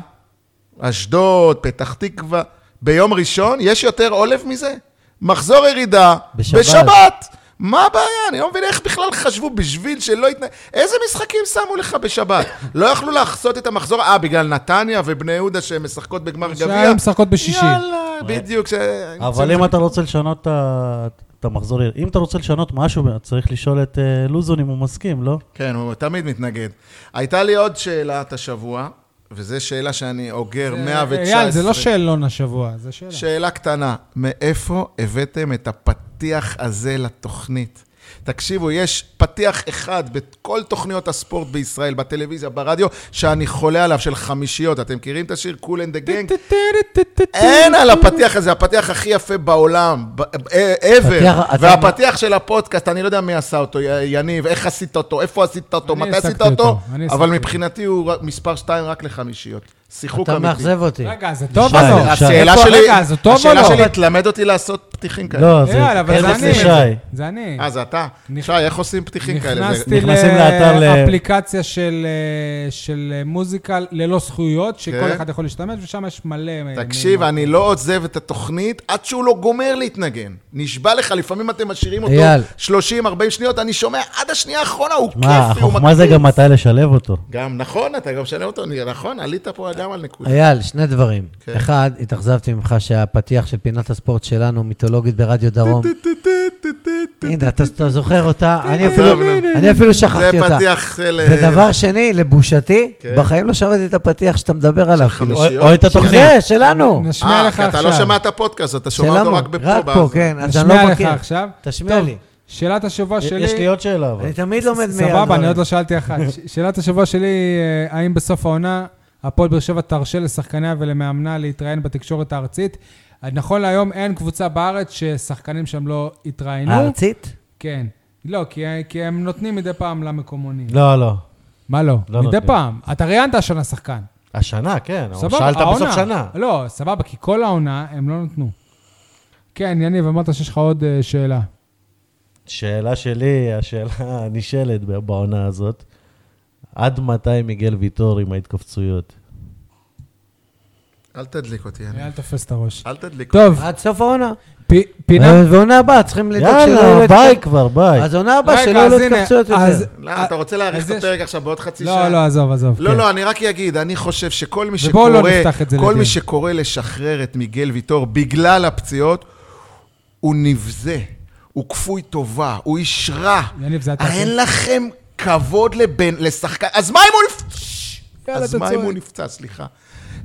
אשדוד, פתח תקווה, ביום ראשון, יש יותר עולב מזה? מחזור ירידה,
בשבת.
בשבת. מה הבעיה? אני לא מבין איך בכלל חשבו בשביל שלא יתנ... איזה משחקים שמו לך בשבת? לא יכלו לחסות את המחזור, אה, בגלל נתניה ובני יהודה שהן משחקות בגמר גביע?
שהיום משחקות בשישי. אוקיי.
יאללה, בדיוק. ש-
אבל אם אתה רוצה לשנות את ה- את המחזור, אם אתה רוצה לשנות משהו, צריך לשאול את אה, לוזון אם הוא מסכים, לא?
כן, הוא תמיד מתנגד. הייתה לי עוד שאלת השבוע, וזו שאלה שאני אוגר 119.
אייל, זה לא שאלון השבוע, זה שאלה.
שאלה קטנה, מאיפה הבאתם את הפתיח הזה לתוכנית? תקשיבו, יש פתיח אחד בכל תוכניות הספורט בישראל, בטלוויזיה, ברדיו, שאני חולה עליו, של חמישיות. אתם מכירים את השיר "Cool and the Gang"? אין על הפתיח הזה, הפתיח הכי יפה בעולם, ב- אה, ever.
פתיח- אתה-
והפתיח של הפודקאסט, אני לא יודע מי עשה אותו, י- יניב, איך עשית אותו, איפה עשית אותו,
אני
מתי עשית
העסקתי אותו,
אותו,
אני
אבל
העסקתי
מבחינתי הוא רק- מספר 2 רק לחמישיות. שיחוק
אתה
אמיתי.
מאכזב אותי.
רגע, זה טוב
שי,
או לא?
שי.
השאלה
איפה-
שלי,
רגע, זה טוב או
השאלה
לא?
שלי, תלמד אותי לעשות פתיחים כאלה.
לא, זה
יאללה, אבל
ארז
זה אני.
ושי.
זה אני.
אה, זה אתה?
נכ-
שי, איך עושים פתיחים כאלה? כן, זה-
נכנסתי
נכנסים לאתר ל-
לאפליקציה של, אה, של אה, מוזיקה ללא זכויות,
כן.
שכל אחד יכול להשתמש, ושם יש מלא... אה,
תקשיב,
מ-
אני לא עוזב את התוכנית עד שהוא לא גומר להתנגן. נשבע לך, לפעמים אתם משאירים אותו
אייל.
30-40 שניות, אני שומע עד השנייה האחרונה, הוא כיפי,
מה,
הוא
החוכמה זה גם מתי לשלב אותו.
גם, נכון, אתה גם משלם אותו, אני- נכון, עלית פה גם על נקודה.
אייל, שני דברים.
כן.
אחד, התאכזבתי ממך שהפתיח של פינת הספורט שלנו, מיתולוגית ברדיו דרום. הנה, אתה אתה זוכר אותה? אני אפילו-
עזוב, נו.
אני אפילו
זה
שכחתי אותה.
פתיח של... אה,
ודבר שני, לבושתי,
כן.
בחיים לא שמעתי את הפתיח שאתה מדבר עליו. כאילו,
חמישיות.
או- או את התוכנית.
זה, שלנו.
נשמיע
אה,
לך
כי
עכשיו.
אתה לא שומע את הפודקאסט, אתה שומע
שלנו.
אותו רק בפה.
רק פה,
בארץ.
כן, אז אני לא
נשמיע לך
מכיר.
עכשיו.
תשמיע
טוב,
לי.
שאלת השבוע שלי...
יש לי עוד שאלה, אבל.
אני תמיד לומד מהר.
סבבה, אני
דברים.
עוד לא שאלתי אחת. ש- שאלת השבוע שלי, אה, האם בסוף העונה הפועל באר שבע תרשה לשחקניה ולמאמנה להתראיין בתקשורת הארצית? נכון להיום אין קבוצה בארץ ששחקנים שם לא התראיינו.
הארצית?
כן. לא, כי, כי הם נותנים מדי פעם למקומונים.
לא, לא.
מה לא?
לא
מדי
נותנים.
פעם. אתה ראיינת השנה שחקן.
השנה, כן.
לא,
אבל
סבבה,
שאלת
העונה.
בסוף שנה.
לא, סבבה, כי כל העונה הם לא נתנו. כן, יניב, אמרת שיש לך עוד אה, שאלה.
שאלה שלי, השאלה הנשאלת ב- בעונה הזאת, עד מתי מיגל ויטור עם ההתכווצויות?
אל תדליק אותי, אני.
אייל תופס את הראש.
אל תדליק אותי.
טוב,
עד סוף העונה.
פ- פינה...
אה,
ועונה הבאה, צריכים לדאוג שלא
יאללה,
יהיו
ביי
התכווצויות.
כבר, ביי.
אז עונה הבאה,
רגע,
שלא יהיו
אז הנה,
התכווצויות
אז- אה,
יותר.
למה, לא, אתה רוצה
אז
להאריך את
יש-
הפרק עכשיו בעוד חצי שעה?
לא, לא, עזוב, עזוב.
לא,
כן.
לא, אני רק אגיד, אני חושב שכל מי
ובואו
שקורא,
לא נפתח את זה
כל
לדיון.
מי שקורא לשחרר את מיגל ויטור בגלל הפציעות, הוא נבזה, הוא כפוי טובה, הוא איש רע.
יניב, זה אתה,
אה,
כן?
אין לכם כבוד לבן, לשחקן, אז מה אם הוא נפצע?
יאללה,
אז
אתה
מה אם
צועק.
הוא נפצע, סליחה.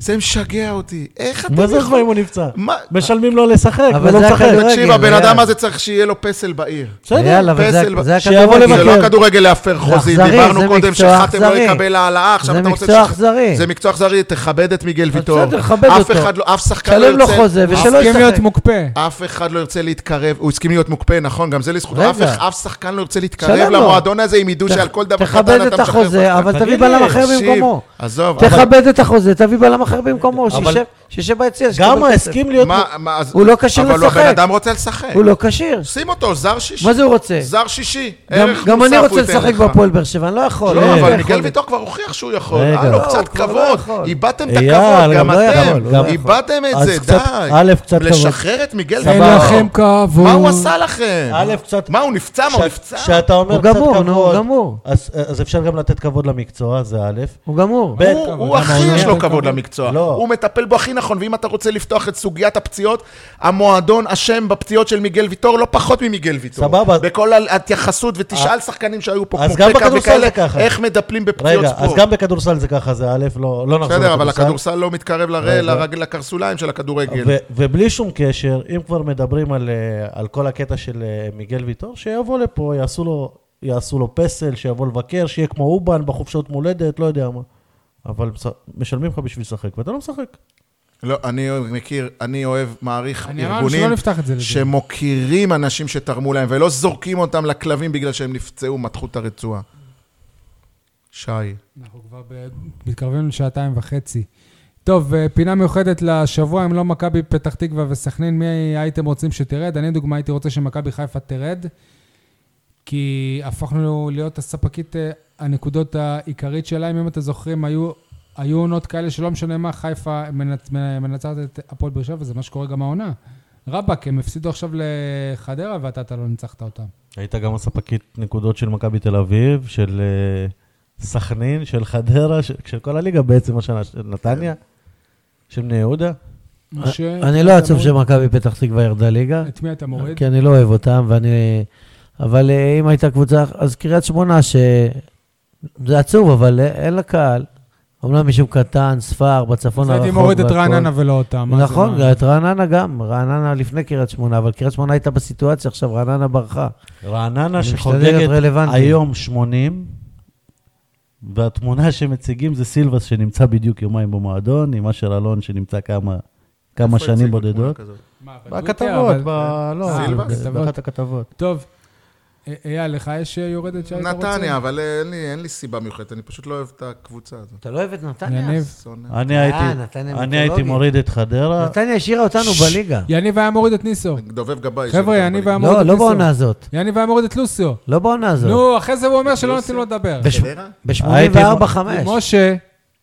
זה משגע אותי. איך אתם...
מה זה
יכולים-
כבר אם הוא נפצע?
מה?
משלמים לו לשחק,
אבל
ולא
זה
משחק.
הכדורגל.
תקשיב, הבן
יאללה.
אדם הזה צריך שיהיה לו פסל בעיר.
יאללה, אבל זה-
פסל ב-
זה
שיבוא
הכדורגל.
זה
לבקר.
לא כדורגל להפר חוזים,
אכזרי,
דיברנו
זה
קודם
מקצוע
שחתם לא
אכזרי.
יקבל העלאה, עכשיו
זה
אתה רוצה...
מקצוע
שש-
אכזרי.
זה מקצוע אכזרי, תכבד את מיגל ויטור.
בסדר, כבד
אף
אותו.
אחד לא- אף שחקן לא
שלם לו
ירצה...
חוזה
אף-
ושלא
הסכים להיות
ישחק.
מוקפא.
אף אחד לא ירצה להתקרב, הוא הסכים להיות מוקפא, נכון, גם זה לזכותו.
רגע.
אף אח- אף שחקן לא ירצה להתקרב
שלום לו.
למועדון הזה אם ידעו שעל כל דבר קטן אתה
תכבד
משחרר.
את החוזה, אבל תביא
תגיד
בלם
לי,
אחר
תקשיב,
במקומו.
עזוב, אבל
תכבד את החוזה, תביא בלם אחר במקומו,
אבל-
שישב- שישב ביציע. שיקבל
גמא
כסף.
הסכים להיות...
מה- מה- אז-
הוא לא כשיר
אבל הבן
לשחק.
אדם רוצה לשחק.
הוא לא כשיר.
שים אותו, זר שישי.
מה זה הוא רוצה?
זר שישי.
גם-
ערך
גם
מוסף
אני
הוא
רוצה
ייתן
לשחק
לך.
בהפועל באר שבע, אני לא יכול.
לא,
אני
אבל
יכול.
מיגל ויטור כבר הוכיח שהוא יכול.
כן. רגע.
הלו,
לא,
קצת
הוא כבר לא
כבוד.
יכול.
איבדתם את
אייל,
הכבוד, גם
גם לא
אתם.
יכול, הוא לא יכול.
איבדתם את
אז
זה,
קצת-
די.
א', קצת כבוד.
לשחרר את מיגל
אין
ויטור.
לכם כבוד.
מה הוא עשה לכם?
א', קצת-
מה, הוא נפצע? מה, הוא
כשה-
נפצע?
כשאתה אומר
הוא
קצת
גמור, נו, הוא
כבוד,
גמור.
אז- אז אפשר גם לתת כבוד למקצוע, זה א',
הוא גמור.
ב',
הוא- הוא הכי יש לו כבוד למקצוע,
לא.
הוא מטפל בו הכי נכון, ואם אתה רוצה לפתוח את סוגיית הפציעות, המועדון אשם בפציעות של מיגל ויטור לא פחות ממיגל ויטור.
סבבה. אה,
בכל ההתייחסות, ותשאל שחקנים שהיו פה,
אז
כמו
גם
פקה
בכדורסל
וכאלה,
זה ככה.
איך מטפלים בפציעות
רגע, אז
ספורט.
גם בכדורסל זה ככה, זה א', לא לא נחזור
בסדר, אבל
לכדורסל.
הכדורסל לא מתקרב לר-
רגע.
לרג- לקרסוליים של הכדורגל.
ו- ובלי שום קשר, אם כבר מדברים על, אה, על כל הקטע של אה, מיגל ויטור, שיבוא לפה, יעשו לו, יעשו לו פסל, שיבוא לבקר, שיהיה כמו אובן בחופשות מולדת, לא יודע מה. אבל מש- משלמים לך בשביל לשחק, ואתה לא משחק.
לא, אני מכיר, אני אוהב, מעריך
אני אמרנו שלא
ארגונים
נפתח את זה לדיון.
שמוקירים אנשים שתרמו להם, ולא זורקים אותם לכלבים בגלל שהם נפצעו, מתחו את הרצועה. שי.
אנחנו כבר ב- מתקרבים לשעתיים וחצי. טוב, אה, פינה מיוחדת לשבוע, אם לא מכבי פתח תקווה וסכנין, מי הייתם רוצים שתרד? אני, דוגמה, הייתי רוצה שמכבי חיפה תרד, כי הפכנו להיות הספקית אה, הנקודות העיקרית שלהם. אם אתם זוכרים, היו, היו עונות כאלה שלא משנה מה, חיפה מנצ- מנצחת את הפועל באר שבע, וזה מה שקורה גם העונה. רבאק, הם הפסידו עכשיו לחדרה ואתה אתה לא ניצחת אותם.
היית גם הספקית נקודות של מכבי תל אביב, של אה, סכנין, של חדרה, של, של כל הליגה בעצם השנה, של נתניה, של בני יהודה.
משה,
אני לא
אתה
עצוב
מוריד-
שמכבי פתח תקווה ירדה ליגה,
את מי אתה מוריד?
כי אני לא אוהב אותם, ואני... אבל אה, אם הייתה קבוצה, אז קריית שמונה, ש... זה עצוב, אבל אה, אין לה קהל. אמנם מישהו קטן, ספר, בצפון
אז
הרחוק.
הייתי מוריד את
והכל.
רעננה ולא אותם. מה זה,
נכון,
מה?
את רעננה גם, רעננה לפני קריית שמונה, אבל קריית שמונה הייתה בסיטואציה, עכשיו רעננה ברחה.
רעננה
משתדל
שחוגגת
להיות רלוונטי.
היום 80, והתמונה שמציגים זה סילבס שנמצא בדיוק יומיים במועדון, עם אשר אלון שנמצא כמה, כמה
איפה
שנים
הציגו תמונה
בודדות.
כזאת?
מה, בטוויטר,
בכתבות,
אבל-
ב... לא,
סילבס?
באחת הכתבות.
טוב, אה, אייל, לך יש אה, יורדת שהיית רוצה?
נתניה, אבל אה, אין לי, אין לי סיבה מיוחדת, אני פשוט לא אוהב את הקבוצה הזאת.
אתה לא אוהב את נתניה?
יניב.
שונא.
אני
אה,
הייתי,
נתניה
אני
מיתולוגית.
הייתי מוריד את חדרה.
נתניה השאירה אותנו בליגה.
יניב היה מוריד את ניסו.
אה,
דובב גבאי.
חבר'ה,
שלא
אני
בליגה.
והמ-
לא,
אמרתי
לא
ניסו.
בעונה הזאת.
יניב היה מוריד את לוסיו.
לא בעונה הזאת.
נו, אחרי זה הוא אומר שלא נותנים לו לדבר.
בש-
חדרה?
ב-84-5.
משה,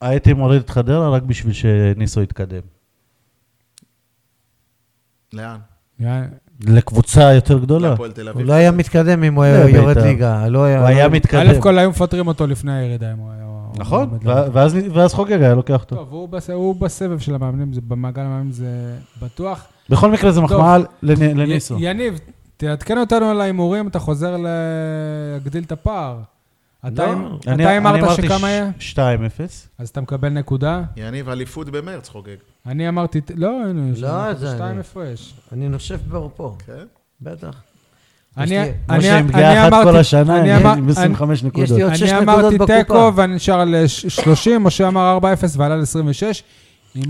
הייתי מוריד את חדרה רק בשביל שניסו יתקדם.
לאן?
יא-
לקבוצה יותר גדולה.
להפועל תל
הוא
אביב.
לא היה מתקדם אם הוא
לא,
היה יורד
בית"ר.
ליגה. לא
הוא היה
א'
לא-
מתקדם.
כל היו מפטרים אותו לפני הירידה. אם הוא היה- הוא
נכון,
לא,
עומד
ו-
לעלות.
ואז- ואז חוגג היה לוקח אותו.
טוב, הוא בס- הוא בסבב של המאמנים, זה- במעגל המאמנים זה בטוח.
בכל מקרה זה מחמאה לני- לניסו.
י- יניב, תעדכן אותנו על ההימורים, אתה חוזר להגדיל את הפער. אתה
לא,
עם-
אני-
אתה
אני
אמרת
אמרתי
שכמה
ש-
יהיה?
2-0.
אז אתה מקבל נקודה.
יניב, אליפות במרץ חוגג.
אני אמרתי, ת- לא, הנה, יש
לא,
לנו
זה
שתיים
אני.
הפרש.
אני נושב בעורפו,
כן?
בטח.
אני
לי-
אני- אמ-
משה עם
אני
פגיעה אחת
אמרתי-
כל השנה,
אני
אני
אמר-
עם
אני-
25 נקודות.
לי עוד שש
אני
נקודות
אמרתי
בקופה.
תיקו ואני נשאר על אה, ש- 30, משה אמר 4-0 ועלה ל-26.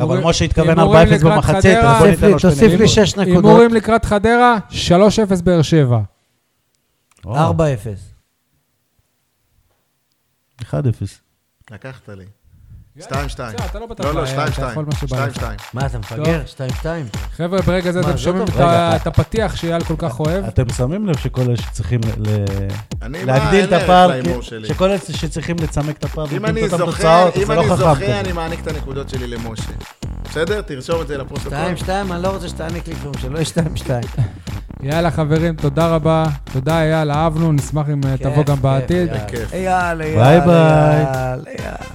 אבל משה התכוון
הימורים
4-0
לקראת
במחצית,
חדרה.
אז בוא
תוסיף
ניתן
לי-
לו שתי
תוסיף לי
נקודות.
שש נקודות,
הימורים לקראת חדרה, 3-0 באר שבע.
4-0.
אוקיי. 1-0.
לקחת לי.
יאללה,
2-2.
בסדר, אתה לא בטח
לא, לא,
בעיה,
2-2.
אתה יכול מה שבא לך.
2-2.
מה, אתה מפגר? 2-2?
חבר'ה, ברגע זה
מה,
אתם
זה
שומעים
טוב.
את
רגע,
ה-
אתה-
את הפתיח שאייל כל כך אוהב.
אתם שמים לב שכל אלה שצריכים ל- ל-
אני, מה,
להגדיל
אין
את
ערך
הפער,
להימור
כן,
שלי.
שכל אלה שצריכים לצמק את הפער,
אם
נותנים את
אני
אותם
זוכה,
תוצאות,
אם
זה לא
אני
חכם
זוכה,
כזה.
אני מעניק את הנקודות שלי למשה. בסדר? תרשום את זה לפרוטוקול.
2-2, אני לא רוצה שתעניק לי כלום, שלא יהיה 2-2.
יאללה, חברים, תודה רבה. תודה, אייל, אהבנו, נשמח אם אה, תבוא
כיף,
גם
כיף,
בעתיד.
יאללה.
בכיף.
אייל, אייל,
ביי ביי.
אייל, אייל.